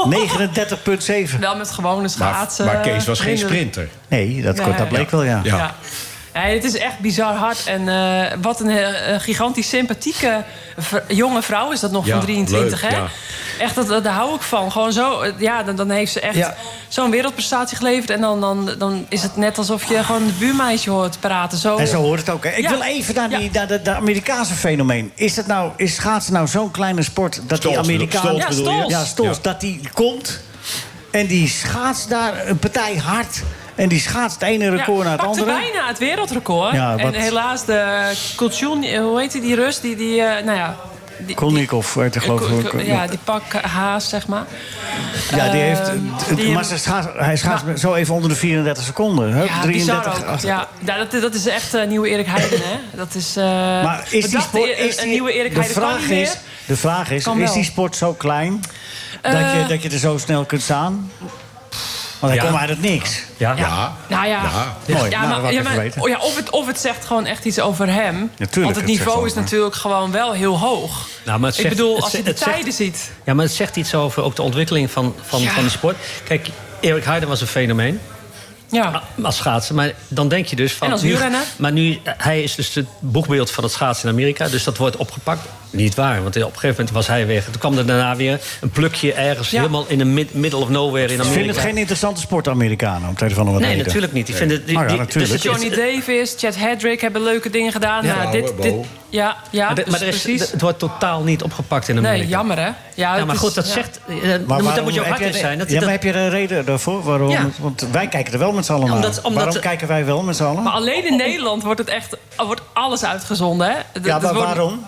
S4: 39,7.
S13: Wel met gewone schaatsen. minder.
S4: Nee, dat,
S13: Nee.
S4: dat bleek wel, ja.
S13: Ja. Ja, het is echt bizar hard. En eh, wat een eh, gigantisch sympathieke v- jonge vrouw is dat nog
S2: Ja,
S13: van 23,
S2: leuk,
S13: hè?
S2: ja.
S13: Echt, dat, dat, daar hou ik van. Gewoon zo, eh, ja, dan, dan heeft ze echt
S2: Ja.
S13: zo'n wereldprestatie geleverd. En dan, dan, dan is het net alsof je gewoon een buurmeisje hoort praten. Zo,
S4: En zo hoort het ook. Hè? Ik
S13: Oh. Ja.
S4: wil even naar, die, naar de, de Amerikaanse fenomeen. Is, dat nou, is schaatsen nou zo'n kleine sport dat
S5: Stols
S4: die
S5: bedoel-
S4: Amerikanen...
S5: stols Ja, bedoel je? stols.
S4: Ja, stols.
S5: Ja.
S4: Dat die komt en die schaatst daar een partij hard. En die schaatst het ene record naar het
S13: pakte
S4: andere.
S13: bijna het wereldrecord.
S4: Ja, wat-
S13: En helaas de Kultjoen, eh, hoe heet die, die Rus? Die, die, eh, nou ja,
S4: Kolnikov werd er geloof ik. ook.
S13: ja, die pak haas, zeg maar.
S4: Ja, die heeft.
S13: Ehm, die-
S4: maar ze schaats- hij schaatst zo even onder de 34 seconden. Hup,
S13: Ja,
S4: 33,
S13: bizar ook.
S4: achter-
S13: Ja, ja, dat, dat is echt eh, nieuwe Erik Heiden, hè? Dat is, eh,
S4: Maar is
S13: we
S4: die
S13: dachten,
S4: sport.
S13: eh,
S4: Is
S13: een
S4: die,
S13: nieuwe Erik
S4: de,
S13: Heiden kan
S4: vraag
S13: niet meer.
S4: is, de vraag is:
S13: Kan
S4: is
S13: wel.
S4: die sport zo klein dat,
S13: Eh.
S4: je, dat je er zo snel kunt staan? Want hij
S10: Ja.
S4: komt uit het niks.
S10: Ja.
S13: Nou ja,
S4: Mooi,
S13: ja,
S4: nou,
S13: maar,
S4: dat wou ik
S13: ja,
S4: even
S13: maar-
S4: weten.
S13: oh ja, of, het, of het zegt gewoon echt iets over hem.
S10: tuurlijk,
S13: Want het
S10: het
S13: niveau
S10: zegt
S13: is
S10: over-
S13: natuurlijk gewoon wel heel hoog.
S10: Nou, maar het
S13: Ik
S10: zegt-
S13: bedoel,
S10: het
S13: als je
S10: zegt-
S13: de
S10: het zegt-
S13: tijden ziet.
S10: Ja, maar het zegt iets over ook de ontwikkeling van, van,
S13: Ja.
S10: van de sport. Kijk, Erik Heiden was een fenomeen.
S13: Ja.
S10: Als schaatsen, maar dan denk je dus van...
S13: En als
S10: nu-
S13: wielrenner?
S10: maar nu, eh, hij is dus het boegbeeld van het schaatsen in Amerika. Dus dat wordt opgepakt. Niet waar, want op een gegeven moment was hij weg. Toen kwam er daarna weer een plukje ergens helemaal in de mid, middle of nowhere in
S4: Ik
S10: Amerika.
S4: vind het geen interessante sport, Amerikanen, om het een of andere
S10: Nee,
S4: reden.
S10: natuurlijk niet. Ik vind het- die-
S4: Oh ja,
S10: die-
S4: natuurlijk.
S10: dus het-
S13: Johnny Davis, Chad Hedrick hebben leuke dingen gedaan.
S10: Ja.
S13: Nou, dit, dit,
S10: Vrouwen,
S13: ja, ja
S10: maar de-
S13: dus
S10: maar er is,
S13: precies.
S10: het wordt totaal niet opgepakt in Amerika.
S13: nee, jammer hè. Ja,
S10: Ja,
S13: het
S10: maar
S13: is-
S10: goed, dat
S13: ja.
S10: zegt... eh, dan moet- dan moet je ook
S4: waarom-
S10: hard
S4: heb
S10: in
S4: jij-
S10: zijn. Dat,
S4: ja, maar
S10: dat-
S4: heb je er een reden daarvoor? Waarom?
S10: Ja.
S4: Want wij kijken er wel met z'n allen
S13: Omdat-
S4: naar?
S13: omdat
S4: waarom
S13: de-
S4: kijken wij wel met z'n allen?
S13: Maar alleen in Nederland wordt het echt er wordt alles uitgezonden. Hè? Dat-
S4: ja,
S13: dat
S4: maar
S13: wordt-
S4: waarom?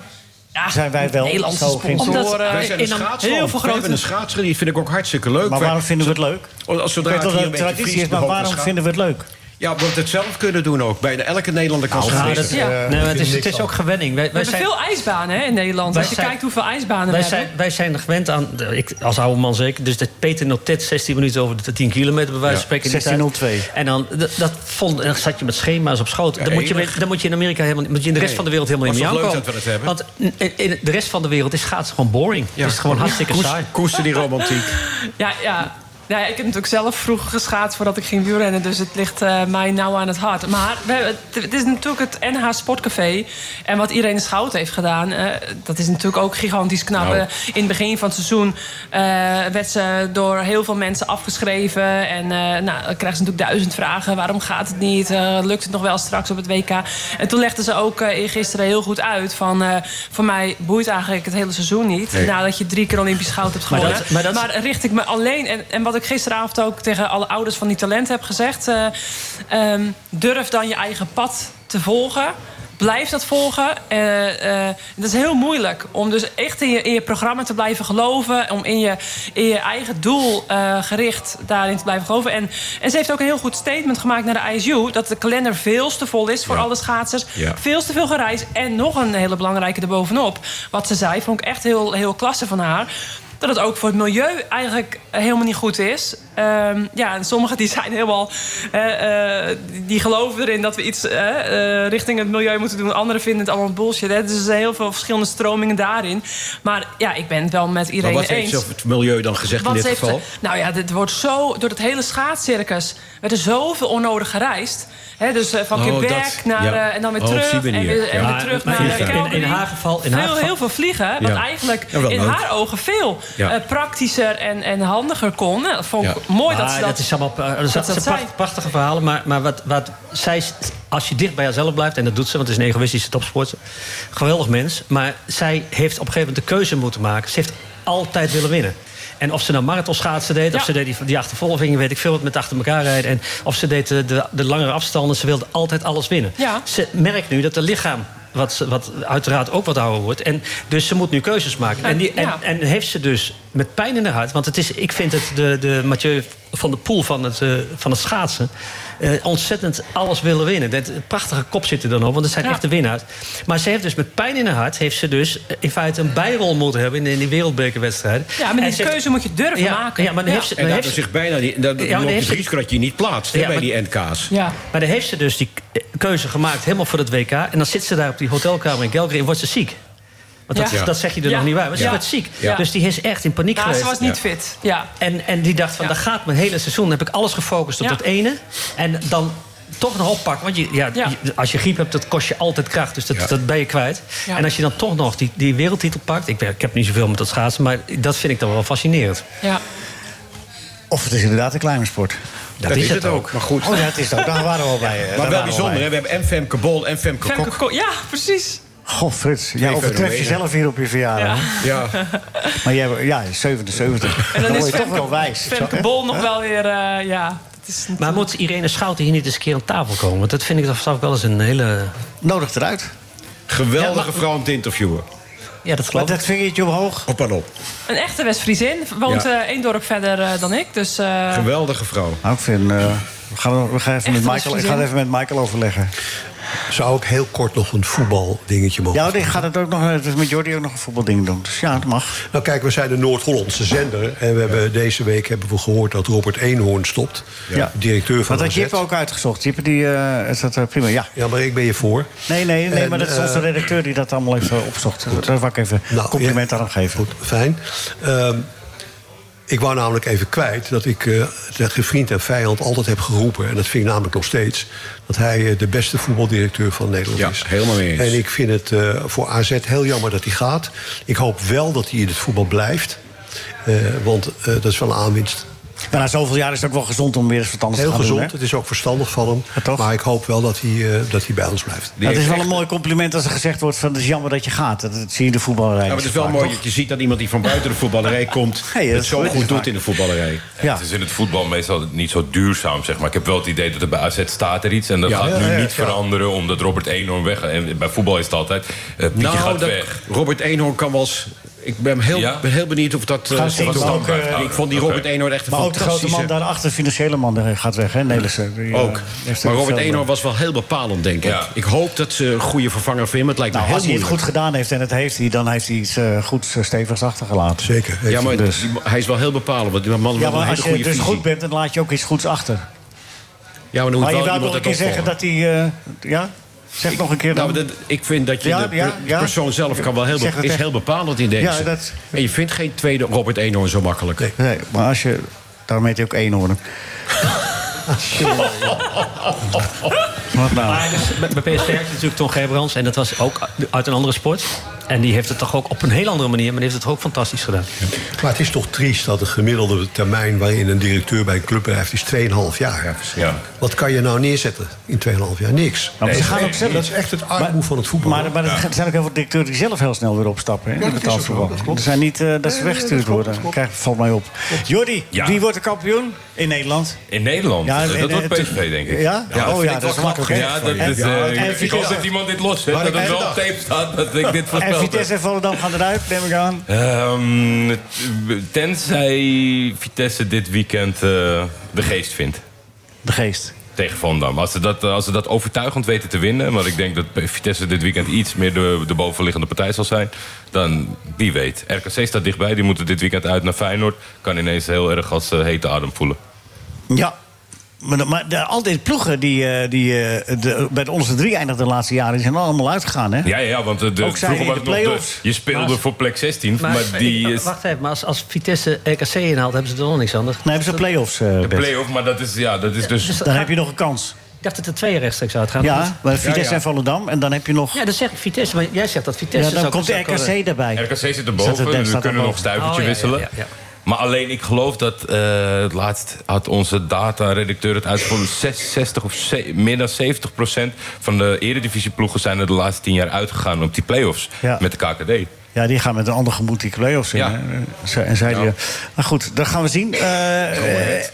S4: zijn wij wel
S13: Nederlandse
S4: zo
S13: sponsoren.
S4: geïnteresseerd?
S13: Omdat, eh, Wij zijn een in een schaatsland. heel veel
S5: We hebben
S13: grote-
S5: een schaatser, die vind ik ook hartstikke leuk.
S4: Maar waarom vinden we het leuk?
S5: Als zodra
S4: Ik
S5: het
S4: weet
S5: hier
S4: wel
S5: een
S4: dat
S5: beetje
S4: het traditie
S5: vriest,
S4: is, maar
S5: behalve
S4: waarom
S5: scha-
S4: vinden we het leuk? Nou,
S5: Ja, omdat we het zelf kunnen doen ook. Bijna elke Nederlander kan schaatsen.
S10: dat, nee, maar het, is, het is ook gewenning. Wij,
S13: We
S10: wij
S13: hebben
S10: zijn,
S13: veel ijsbanen hè, in Nederland.
S10: Wij
S13: Als je
S10: zijn-
S13: kijkt hoeveel ijsbanen
S10: wij,
S13: we
S10: zijn,
S13: hebben.
S10: wij zijn gewend aan, ik, als oude man zeker, dus dat Peter Notet 16 minuten over de 10 kilometer bij wijze van spreken. in die tijd.
S4: 16:02.
S10: En dan, dat, dat vond, en dan zat je met schema's op schoot.
S11: Ja,
S10: dan, moet je,
S11: enig.
S10: met- dan moet je in Amerika helemaal, niet- moet je in de rest
S11: Nee.
S10: van de wereld helemaal niet
S11: Was
S10: mee
S11: toch leuk
S10: aankomen.
S11: dat we dat hebben?
S10: Want in, in de rest van de wereld is schaatsen gewoon boring. Het is gewoon hartstikke
S5: Koest-
S10: saai.
S5: koester die romantiek.
S13: Ja, ja. Nou ja, ik heb natuurlijk zelf vroeg geschaatst voordat ik ging wielrennen. Dus het ligt eh, mij nauw aan het hart. Maar we, hebben- het, het is natuurlijk het NH Sportcafé. En wat Irene Schout heeft gedaan, eh, dat is natuurlijk ook gigantisch knap.
S17: Nou.
S13: Eh, in het begin van het seizoen eh, werd ze door heel veel mensen afgeschreven. En eh nou, dan krijgt ze natuurlijk duizend vragen. Waarom gaat het niet? Eh, lukt het nog wel straks op het WK? En toen legde ze ook eh, gisteren heel goed uit van... eh, voor mij boeit eigenlijk het hele seizoen niet.
S10: Nee.
S13: Nadat je drie keer Olympisch goud hebt
S10: Maar
S13: gewonnen. Maar,
S10: dat- maar dat-
S13: richt ik me alleen... En, en wat ik gisteravond ook tegen alle ouders van die talenten heb gezegd... eh, ehm, durf dan je eigen pad te volgen... Blijf dat volgen. Eh, eh, dat is heel moeilijk. Om dus echt in je, in je programma te blijven geloven. Om in je, in je eigen doel eh, gericht daarin te blijven geloven. En, en ze heeft ook een heel goed statement gemaakt naar de ISU. Dat de kalender veel te vol is voor alle schaatsers.
S17: Ja.
S13: Veel te veel gereisd. En nog een hele belangrijke erbovenop. Wat ze zei, vond ik echt heel, heel klasse van haar. Dat het ook voor het milieu eigenlijk helemaal niet goed is. Ehm, ja, en sommigen die zijn helemaal. eh, eh, die geloven erin dat we iets eh, eh, richting het milieu moeten doen. Anderen vinden het allemaal bullshit. Hè? Dus er zijn heel veel verschillende stromingen daarin. Maar ja, ik ben het wel met
S5: Maar
S13: iedereen
S5: wat
S13: eens.
S5: heeft zelf het milieu dan gezegd
S13: Wat
S5: in dit
S13: heeft
S5: geval?
S13: ze- nou ja, dit wordt zo, door het hele schaatscircus werd er zoveel onnodig gereisd. Hè, dus eh, van
S10: Oh,
S13: Quebec
S10: dat,
S13: naar,
S10: ja.
S13: eh, en dan weer
S10: Oh, op
S13: terug. En
S10: die
S13: weer, en
S10: manier, ja.
S13: weer
S10: Maar-
S13: terug
S10: maar
S13: naar eh,
S10: vliegen. In- in
S13: Calgary.
S10: haar geval- in haar
S13: veel,
S10: geval-
S13: Heel veel vliegen, wat
S10: Ja.
S13: eigenlijk
S10: Ja, wel
S13: in
S10: leuk.
S13: haar ogen veel
S10: Ja.
S13: eh, praktischer en, en handiger kon. Nou, dat vond ik mooi dat
S10: Maar
S13: ze dat...
S10: is allemaal pra- dat
S13: dat
S10: zijn
S13: zei.
S10: pracht- prachtige verhalen. Maar, maar wat, wat zij, als je dicht bij haarzelf blijft, en dat doet ze, want het is een egoïstische topsporter. Geweldig mens. Maar zij heeft op een gegeven moment de keuze moeten maken. Ze heeft altijd willen winnen. En of ze nou marathonschaatsen deed, of ze deed die, die achtervolging, weet ik veel wat, met achter elkaar rijden. En of ze deed de, de, de langere afstanden, ze wilde altijd alles winnen.
S13: Ja.
S10: Ze merkt nu dat de lichaam, wat, ze- wat uiteraard ook wat ouder wordt, en dus ze moet nu keuzes maken. En, die, en,
S13: Ja.
S10: en heeft ze dus met pijn in haar hart... want het is, ik vind het de, de Mathieu van der Poel van het, eh, van het schaatsen... eh, ontzettend alles willen winnen. Dat prachtige kop zit er dan op, want het zijn
S11: Ja.
S10: echte winnaars. Maar ze heeft dus met pijn in haar hart... heeft ze dus eh, in feite een bijrol moeten hebben... in, in die wereldbekerwedstrijd.
S13: Ja, maar
S10: En
S13: die
S10: ze heeft-
S13: keuze moet je durven
S10: Ja,
S13: maken.
S10: ja, maar dan heeft ze-
S5: En
S10: dan
S5: daar
S10: heeft ze-
S5: zich bijna niet, dat,
S10: Ja, maar dan
S5: loopt
S10: heeft
S5: het
S10: ze-
S5: risico dat je niet plaatst hè,
S10: Ja,
S5: bij
S10: maar-
S5: die NK's.
S13: Ja.
S10: Maar dan heeft ze dus die eh, keuze gemaakt helemaal voor het WK. En dan zit ze daar op die hotelkamer in Calgary en wordt ze ziek. Want dat,
S13: Ja.
S10: dat zeg je er
S13: Ja.
S10: nog niet bij. Maar ze
S13: Ja.
S10: wordt ziek.
S13: Ja.
S10: Dus die is echt in paniek
S13: Ja,
S10: geweest.
S13: ze was niet fit. Ja.
S10: En, en die dacht van, daar gaat mijn hele seizoen. Dan heb ik alles gefocust op
S13: Ja.
S10: dat ene. En dan toch nog oppakken. Want je, ja,
S13: Ja.
S10: je- als je griep hebt, dat kost je altijd kracht. Dus dat,
S13: Ja.
S10: dat ben je kwijt.
S13: Ja.
S10: En als je dan toch nog die, die wereldtitel pakt... Ik, ben- ik heb niet zoveel met dat schaatsen, maar dat vind ik dan wel fascinerend.
S13: Ja.
S4: Of het is inderdaad een klimmersport.
S10: Dat, is, het ook.
S5: Maar goed.
S4: Oh ja, het is het ook. Daar waren we al bij. eh, daar
S5: Maar
S4: waren
S5: wel
S4: we
S5: bijzonder, hè?
S4: al bij.
S5: We hebben en Femke Bol en Femke
S13: Femke
S5: Kok.
S13: Ko- ja, precies.
S4: Goh, Frits. Jij overtreft
S5: fenomenen.
S4: jezelf hier op je verjaardag. hè?
S13: (laughs)
S4: Maar jij hebt- ja, 77.
S13: En dan
S4: word
S13: is
S4: je toch
S13: Femke,
S4: wel wijs.
S13: Femke Bol nog wel weer... eh, ja, dat is
S10: Maar moet Irene Schouten hier niet eens een keer aan tafel komen? Want dat vind ik, dat zou ik wel eens een hele...
S4: Nodig eruit.
S5: Geweldige
S10: Ja, maar-
S5: vrouw om te interviewen.
S10: Ja, dat geloof
S4: ik. dat vingertje omhoog.
S5: Op en op.
S13: Een echte West-Friesin. Woont
S5: Ja.
S13: eh, één dorp verder eh, dan ik. Dus, eh,
S5: Geweldige vrouw.
S4: ik vind... eh, we gaan, we gaan even met
S13: Echt
S4: Michael, ik ga
S13: onzin.
S4: het even met Michael overleggen.
S8: Zou ik heel kort nog een voetbaldingetje mogen
S4: Ja, die gaat het ook nog, het is met Jordi ook nog een voetbalding doen. Dus ja, dat mag.
S8: Nou kijk, we zijn een Noord-Hollandse zender. En we hebben, deze week hebben we gehoord dat Robert Eenhoorn stopt.
S4: Ja.
S8: Directeur van
S4: Want dat
S8: AZ.
S4: Jip ook uitgezocht. Jip, die, eh, is dat eh, prima? Ja.
S8: Ja, maar ik ben je voor.
S4: Nee, nee, nee
S8: En,
S4: maar dat is
S8: eh, Nou,
S4: onze redacteur die dat allemaal heeft eh, opgezocht. Daar wou ik even een compliment aan hem geven.
S8: Goed, fijn. Ehm, ik wou namelijk even kwijt dat ik eh, tegen vriend en vijand altijd heb geroepen... en dat vind ik namelijk nog steeds... dat hij eh, de beste voetbaldirecteur van Nederland is.
S5: helemaal mee eens.
S8: En ik vind het eh, voor AZ heel jammer dat hij gaat. Ik hoop wel dat hij in het voetbal blijft. eh, want eh, dat is wel een aanwinst
S4: Maar na zoveel jaar is het ook wel gezond om weer eens wat anders
S8: Heel
S4: te gaan
S8: gezond,
S4: doen. hè?
S8: het is ook verstandig van hem. Maar ik hoop wel dat hij, eh, dat hij bij ons blijft.
S4: Dat is wel een mooi compliment als er gezegd wordt van... het is jammer dat je gaat. Dat, dat zie je in de voetballerij.
S5: Ja, maar het is wel mooi dat je ziet dat iemand die van buiten de
S4: (laughs)
S5: voetballerij komt...
S4: dat
S5: het
S4: is
S5: zo
S4: goed,
S5: goed
S4: is
S5: doet
S4: waar.
S5: in de voetballerij.
S3: Ja. Het is in het voetbal meestal niet zo duurzaam, zeg maar. Ik heb wel het idee dat er bij AZ staat er iets... en dat
S5: Ja.
S3: gaat
S5: Ja,
S3: nu
S5: ja,
S3: niet
S5: ja.
S3: veranderen omdat Robert enorm weg... en bij voetbal is het altijd... eh, Pietje
S5: Nou,
S3: gaat
S5: dat-
S3: weg.
S5: Robert Eenhoorn kan wel eens... Ik ben heel, ben heel benieuwd of dat... eh,
S4: Gaat
S5: of
S4: hij
S5: dat
S4: dan
S5: stand
S4: ook,
S5: blijft
S4: eh,
S5: houden. ik vond die
S4: Oké.
S5: Robert Eenhoorn echt een
S4: Maar ook de grote man
S5: fantastische...
S4: daarachter, de financiële man, eh, gaat weg, hè? Nelissen. Die, eh,
S5: ook.
S4: heeft
S5: Maar
S4: ook
S5: Robert
S4: veel- eh,
S5: Eenhoorn was wel heel bepalend, denk ik. Ik hoop dat ze een goede vervanger vinden. Het lijkt
S4: Nou,
S5: me heel
S4: als hij het
S5: moeilijk.
S4: goed gedaan heeft, en het heeft hij... dan heeft hij iets eh, goeds, eh, stevigs achtergelaten. Zeker.
S5: Ja, maar die- hij is wel heel bepalend. Want die man heeft
S4: dus. Ja,
S5: wel een hele
S4: maar als je
S5: goede
S4: dus
S5: visie.
S4: goed bent, dan laat je ook iets goeds achter.
S5: Ja, maar dan moet
S4: Maar je
S5: wel
S4: wou nog
S5: iemand dat
S4: een keer zeggen
S5: opvolgen.
S4: dat hij... eh, ja? Zeg nog een keer dan.
S5: Nou, dat, ik vind dat je
S4: Ja,
S5: de
S4: ja,
S5: per-
S4: ja.
S5: persoon zelf kan wel heel,
S4: Zeg het
S5: is
S4: echt.
S5: heel bepalend in deze.
S4: Ja, dat-
S5: En je vindt geen tweede Robert Eenhoorn zo makkelijk.
S4: Nee, maar als je... Daarmee heet hij ook eenhoorn. Wat nou?
S10: Maar dus bij- bij PSV had je natuurlijk Ton Gerbrands. En dat was ook uit een andere sport. En die heeft het toch ook op een heel andere manier... maar die heeft het toch ook fantastisch gedaan.
S8: Maar het is toch triest dat de gemiddelde termijn... waarin een directeur bij een club blijft, is 2,5 jaar. Wat kan je nou neerzetten in 2,5 jaar? Niks.
S4: Nou, maar ze gaan ook zelf-
S8: dat is echt het armoe
S4: Maar-
S8: van het voetbal.
S4: Maar, maar er zijn ook heel veel directeuren die zelf heel snel weer opstappen. Hè,
S8: Ja,
S4: in
S8: dat
S4: het
S8: is ook zo,
S4: voetbal.
S8: dat klopt.
S4: Er zijn niet eh, dat ze
S8: Nee, nee,
S4: weggestuurd
S8: dat klopt,
S4: worden.
S8: dat klopt.
S4: Krijg, valt mij op. Jordi,
S3: Ja.
S4: wie wordt de kampioen in Nederland?
S3: In Nederland?
S4: Ja,
S3: eh, dat
S4: en-
S3: wordt
S4: en-
S3: PSV, denk ik.
S4: Ja? Oh, ja,
S3: vind ik
S4: dat
S3: wel
S4: is
S3: knap.
S4: makkelijk, hè?
S3: Ja, dat,
S4: Ja,
S3: dat,
S4: ja,
S3: eh,
S4: en
S3: ik hoop
S4: Vitesse-
S3: dat iemand dit los heeft.
S4: Maar
S3: Dat
S4: ik
S3: het wel
S4: heb
S3: op
S4: het
S3: tape staat dat ik dit
S4: En
S3: voorspeld heb.
S4: Vitesse en Volendam gaan eruit, neem ik aan.
S3: Ehm, t- tenzij Vitesse dit weekend eh, de geest vindt.
S4: De geest.
S3: Tegen Van Dam. Als ze, dat, als ze dat overtuigend weten te winnen... maar ik denk dat Vitesse dit weekend iets meer de, de bovenliggende partij zal zijn... dan wie weet. RKC staat dichtbij, die moeten dit weekend uit naar Feyenoord. Kan ineens heel erg als eh, hete adem voelen.
S4: Ja. Maar, maar de, al deze ploegen die, eh, die eh, de, bij de onze drie eindigden de laatste jaren... die zijn allemaal uitgegaan, hè?
S3: Ja, ja, ja want eh, de,
S4: Ook zij
S3: vroeger
S4: in
S3: was het
S4: de
S3: nog de-
S4: play-offs.
S3: je speelde
S4: Maar-
S3: voor plek 16, maar,
S10: Maar,
S3: die
S10: ik-
S3: is...
S10: Wacht even, maar als, als Vitesse RKC inhaalt... hebben ze er nog niks anders.
S4: Nee, hebben ze play-offs, eh, Bert.
S3: Play-off, maar dat is, ja, dat is dus...
S4: Dan heb je nog een kans.
S10: Ik dacht dat er twee rechtstreeks uitgaan.
S4: Ja, bij Vitesse en
S10: van
S4: Volendam. En dan heb je nog...
S10: Ja, dat zeg ik Vitesse. Maar jij zegt dat Vitesse...
S4: Ja, dan
S10: zou-
S4: komt de
S10: zou kunnen.
S4: RKC daarbij.
S3: RKC zit
S4: Staat
S3: erboven,
S4: er-
S3: dus we
S4: staat
S3: kunnen
S4: erboven.
S3: nog stuivertje
S10: Oh, ja, ja,
S3: wisselen.
S10: ja, ja.
S3: Maar alleen, ik geloof dat eh, het laatst had onze data-redacteur het uitgevonden... 66 of ze- meer dan 70 procent van de eredivisieploegen... zijn er de laatste tien jaar uitgegaan op die play-offs
S4: Ja.
S3: met de KKD.
S4: Ja, die gaan met een ander gemoed die play-offs in.
S3: Ja.
S4: hè. Ze- En zij die... Maar goed, dat gaan we zien. Eh, eh,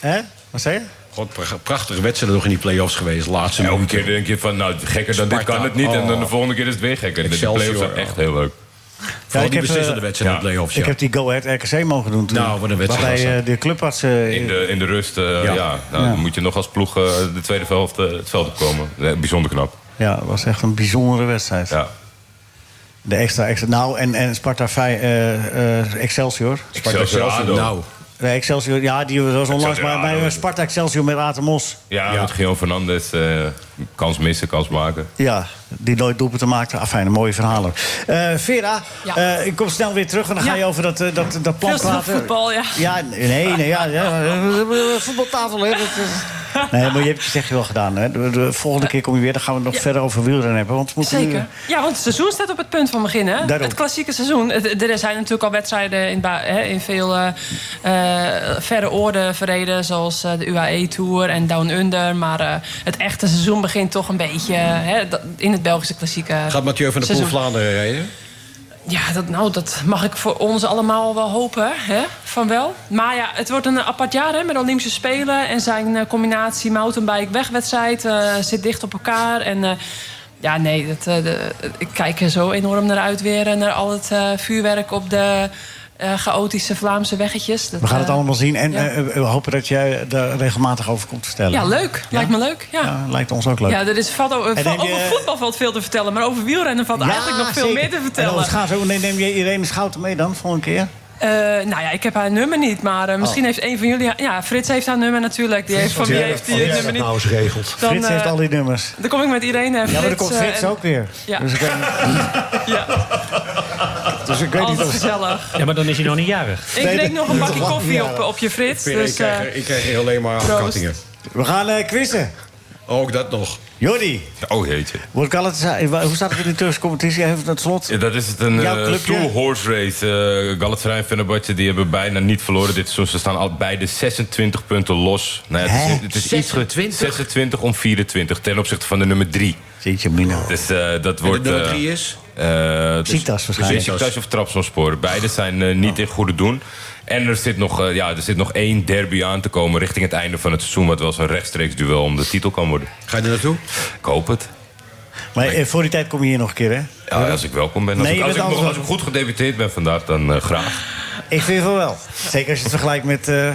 S4: hè? Wat zei je?
S5: God, pra- prachtige wedstrijden nog in die play-offs geweest. Laatste
S3: Elke
S5: minuut.
S3: keer denk je van, nou, gekker dan dit
S5: Sparta,
S3: kan het niet. En dan de
S5: oh.
S3: volgende keer is het weer gekker. De
S5: Excelsior,
S3: play-offs zijn
S5: oh.
S3: echt heel leuk.
S5: Vooral
S4: ik
S5: die
S4: heb,
S5: beslissende
S4: eh,
S5: wedstrijd in de play-offs.
S4: Ik
S5: Ja.
S4: heb die Go Ahead RKC mogen doen toen.
S5: Nou, wat een wedstrijd was
S4: Waarbij
S5: dat.
S4: eh, de clubarts... eh,
S3: In de, in de rust, eh, ja. nou,
S4: Ja.
S3: dan moet je nog als ploeg eh, de tweede helft eh, het veld opkomen. Eh, bijzonder knap.
S4: Ja, het was echt een bijzondere wedstrijd.
S3: Ja.
S4: De extra, extra. Nou, en, en Sparta Fey- eh, eh, Excelsior.
S3: Excelsior,
S5: ah,
S3: Excelsior, ADO. nou.
S4: Nee, Excelsior, ja, die was onlangs.
S3: Excelsior,
S4: Maar bij
S3: ADO.
S5: nou.
S4: eh, Sparta Excelsior met Atemos.
S3: Ja, met Geo Fernandes. eh, kans missen, kans maken.
S4: Ja, die nooit doelpunten maakte. Afijn, een mooie verhalen. Eh, Vera, eh, ik kom snel weer terug en dan ga je over dat, eh, dat, dat plan
S13: Veel te veel
S4: praten.
S13: voetbal, ja.
S4: Ja, nee, nee, ja, ja. eh, Voetbaltafel, hè. Nee, maar je hebt je zegje wel gedaan. Hè. De, de volgende keer kom je weer, dan gaan we het nog verder over wielrennen hebben. Want we moeten
S13: (laughs)
S4: nu-
S13: Zeker. Ja, want het seizoen staat op het punt van beginnen.
S4: Mm. Daarom.
S13: Het klassieke seizoen. Het- Er zijn natuurlijk al wedstrijden in, ba- hè, in veel eh, eh, verre oorden verreden. Zoals eh, de UAE-tour en Down Under. Maar eh, het echte seizoen begint toch een beetje hè, dat- in het Belgische klassieke
S5: Gaat Mathieu van der Poel
S13: seizoen.
S5: Vlaanderen rijden?
S13: Ja, dat, nou, dat mag ik voor ons allemaal wel hopen, hè? van wel. Maar ja, het wordt een apart jaar hè, met de Olympische Spelen... en zijn eh, combinatie mountainbike-wegwedstrijd eh, zit dicht op elkaar. En eh, ja, nee, dat, eh, de- ik kijk er zo enorm naar uit weer... eh, naar al het eh, vuurwerk op de eh, chaotische Vlaamse weggetjes. Dat,
S4: We gaan het
S13: eh,
S4: allemaal zien en
S13: ja.
S4: eh, we hopen dat jij daar regelmatig over komt vertellen.
S13: ja, leuk. Lijkt me leuk, ja.
S4: Ja, Lijkt ons ook leuk.
S13: Ja, er is, valt over,
S4: En eh, neem je-
S13: over voetbal valt veel te vertellen, maar over wielrennen valt eigenlijk nog veel meer te vertellen.
S4: En gaan zo, nee, neem je Irene Schouten mee dan, volgende keer?
S13: Eh, nou ja, ik heb haar nummer niet, maar eh, misschien
S4: Oh.
S13: heeft een van jullie... Ja, Frits heeft haar nummer natuurlijk. Die heeft, van wie heeft die het nummer niet?
S8: nou eens regelt.
S13: Dan,
S4: Frits heeft
S13: eh,
S4: al die nummers.
S13: Dan kom ik met Irene en Frits.
S4: Ja, maar dan komt
S13: eh,
S4: Frits
S13: en-
S4: ook weer.
S13: Ja.
S4: Dus ik weet Dus ik weet
S13: Altijd
S4: niet of-
S13: gezellig.
S10: Ja, maar dan is hij nog niet jarig.
S13: Ik drink nog een bakje koffie op, op je Frits.
S5: Ik,
S13: Dus, eh,
S5: krijg, ik krijg hier alleen maar
S13: proost.
S5: afkattingen.
S4: We gaan eh, quizzen.
S5: Ook dat nog.
S4: Jordi.
S3: Oh jeetje.
S4: Wordt Galatasaray, eh, wa- hoe staat het in de Turkse competitie? Even naar het slot.
S3: Ja, dat is het een
S4: Jouw
S3: eh,
S4: clubje?
S3: stoel horse race. Eh, Galatasaray en Fenerbahce die hebben bijna niet verloren dit seizoen. Ze staan al beide 26 punten los. Nou, ja, het is, het is iets ge- 26 om 24 ten opzichte van de nummer 3.
S4: Jeetje, Mino.
S3: Dus eh, dat wordt...
S5: nummer
S3: eh,
S5: drie is?
S3: eh, dus-
S4: Ziektas waarschijnlijk.
S3: dus Ziektas of Trabzonspor. Beide zijn eh, niet in goede doen. En er zit, nog, eh, ja, er zit nog één derby aan te komen richting het einde van het seizoen... wat wel eens een rechtstreeks duel om de titel kan worden.
S5: Ga je er naartoe?
S3: Ik hoop het.
S4: Maar eh, voor die tijd kom je hier nog een keer, hè?
S3: Ja, als ik welkom ben. Als,
S4: Nee,
S3: ik,
S4: je
S3: als, ik,
S4: bent
S3: nog,
S4: altijd
S3: als ik goed gedebuteerd ben vandaag, dan eh, graag.
S4: Ik vind van wel. Zeker als je het vergelijkt met... eh,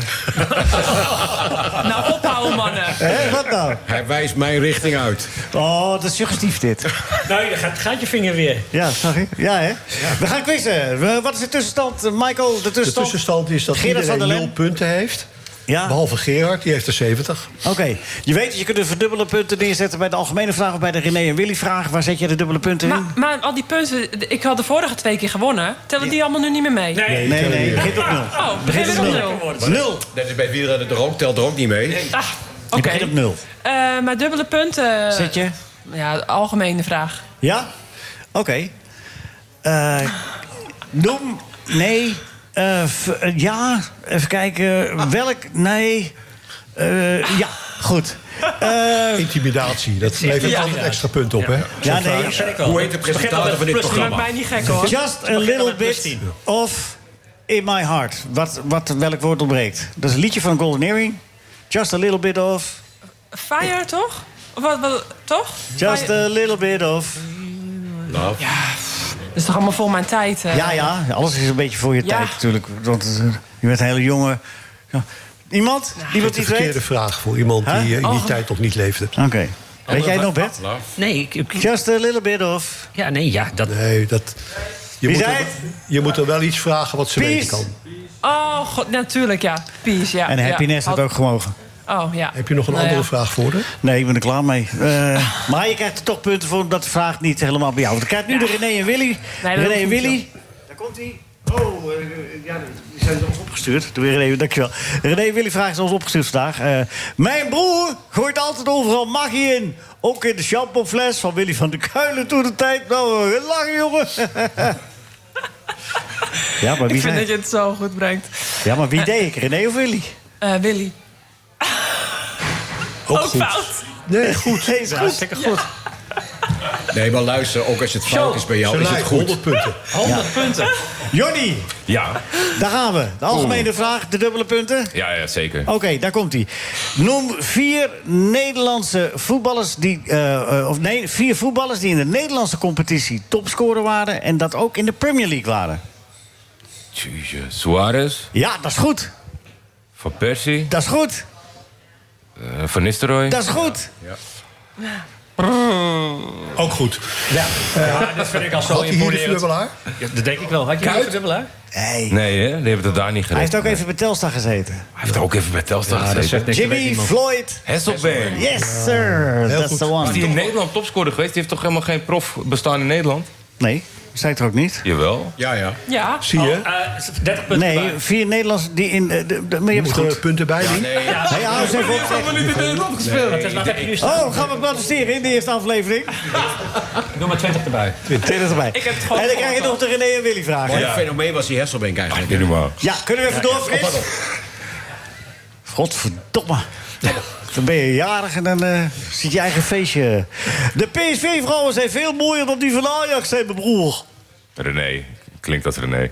S13: Nou, ophouden, mannen.
S4: Hé, wat nou?
S5: Hij wijst mijn richting uit.
S4: Oh, dat is suggestief dit.
S5: (laughs)
S10: Nou, je gaat, gaat je vinger weer.
S4: Ja, zag je? Ja, hè? We gaan quizzen. We- wat is de tussenstand, eh, Michael? De
S8: De
S4: tussenstand?
S8: tussenstand is dat
S4: Gerard van der
S8: iedereen
S4: Lem.
S8: 0 punten heeft.
S4: Ja.
S8: Behalve Gerard, die heeft er 70.
S4: Oké, je weet dat je kunt de verdubbele punten neerzetten bij de algemene vraag of bij de René en Willy vraag. Waar zet je de dubbele punten
S13: Maar,
S4: in?
S13: maar al die punten, ik had de vorige twee keer gewonnen. Tellen die allemaal nu niet meer mee?
S4: Nee, nee, nee. Begint op nul.
S13: Oh, begin weer op nul.
S4: Nul.
S5: Dat is bij wielrennen er ook, telt er ook niet mee.
S13: Ah,
S4: Je
S13: oké.
S4: begint op nul.
S13: Eh, maar dubbele punten.
S4: Zet je?
S13: Ja, de algemene vraag.
S4: Ja? Oké. Eh, noem, nee, eh, v- eh, ja, even kijken. Welk, nee, eh, ja, goed. Eh,
S8: Intimidatie, dat levert
S13: Ja.
S8: altijd extra punten op, hè?
S4: ja, nee.
S5: Hoe heet de presentator van dit
S13: Maakt
S5: programma?
S13: mij niet gek hoor.
S4: Just a little bit of In My Heart. Wat, wat, welk woord ontbreekt? Dat is een liedje van Golden Earring. Just a little bit of...
S13: Fire toch? Of Wat, wat, toch?
S4: Just
S13: Fire-
S4: a little bit of...
S13: Dat is toch allemaal voor mijn tijd? hè?
S4: Ja, ja, alles is een beetje voor je
S13: Eh, Ja.
S4: tijd natuurlijk. Want eh, je bent een hele jonge... ja. Iemand? Die
S8: Dat
S4: wat
S8: is de
S4: iets weet?
S8: verkeerde vraag voor iemand die
S4: Huh?
S8: eh, in die
S13: Oh.
S8: tijd nog niet leefde.
S4: Oké. Weet jij het nog, Bert?
S10: Nee, ik, ik-
S4: Just a little bit of...
S10: ja, nee, ja, dat...
S8: Nee, dat... Je
S4: Wie
S8: moet,
S4: zei
S8: er, je moet er wel iets vragen wat ze
S4: Peace.
S8: weten kan.
S13: Oh, god, natuurlijk ja. Peace, ja.
S4: En
S13: ja.
S4: happiness had
S13: Had-
S4: ook gemogen.
S13: Oh, ja.
S8: Heb je nog een
S13: Nou
S8: andere
S13: ja.
S8: vraag voor de?
S4: Nee, ik ben er klaar mee. Eh, maar je krijgt er toch punten voor omdat de vraag niet helemaal bij jou. Want ik krijg nu de René en Willy.
S13: Nee, dat
S4: René en
S13: hoeft niet,
S4: Willy. Daar komt hij. Oh, eh, ja, die zijn ons opgestuurd. Doe weer René, dankjewel. René en Willy vragen zijn ons opgestuurd vandaag. Eh, mijn broer gooit altijd overal magie in. Ook in de shampoofles van Willy van de Kuilen toen de tijd. Nou, eh, lachen jongen. (laughs) ja, maar wie,
S13: Ik vind dat
S4: zei...
S13: je het zo goed brengt.
S4: ja, maar wie deed ik? René of Willy?
S13: Eh, Willy. Ook, fout.
S8: Nee, goed.
S4: Nee, is goed.
S5: Nee, maar luister, ook als het fout is bij jou, is het
S8: Gelijk,
S5: goed.
S8: 100 punten.
S10: 100 punten.
S4: Johnny,
S3: Ja,
S4: daar gaan we. De algemene vraag, de dubbele punten.
S3: ja, ja zeker.
S4: Oké, daar komt hij. Noem vier Nederlandse voetballers die. eh, eh, of nee, vier voetballers die in de Nederlandse competitie topscorer waren. en dat ook in de Premier League waren.
S3: Jezus. Suarez,
S4: Ja, dat is goed.
S3: Van Persie,
S4: Dat is goed.
S3: eh, Van Nistelrooy.
S4: Dat is goed.
S8: Ook goed.
S10: Ja, dat vind ik al zo
S8: Had hij hier de
S10: imponerend.
S8: verdubbelaar?
S10: Ja, dat denk ik wel. Had je een verdubbelaar?
S4: Hey.
S3: Nee, hè? die hebben het daar niet
S4: Hij
S3: gered.
S4: heeft ook even bij Telstar gezeten.
S3: Hij heeft ook even bij Telstar gezeten.
S4: Jimmy Floyd.
S3: Hasselbank.
S4: Yes, sir. That's the
S3: Is die
S4: one.
S3: in Nederland topscorer geweest? Die heeft toch helemaal geen profbestaan in Nederland?
S4: Nee, zei ik er ook niet.
S3: Jawel. Oh, eh.
S5: Ja, ja.
S13: Ja.
S8: Zie je?
S10: 30 punten.
S4: Nee, vier Nederlanders die in. eh, de, de, maar je hebt
S8: Moeten
S4: het
S8: er
S4: goed.
S8: punten bij doen?
S4: Hey, hou eens even op. zeg.
S3: niet in Nederland gespeeld.
S4: Oh, gaan we protesteren in de eerste aflevering?
S10: Doe maar 20 erbij.
S4: Dit is erbij.
S13: Ik heb het gewoon
S4: en dan krijg je nog
S13: gehoord.
S4: de René en Willy vragen.
S5: Wat
S4: hè?
S5: een fenomeen was die Hesselbank eigenlijk.
S3: Niet normaal.
S4: Ja, kunnen we even door, Frits? Godverdomme. Dan ben je jarig en dan eh, zit je eigen feestje. De PSV-vrouwen zijn veel mooier dan die van Ajax, zei mijn broer.
S3: René. Klinkt dat René. Eh,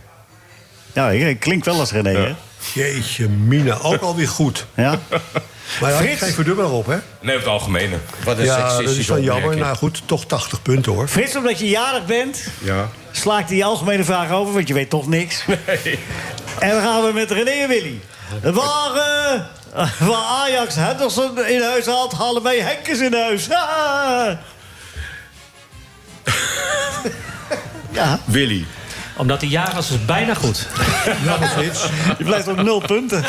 S4: Nou, ik- ik klink wel als René, hè?
S8: Jeetje, Mina, ook alweer goed.
S4: Ja?
S8: Maar hij had
S4: Frits.
S8: geen verdubbelaar op, hè?
S3: Nee, op het algemene.
S5: Wat een
S8: Ja, dat is
S5: seksistische
S8: wel jammer.
S5: opmerking.
S8: Nou goed, toch 80 punten, hoor.
S4: Frits, omdat je jarig bent,
S5: Ja.
S4: sla ik die algemene vraag over, want je weet toch niks. En dan gaan we met René en Willy. Waar, eh, waar Ajax Henderson in huis had, halen wij Henkes in huis. Ah! ja.
S5: Willy.
S10: Omdat die jaren was dus bijna goed.
S4: (laughs)
S8: Jammer, Frits.
S4: Je blijft op nul punten.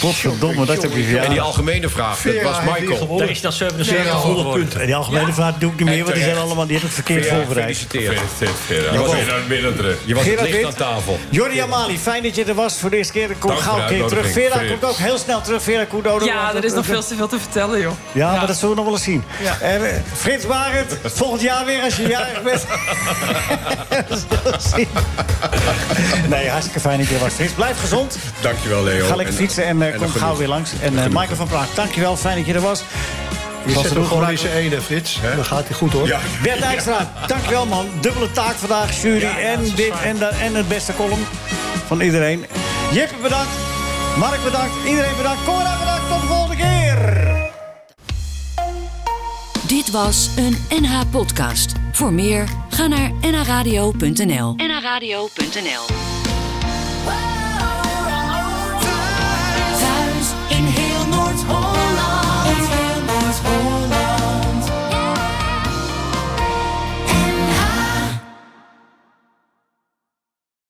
S4: Potverdomme, dat heb je gedaan.
S5: En die algemene vraag, dat was Michael.
S11: Daar is dan
S4: 700 punten. En die algemene vraag doe ik niet meer, want die zijn allemaal die hebben het verkeerd
S5: Vera,
S4: voorbereid.
S5: Gefeliciteerd.
S3: Gerard.
S5: Je was
S3: Weer naar het midden terug.
S5: Je was
S4: Gerard
S5: het licht
S4: Wit.
S5: aan tafel.
S4: Jordi Amali, fijn dat je er was voor de eerste keer. Ik kom
S5: Dank
S4: gauw
S5: voor
S4: een
S5: de
S4: keer terug.
S5: uitnodiging.
S4: Vera komt ook heel snel terug. Vera Koedodo.
S13: Ja,
S4: want
S13: er is
S4: dat-
S13: nog veel
S4: dat-
S13: te veel te vertellen, joh.
S4: Ja, maar dat zullen we nog wel eens zien.
S13: Ja.
S4: En, eh, Frits Barend, volgend jaar weer als je jarig bent. Dat zullen we zien. nee, hartstikke fijn dat je er was. Frits, blijf gezond.
S5: Dankjewel, Leo.
S4: Ga lekker
S5: En-
S4: fietsen en eh,
S5: en
S4: kom
S5: genoeg.
S4: gauw weer langs. En eh, Michael van Praag, dankjewel. Fijn dat je er was.
S8: Je
S4: Was
S8: zet hem
S4: er nog
S8: gewoon
S4: gebruik-
S8: in zijn ene, Frits. Dan gaat hij goed, hoor.
S4: Bert Dijkstra, dankjewel man. Dubbele taak vandaag, jury en dit en dat en het beste column van iedereen. Jippe bedankt, Mark bedankt, iedereen bedankt, Cora bedankt, tot de volgende keer.
S1: Dit was een NH Podcast. Voor meer, ga naar nhradio.nl.
S2: nradio.nl